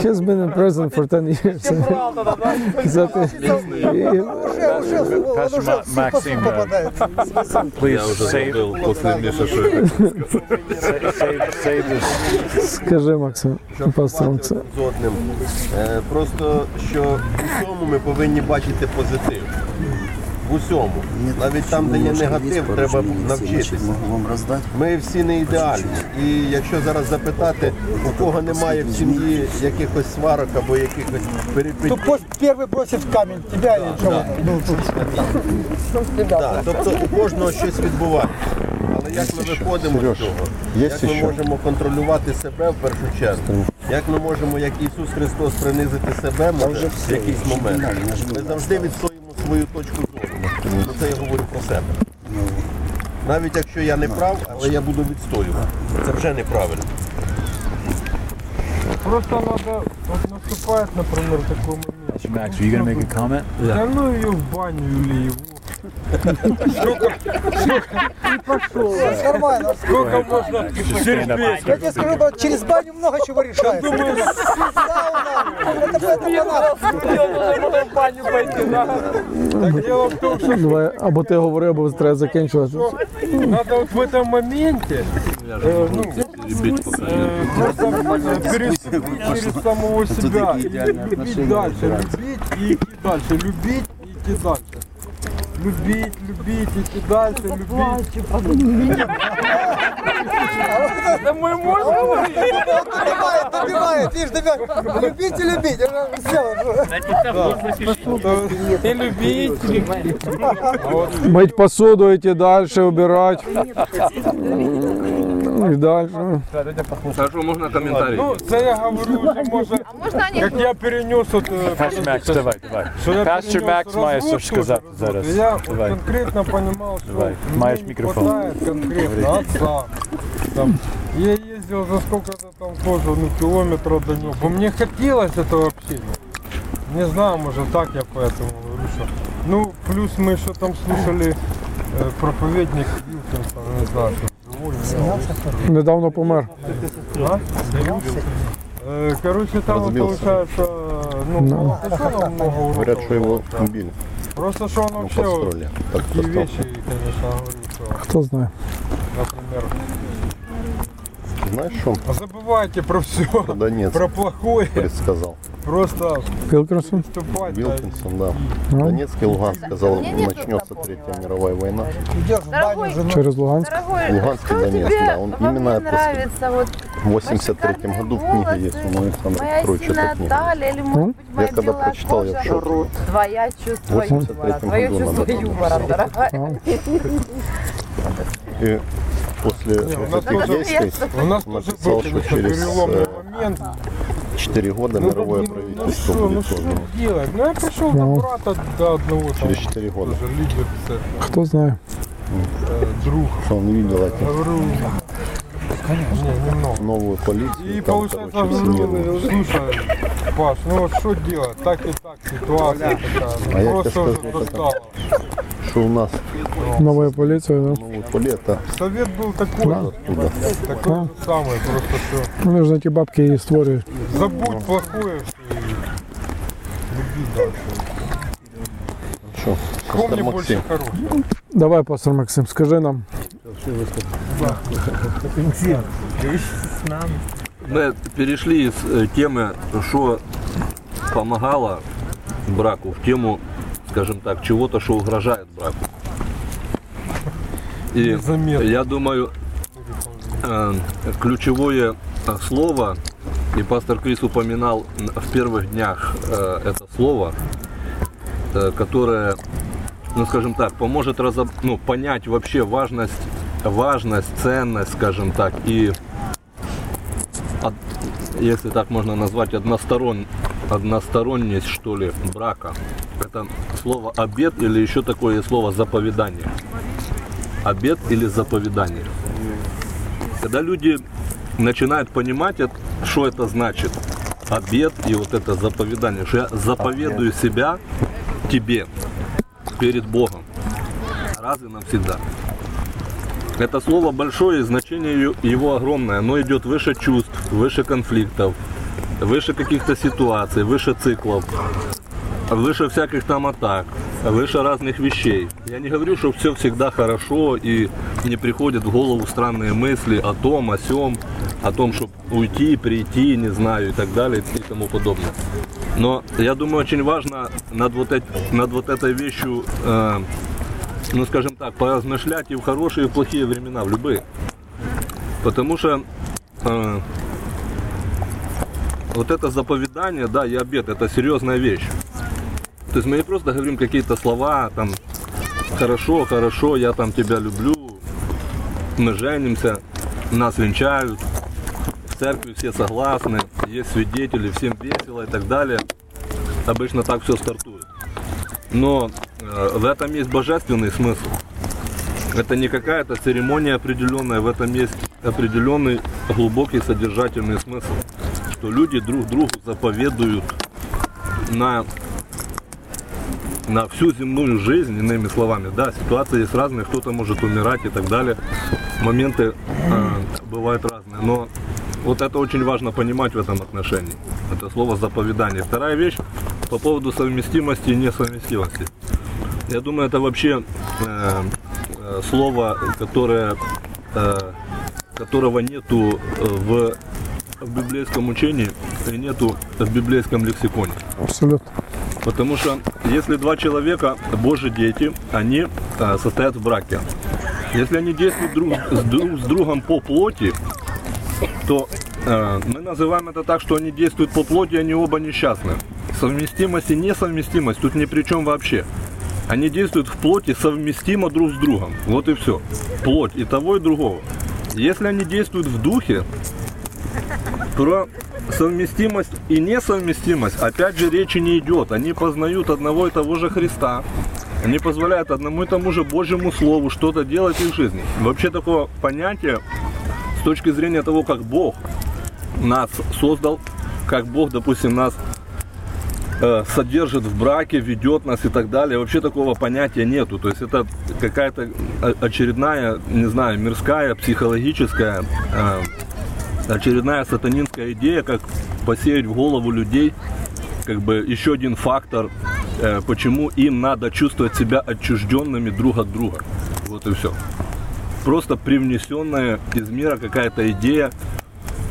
[SPEAKER 10] She's been in prison for 10 years. За те-
[SPEAKER 8] Максим,
[SPEAKER 21] Я вже зробив послідніше, що я
[SPEAKER 10] Скажи, Максим, пастор Максим.
[SPEAKER 20] з одним. Е, Просто що в цьому ми повинні бачити позитив. в усьому. Навіть там, де є
[SPEAKER 19] немножко є
[SPEAKER 20] негатив, треба
[SPEAKER 19] порожнини,
[SPEAKER 20] навчитися.
[SPEAKER 19] значить, можу вам роздати.
[SPEAKER 20] Ми всі не ідеальні. І якщо зараз запитати, у кого немає в сім'ї якихось сварок або якихось перепитів.
[SPEAKER 8] Пусть первый бросит камень, тебя или кого-то. Ну, тут.
[SPEAKER 20] Да, тобто у кожного щось відбувається. Але як ми виходимо з цього?
[SPEAKER 11] є
[SPEAKER 20] Як ми
[SPEAKER 11] ще?
[SPEAKER 20] можемо контролювати себе в першу чергу? Як ми можемо, як Ісус Христос, принизити себе може, в якийсь момент? Ми завжди відстоїмо свою точку зору. Про це я говорю про себе. Навіть якщо я не прав, але я буду відстоювати. Це вже неправильно.
[SPEAKER 10] Просто надо, вот наступает, например, такой момент.
[SPEAKER 18] Max, are you gonna make a comment?
[SPEAKER 10] Да ну ее в баню или его.
[SPEAKER 8] И пошел. Все нормально.
[SPEAKER 10] Сколько можно терпеть?
[SPEAKER 8] Я тебе скажу, брат, через баню много чего решается. Сауна. Это
[SPEAKER 13] Давай, або ти говори, або треба закінчувати.
[SPEAKER 10] Ну, Надо вот в этом моменте э, ну, э, просто, э, перес- через самого себя и любить дальше, любить и идти дальше, любить и идти дальше. Любить, любить, идти дальше, любить. Да мы
[SPEAKER 8] добивает, добивает, видишь, добивает. Любить и любить. Все.
[SPEAKER 10] И любить, любить.
[SPEAKER 13] Мыть посуду, идти дальше, убирать. И дальше.
[SPEAKER 21] Хорошо, можна коментарі?
[SPEAKER 10] Ну, це я говорю, що може, як я перенес от... е,
[SPEAKER 18] Паш Макс, давай, давай.
[SPEAKER 10] Що я
[SPEAKER 18] Паш чи
[SPEAKER 10] перенес
[SPEAKER 18] Макс має
[SPEAKER 10] розруху,
[SPEAKER 18] щось сказати зараз.
[SPEAKER 10] Я от
[SPEAKER 18] Давай.
[SPEAKER 10] конкретно розумів, що
[SPEAKER 18] Давай.
[SPEAKER 10] мені
[SPEAKER 18] Маєш
[SPEAKER 10] не
[SPEAKER 18] мікрофон.
[SPEAKER 10] хватає конкретно
[SPEAKER 18] Говори.
[SPEAKER 10] отца. Там, я ездил за сколько-то там тоже, ну, километров до него. Мне хотелось этого общения. Не знаю, может, так я поэтому говорю, что... Ну, плюс мы еще там слушали э, проповедник Вилкинса, не знаю, что живой, не живой.
[SPEAKER 13] Недавно помер.
[SPEAKER 10] А? Э, Короче, там вот
[SPEAKER 11] Разбился.
[SPEAKER 10] получается, ну,
[SPEAKER 11] Да.
[SPEAKER 10] молодоженам много уроков.
[SPEAKER 11] Говорят, что его убили.
[SPEAKER 10] Просто что он
[SPEAKER 11] Ну,
[SPEAKER 10] вообще вот
[SPEAKER 11] подстроили. Так,
[SPEAKER 10] такие
[SPEAKER 11] подстроили.
[SPEAKER 10] вещи, конечно, говорит, что,
[SPEAKER 13] Хто знає.
[SPEAKER 10] например,
[SPEAKER 11] Знаешь, что он
[SPEAKER 10] забывайте про все,
[SPEAKER 11] про Донецк
[SPEAKER 10] про плохое,
[SPEAKER 11] предсказал?
[SPEAKER 10] просто
[SPEAKER 13] Вилкерсон?
[SPEAKER 10] вступать.
[SPEAKER 11] Вилкинсон, да. Донецк и Луганск сказал, начнется Третья мировая война.
[SPEAKER 13] Через Луганськ.
[SPEAKER 11] Луганск Луганск и Донецк, да. Он именно это
[SPEAKER 9] вот
[SPEAKER 11] в 83 году в книге есть, по-моему, там тройчатая книга.
[SPEAKER 9] или
[SPEAKER 11] может быть, Я когда прочитал, я в шоке.
[SPEAKER 9] Твоя
[SPEAKER 11] чувство В 83-м юмора, твое году чувство она там юмора, написала. И после вот этих действий
[SPEAKER 10] У нас тоже
[SPEAKER 11] написал,
[SPEAKER 10] был
[SPEAKER 11] что
[SPEAKER 10] конечно, переломный
[SPEAKER 11] э,
[SPEAKER 10] момент.
[SPEAKER 11] через 4 года
[SPEAKER 10] Ну,
[SPEAKER 11] мировое
[SPEAKER 10] блин, ну
[SPEAKER 11] правительство
[SPEAKER 10] что, ну
[SPEAKER 11] будет
[SPEAKER 10] что
[SPEAKER 11] создано.
[SPEAKER 10] делать? Ну я пришел до брата, до одного там.
[SPEAKER 11] Через 4 года.
[SPEAKER 10] Тоже лидер, кстати,
[SPEAKER 13] Хто знає.
[SPEAKER 10] э, друг.
[SPEAKER 11] Что он не видел
[SPEAKER 20] а
[SPEAKER 11] этих
[SPEAKER 10] Говорю, не, немного.
[SPEAKER 11] новую
[SPEAKER 10] И
[SPEAKER 11] полицию, там,
[SPEAKER 10] получается,
[SPEAKER 11] короче, всемирную.
[SPEAKER 10] говорю, слушай, Паш, ну вот что делать? Так и так ситуация такая.
[SPEAKER 11] А я
[SPEAKER 10] Ну,
[SPEAKER 11] тебе
[SPEAKER 10] просто уже
[SPEAKER 11] скажу,
[SPEAKER 10] достало.
[SPEAKER 11] что у нас
[SPEAKER 13] Новая полиция, да?
[SPEAKER 18] Ну,
[SPEAKER 11] новое поле, это
[SPEAKER 10] Совет был такой.
[SPEAKER 11] Да. Оттуда.
[SPEAKER 10] Такой же самый, просто все.
[SPEAKER 13] Ну, нужно ті бабки і створюють.
[SPEAKER 10] Ну,
[SPEAKER 11] Ну.
[SPEAKER 10] Забудь плохое и люби дальше.
[SPEAKER 11] что,
[SPEAKER 10] Помни
[SPEAKER 11] сестра
[SPEAKER 10] больше
[SPEAKER 11] Максим.
[SPEAKER 10] хорошего.
[SPEAKER 13] Давай, пастор Максим, скажи нам.
[SPEAKER 21] Ми перейшли з е, теми, що допомагало браку, в тему, скажімо так, чого-то, що угрожає браку. І я думаю, е, ключевое э, слово, и пастор Крис упоминал в первых днях э, это слово, э, которое, ну скажем так, поможет разоб... ну, понять вообще важность, важность, ценность, скажем так, и од- если так можно назвать, односторон... односторонность, что ли, брака. Это слово обед или еще такое слово заповедание. Обед или заповедание. Когда люди начинают понимать, эт- что это значит, обед и вот это заповедание, что я заповедую себя тебе перед Богом. Раз и навсегда. Это слово большое, и значение ю- его огромное. Оно идет выше чувств, выше конфликтов, выше каких-то ситуаций, выше циклов, выше всяких там атак, выше разных вещей. Я не говорю, что все всегда хорошо и не приходят в голову странные мысли о том, о сём, о том, чтобы уйти, прийти, не знаю, и так далее и тому подобное. Но я думаю, очень важно над вот, эт- над вот этой вещью, э, ну скажем так, поразмышлять и в хорошие, и в плохие времена, в любые. Потому что э, вот это заповедание, да, и обед, это серьезная вещь. То есть мы не просто говорим какие-то слова, там, хорошо, хорошо, я там тебя люблю, мы женимся, нас венчают, в церкви все согласны, есть свидетели, всем весело и так далее. Обычно так все стартует. Но э, в этом есть божественный смысл. Это не какая-то церемония определенная, в этом есть определенный глубокий содержательный смысл, что люди друг другу заповедуют на на всю земную жизнь, иными словами, да, ситуации есть разные, кто-то может умирать и так далее. Моменты э, бывают разные, но вот это очень важно понимать в этом отношении. Это слово заповедание. Вторая вещь по поводу совместимости и несовместимости. Я думаю, это вообще э, э, слово, которое, э, которого нету э, в, в библейском учении и нету в библейском лексиконе.
[SPEAKER 10] Абсолютно.
[SPEAKER 21] Потому что если два человека, Божьи дети, они э, состоят в браке. Если они действуют друг с, друг с другом по плоти, то э, мы называем это так, что они действуют по плоти, они оба несчастны. Совместимость и несовместимость тут ни при чем вообще. Они действуют в плоти совместимо друг с другом. Вот и все. Плоть и того, и другого. Если они действуют в духе, про совместимость и несовместимость, опять же, речи не идет. Они познают одного и того же Христа. Они позволяют одному и тому же Божьему Слову что-то делать в их жизни. Вообще такого понятия с точки зрения того, как Бог нас создал, как Бог, допустим, нас э, содержит в браке, ведет нас и так далее. Вообще такого понятия нету. То есть это какая-то о- очередная, не знаю, мирская, психологическая э, очередная сатанинская идея, как посеять в голову людей, как бы еще один фактор, э, почему им надо чувствовать себя отчужденными друг от друга. Вот и все. Просто привнесенная из мира какая-то идея,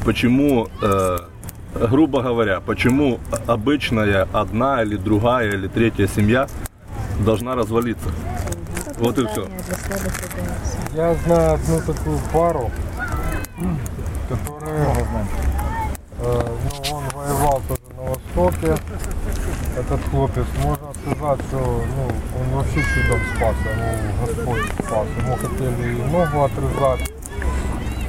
[SPEAKER 21] почему, э, грубо говоря, почему обычная одна или другая или третья семья должна развалиться. Вот и все.
[SPEAKER 10] Я знаю одну такую пару, которая, э, ну, он воевал тоже на Востоке. Этот хлопец, можно сказать, что ну, он вообще чудом спас, его Господь спас. Ему хотели и ногу отрезать,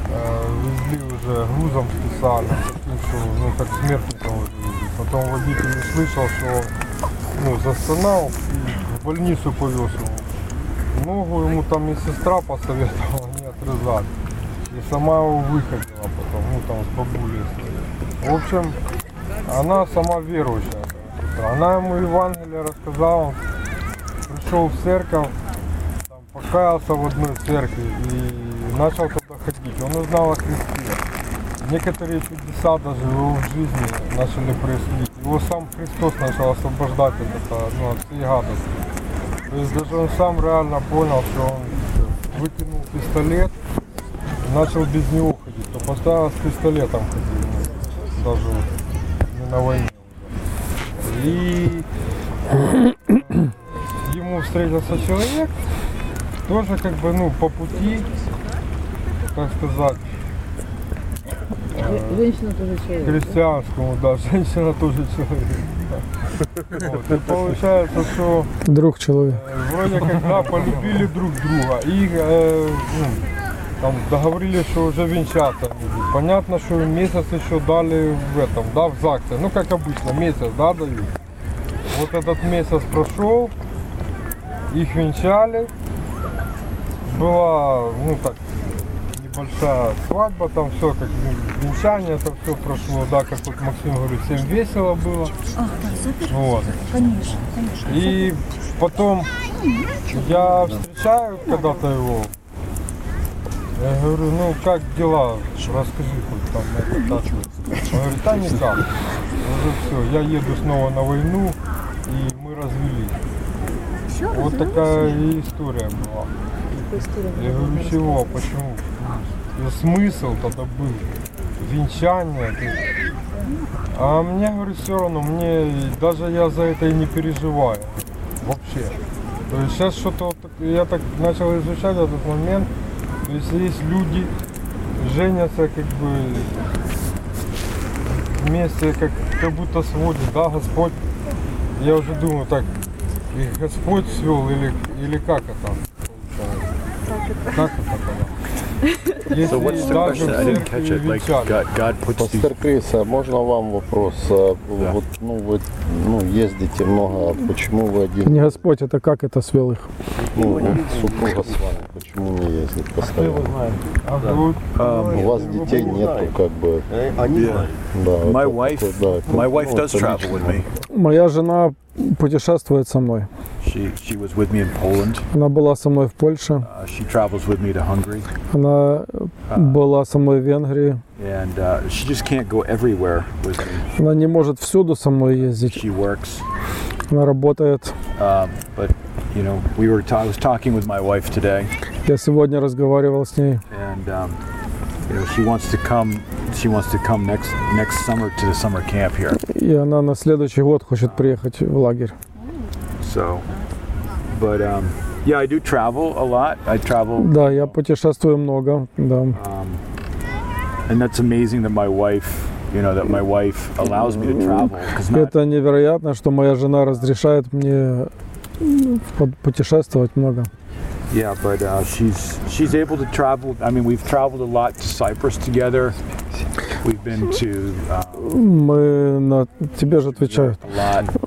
[SPEAKER 10] э, везли уже грузом специально, таким, что, ну, как смертника уже везли. Потом водитель услышал, что он ну, застонал и в больницу повез его. Ногу Ну, ему там и сестра посоветовала не отрезать. И сама его выходила потом, ну там с бабулей. своей. В общем, она сама верующая. Она ему Евангелие рассказала, он пришел в церковь, там, покаялся в одной церкви и начал туда ходить. Он узнал о Христе. Некоторые чудеса даже в его жизни начали происходить. Его сам Христос начал освобождать от, этого, ну, от всей гадости. То есть даже он сам реально понял, что он выкинул пистолет, начал без него ходить, то поставил с пистолетом ходил, ну, даже вот не на войне уже. И э, ему встретился человек, тоже как бы, ну, по пути, как сказать, э,
[SPEAKER 9] Женщина тоже человек.
[SPEAKER 10] Христианскому, да, <laughs> женщина тоже человек. Вот, и получается, что
[SPEAKER 22] Друг человек.
[SPEAKER 10] э, вроде как да, полюбили друг друга и э, ну, там договорились, что уже венчаться. они будут. Понятно, что месяц еще дали в этом, да, в ЗАГСе. Ну, как обычно, месяц, да, дают. Вот этот месяц прошел, их венчали. Была, ну, так, небольшая свадьба, там все, как ну, венчание, это все прошло, да, как вот Максим говорит, всем весело было.
[SPEAKER 16] Ах, да, супер.
[SPEAKER 10] Вот.
[SPEAKER 16] Конечно, конечно.
[SPEAKER 10] И потом я встречаю когда-то его. Я говорю, ну как дела? Расскажи хоть там. это, так». Он говорит, да никак. Я говорю, все, я еду снова на войну, и мы развелись.
[SPEAKER 16] Всё,
[SPEAKER 10] вот
[SPEAKER 16] развелись
[SPEAKER 10] такая
[SPEAKER 16] уже?
[SPEAKER 10] и история была. Я говорю, чего, почему? Ну, Смысл тогда был. Венчание. ты- А мне, говорю, все равно, мне даже я за это и не переживаю. Вообще. То есть сейчас что-то, вот так- я так начал изучать этот момент. То есть есть люди, женятся как бы вместе, как, как будто сводит, да, Господь. Я уже думаю, так, и Господь свел или, или как это? Как это тогда?
[SPEAKER 20] So what's the
[SPEAKER 10] даже
[SPEAKER 20] question? I
[SPEAKER 10] в
[SPEAKER 20] didn't
[SPEAKER 10] церкви
[SPEAKER 20] catch it. Like,
[SPEAKER 10] величат.
[SPEAKER 20] Пастор Крис, а можно вам вопрос? А, Вот, ну, вы ну, ездите много, а почему вы один?
[SPEAKER 13] Не Господь, это как это свел их?
[SPEAKER 20] Ну, вот супруга с вами, почему не ездит постоянно?
[SPEAKER 10] А
[SPEAKER 20] Да. ну,
[SPEAKER 10] А,
[SPEAKER 20] У вас детей нету, как бы.
[SPEAKER 2] они знают.
[SPEAKER 20] Да,
[SPEAKER 2] My
[SPEAKER 20] это
[SPEAKER 2] wife-
[SPEAKER 20] такое, да, это,
[SPEAKER 2] my wife
[SPEAKER 20] ну,
[SPEAKER 2] does
[SPEAKER 20] это
[SPEAKER 2] travel
[SPEAKER 20] личное.
[SPEAKER 2] with me.
[SPEAKER 13] Моя жена путешествует со мной.
[SPEAKER 2] She she was with me in Poland.
[SPEAKER 13] Она была со мной в Польше.
[SPEAKER 2] Uh, she travels with me to Hungary, Uh,
[SPEAKER 13] Она э, была со мной в Венгрии.
[SPEAKER 2] and uh, she just can't go everywhere with me.
[SPEAKER 13] Она не может всюду со мной ездить. Она работает.
[SPEAKER 2] Um, but you know, we were ta- I was talking with my wife today,
[SPEAKER 13] Я сегодня разговаривал с ней.
[SPEAKER 2] and um, you know, she wants to come. She wants to come next next summer to the summer camp here.
[SPEAKER 13] И она на следующий год хочет приехать в лагерь.
[SPEAKER 2] So, but um, yeah, I do travel a lot. I travel,
[SPEAKER 13] Да, я путешествую много. Да.
[SPEAKER 2] Um, and that's amazing that my wife, you know, that my wife allows me to travel because not
[SPEAKER 13] Это невероятно, что моя жена разрешает мне м, пут- путешествовать много.
[SPEAKER 2] Yeah, but uh, she's she's able to travel. I mean, we've traveled a lot to Cyprus together. We've been to uh,
[SPEAKER 13] Мы на тебе же отвечаю.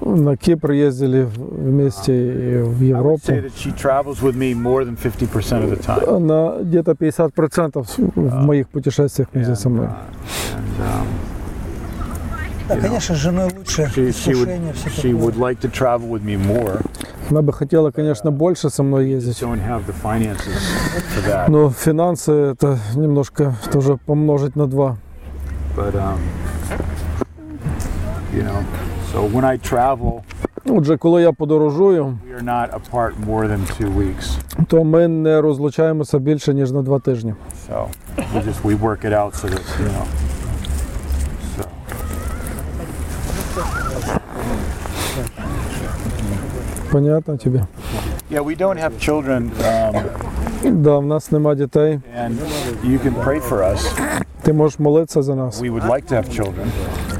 [SPEAKER 13] На Кипр ездили в- вместе и в Европу.
[SPEAKER 2] say that she travels with me more than 50% of the time.
[SPEAKER 13] Она где-то 50% с- в моих путешествиях вместе со мной.
[SPEAKER 2] And, um,
[SPEAKER 8] Да, конечно, с женой лучше.
[SPEAKER 2] she, she
[SPEAKER 8] искушение,
[SPEAKER 2] would
[SPEAKER 8] всё
[SPEAKER 2] she
[SPEAKER 8] такое.
[SPEAKER 2] would like to travel with me more.
[SPEAKER 13] Она бы хотела, конечно, больше со мной ездить.
[SPEAKER 2] Don't have the finances for that.
[SPEAKER 13] Но финансы это немножко тоже помножить на два.
[SPEAKER 2] But um, you know, so when I travel,
[SPEAKER 13] Ну,
[SPEAKER 2] we are not apart more than two weeks.
[SPEAKER 13] то ми не розлучаємося більше ніж на два тижні.
[SPEAKER 2] So we just we work it out so that you know. So.
[SPEAKER 13] Понятно тобі?
[SPEAKER 2] Yeah, we don't have children, um,
[SPEAKER 13] Да, в нас нема дітей.
[SPEAKER 2] and you can pray for us.
[SPEAKER 13] Ти можеш молитися за нас.
[SPEAKER 2] We would like to have children,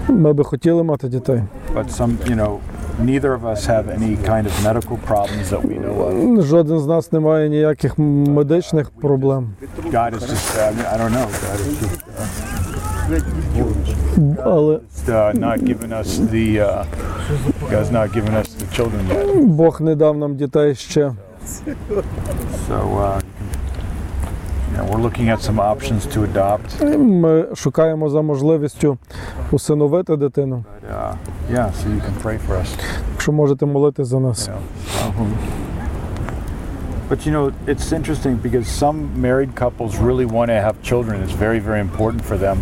[SPEAKER 13] Ми би хотіли мати дітей.
[SPEAKER 2] but some, you know, neither of us have any kind of medical problems that we know
[SPEAKER 13] Жоден з нас не має ніяких м- медичних проблем.
[SPEAKER 2] of. God is just, uh, I, mean, I don't know, God is just, uh,
[SPEAKER 13] Але
[SPEAKER 2] just, uh, not giving us the, uh, God's not giving us the children yet.
[SPEAKER 13] Бог не дав нам дітей ще.
[SPEAKER 2] So, uh, you know, we're looking at some options to adopt.
[SPEAKER 13] Ми шукаємо за можливістю усиновити дитину.
[SPEAKER 2] But, uh, yeah, so you can pray for us.
[SPEAKER 13] Якщо можете молити за нас.
[SPEAKER 2] But you know, it's interesting because some married couples really want to have children. It's very, very important for them.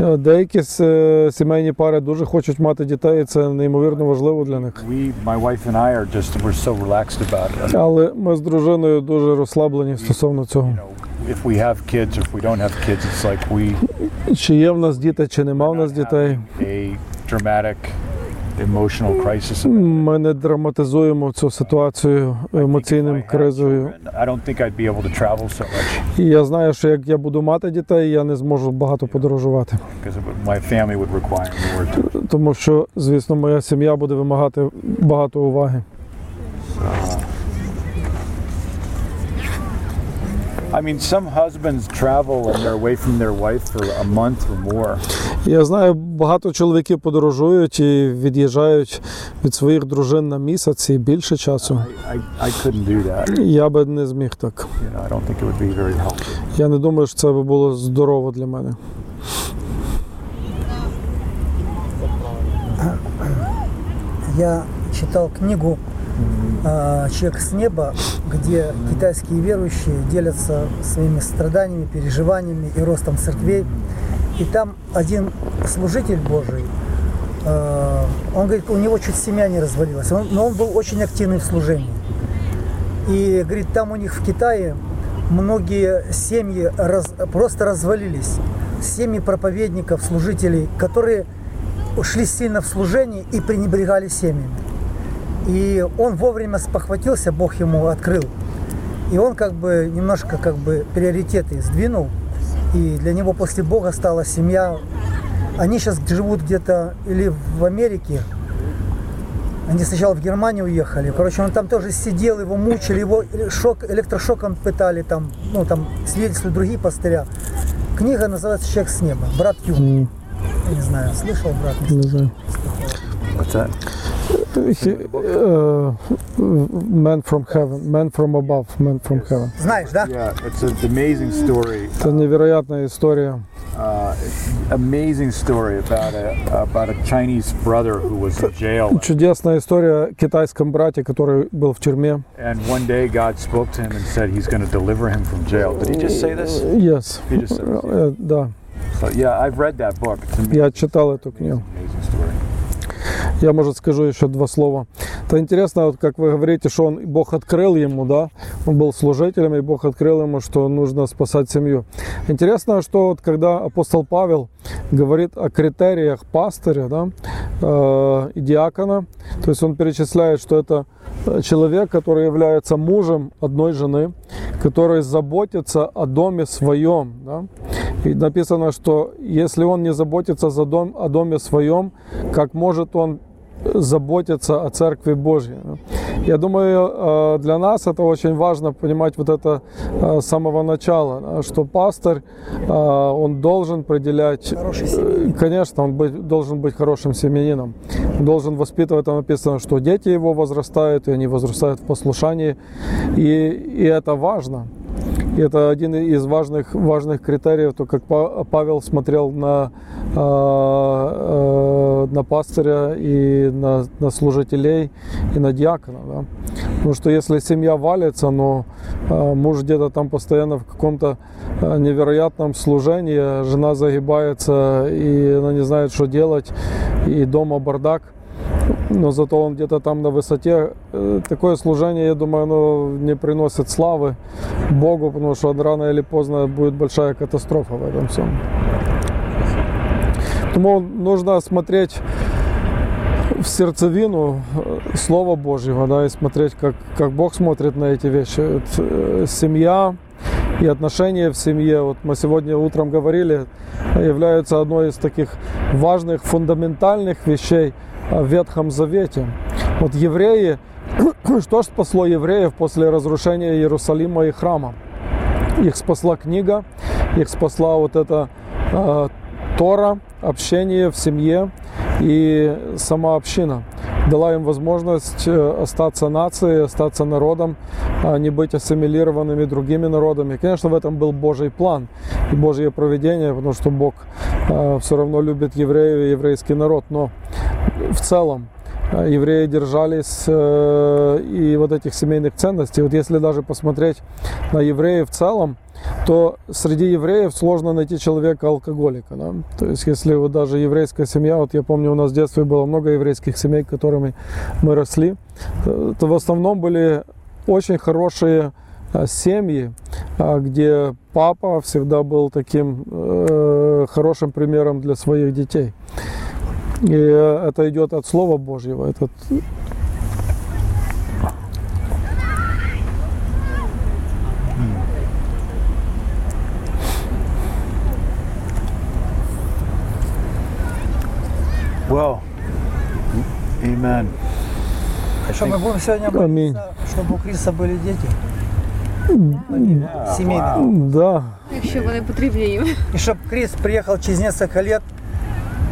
[SPEAKER 13] Е, Деякі с- е, сімейні пари дуже хочуть мати дітей, і це неймовірно важливо для них.
[SPEAKER 2] We, my wife and I, are just we're so relaxed about it.
[SPEAKER 13] Але ми з дружиною дуже розслаблені стосовно цього.
[SPEAKER 2] If we have kids, if we don't have kids, it's like we
[SPEAKER 13] Чи є в нас діти, чи нема в нас дітей.
[SPEAKER 2] a dramatic emotional crisis.
[SPEAKER 13] Ми не драматизуємо цю ситуацію емоційним кризою.
[SPEAKER 2] I don't think I'd be able to travel so much
[SPEAKER 13] І я знаю, що як я буду мати дітей, я не зможу багато подорожувати.
[SPEAKER 2] because it would, my family would require more. To,
[SPEAKER 13] Тому що, звісно, моя сім'я буде вимагати багато уваги.
[SPEAKER 2] I mean, some husbands travel and they're away from their wife for a month or more.
[SPEAKER 13] Я знаю, багато чоловіків подорожують і від'їжджають від своїх дружин на місяць і більше часу.
[SPEAKER 2] I, I couldn't do that.
[SPEAKER 13] Я би не зміг так.
[SPEAKER 2] You know, I don't think it would be very healthy.
[SPEAKER 13] Я не думаю, що це би було здорово для мене.
[SPEAKER 8] Я читал книгу а, «Человек с неба», где китайские верующие делятся своими страданиями, переживаниями и ростом церквей. И там один служитель Божий, э, он говорит, у него чуть семья не развалилась, он- но он был очень активный в служении. И говорит, там у них в Китае многие семьи раз- просто развалились. Семьи проповедников, служителей, которые ушли сильно в служение и пренебрегали семьями. И он вовремя спохватился, Бог ему открыл. И он как бы немножко как бы приоритеты сдвинул. И для него после Бога стала семья. Они сейчас живут где-то или в Америке, они сначала в Германию уехали. Короче, он там тоже сидел, его мучили, его шок, электрошоком пытали там, ну там свидетельствуют другие пастыря. Книга называется «Человек с неба», брат Юн. Я не знаю, слышал, брат?
[SPEAKER 13] Не знаю.
[SPEAKER 8] Оце
[SPEAKER 13] He- uh, man from heaven, man from above, man from heaven.
[SPEAKER 8] Знаешь, да?
[SPEAKER 2] Yeah, it's an amazing story.
[SPEAKER 13] Це невероятна історія.
[SPEAKER 2] Uh, amazing story about a about a Chinese brother who was in jail,
[SPEAKER 13] Чудесная история о китайском брате, который был в тюрьме.
[SPEAKER 2] and one day God spoke to him and said He's going to deliver him from jail. Did he just say this?
[SPEAKER 13] Uh, Yes.
[SPEAKER 2] He just said this. yeah.
[SPEAKER 13] Э, Да,
[SPEAKER 2] So yeah, I've read that book. It's an
[SPEAKER 13] я читал эту книгу.
[SPEAKER 2] amazing story.
[SPEAKER 13] Я, может, скажу еще два слова. Это интересно, вот как вы говорите, что он, Бог открыл ему, да, он был служителем, и Бог открыл ему, что нужно спасать семью. Интересно, что вот когда апостол Павел говорит о критериях пастыря, да, э, и диакона, то есть он перечисляет, что это э, человек, который является мужем одной жены, который заботится о доме своем, да, и написано, что если он не заботится за дом, о доме своем, как может он заботиться о Церкви Божьей. да. Я думаю, э, для нас это очень важно понимать вот это э, с самого начала, да, что пастор, э, он должен определять, э, конечно, он быть- должен быть хорошим семьянином, Он должен воспитывать, там написано, что дети его возрастают, и они возрастают в послушании, и, и это важно. И это один из важных, важных критериев, то как Па- Павел смотрел на, э, э, на пастыря и на, на служителей и на диакона. да. Потому что если семья валится, но э, муж где-то там постоянно в каком-то э, невероятном служении, а жена загибается и она не знает, что делать, и дома бардак, но зато он где-то там на высоте. Э, Такое служение, я думаю, оно не приносит славы Богу, потому что рано или поздно будет большая катастрофа в этом всем. Поэтому нужно смотреть в сердцевину э, Слова Божьего, да, и смотреть, как, как Бог смотрит на эти вещи. Вот, э, Семья и отношения в семье, вот мы сегодня утром говорили, являются одной из таких важных, фундаментальных вещей э, в Ветхом Завете. Вот евреи, <clears throat> что ж спасло евреев после разрушения Иерусалима и храма? Их спасла книга, их спасла вот эта э, Тора, общение в семье и сама община. Дала им возможность э, остаться нацией, остаться народом, а не быть ассимилированными другими народами. Конечно, в этом был Божий план и Божье проведение, потому что Бог все равно любит евреев и еврейский народ. Но в целом э, евреи держались э, и вот этих семейных ценностей. Вот если даже посмотреть на евреев в целом, то среди евреев сложно найти человека-алкоголика. да.
[SPEAKER 10] Ну,
[SPEAKER 13] То есть, если вот даже еврейская семья, вот я помню, у нас в детстве было много еврейских семей, которыми мы росли, э, то в основном были очень хорошие э, семьи, а, где папа всегда был таким э, хорошим примером для своих детей. И э, это идет от Слова Божьего. Этот...
[SPEAKER 2] Well, amen.
[SPEAKER 8] Что, мы будем сегодня
[SPEAKER 13] Аминь.
[SPEAKER 8] молиться, чтобы у Криса были дети? Ну, Семейные.
[SPEAKER 13] Да.
[SPEAKER 23] Якщо вони потрібні їм.
[SPEAKER 8] И чтобы Крис приехал через несколько лет,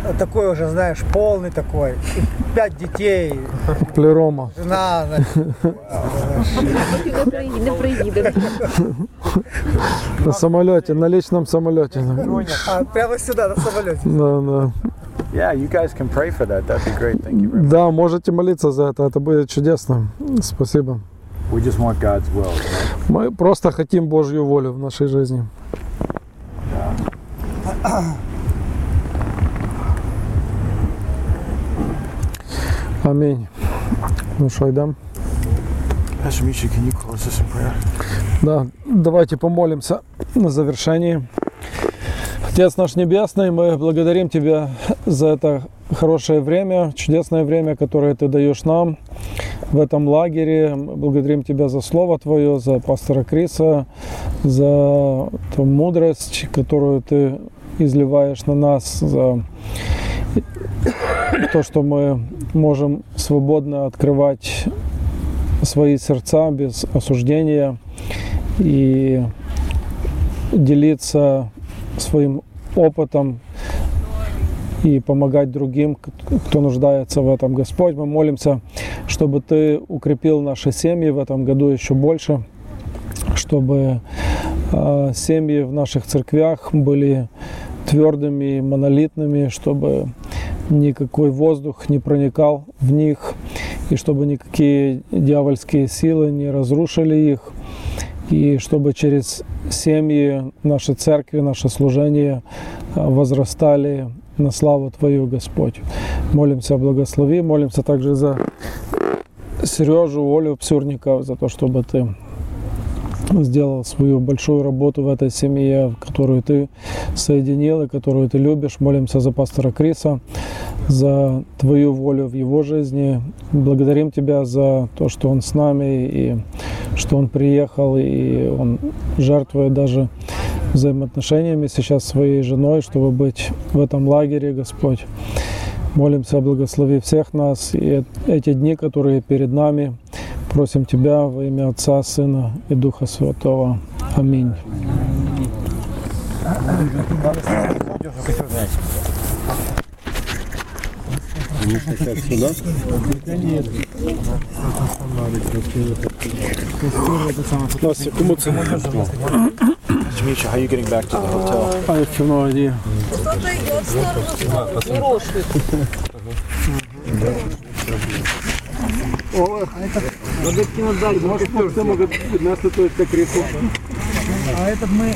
[SPEAKER 8] э, такой уже, знаешь, полный такой, и пять детей,
[SPEAKER 13] Плерома.
[SPEAKER 8] жена, значит,
[SPEAKER 23] Поки не приї- не приїде.
[SPEAKER 13] <laughs> На самолете, на личном самолете.
[SPEAKER 8] а, прямо сюда, на самолете.
[SPEAKER 13] Да, да.
[SPEAKER 2] Yeah, you guys can pray for that. That'd be great. Thank you.
[SPEAKER 13] Да, можете молиться за это, это будет чудесно. Спасибо.
[SPEAKER 2] We just want God's will.
[SPEAKER 13] Мы просто хотим Божью волю в нашей жизни. Аминь. Ну что, идем?
[SPEAKER 2] Pastor Misha, can you close us in prayer?
[SPEAKER 13] Да, давайте помолимся на завершении. Отец наш Небесный, мы благодарим Тебя за это хорошее время, чудесное время, которое ты даешь нам в этом лагере. Мы благодарим тебя за слово твое, за пастора Криса, за ту мудрость, которую ты изливаешь на нас, за то, что мы можем свободно открывать свои сердца без осуждения и делиться своим опытом и помогать другим, кто нуждается в этом. Господь, мы молимся, чтобы Ты укрепил наши семьи в этом году еще больше, чтобы э, семьи в наших церквях были твердыми и монолитными, чтобы никакой воздух не проникал в них, и чтобы никакие дьявольские силы не разрушили их, и чтобы через семьи, наши церкви, наше служение э, возрастали на славу Твою, Господь. Молимся, благослови, молимся также за Сережу, Олю Псюрников, за то, чтобы Ты сделал свою большую работу в этой семье, которую ты соединил и которую ты любишь. Молимся за пастора Криса, за твою волю в его жизни. Благодарим тебя за то, что он с нами и что он приехал, и он жертвует даже взаимоотношениями сейчас с своей женой, чтобы быть в этом лагере, Господь. Молимся, благослови всех нас и э, эти дни, которые перед нами. Просим Тебя во имя Отца, Сына и Духа Святого. Аминь.
[SPEAKER 24] Они хотят сюда?
[SPEAKER 10] Nice to meet you. How are you getting back to the hotel?
[SPEAKER 13] I have no idea.
[SPEAKER 9] Моготки нам дали, может, все могут нас как рису.
[SPEAKER 8] А этот мы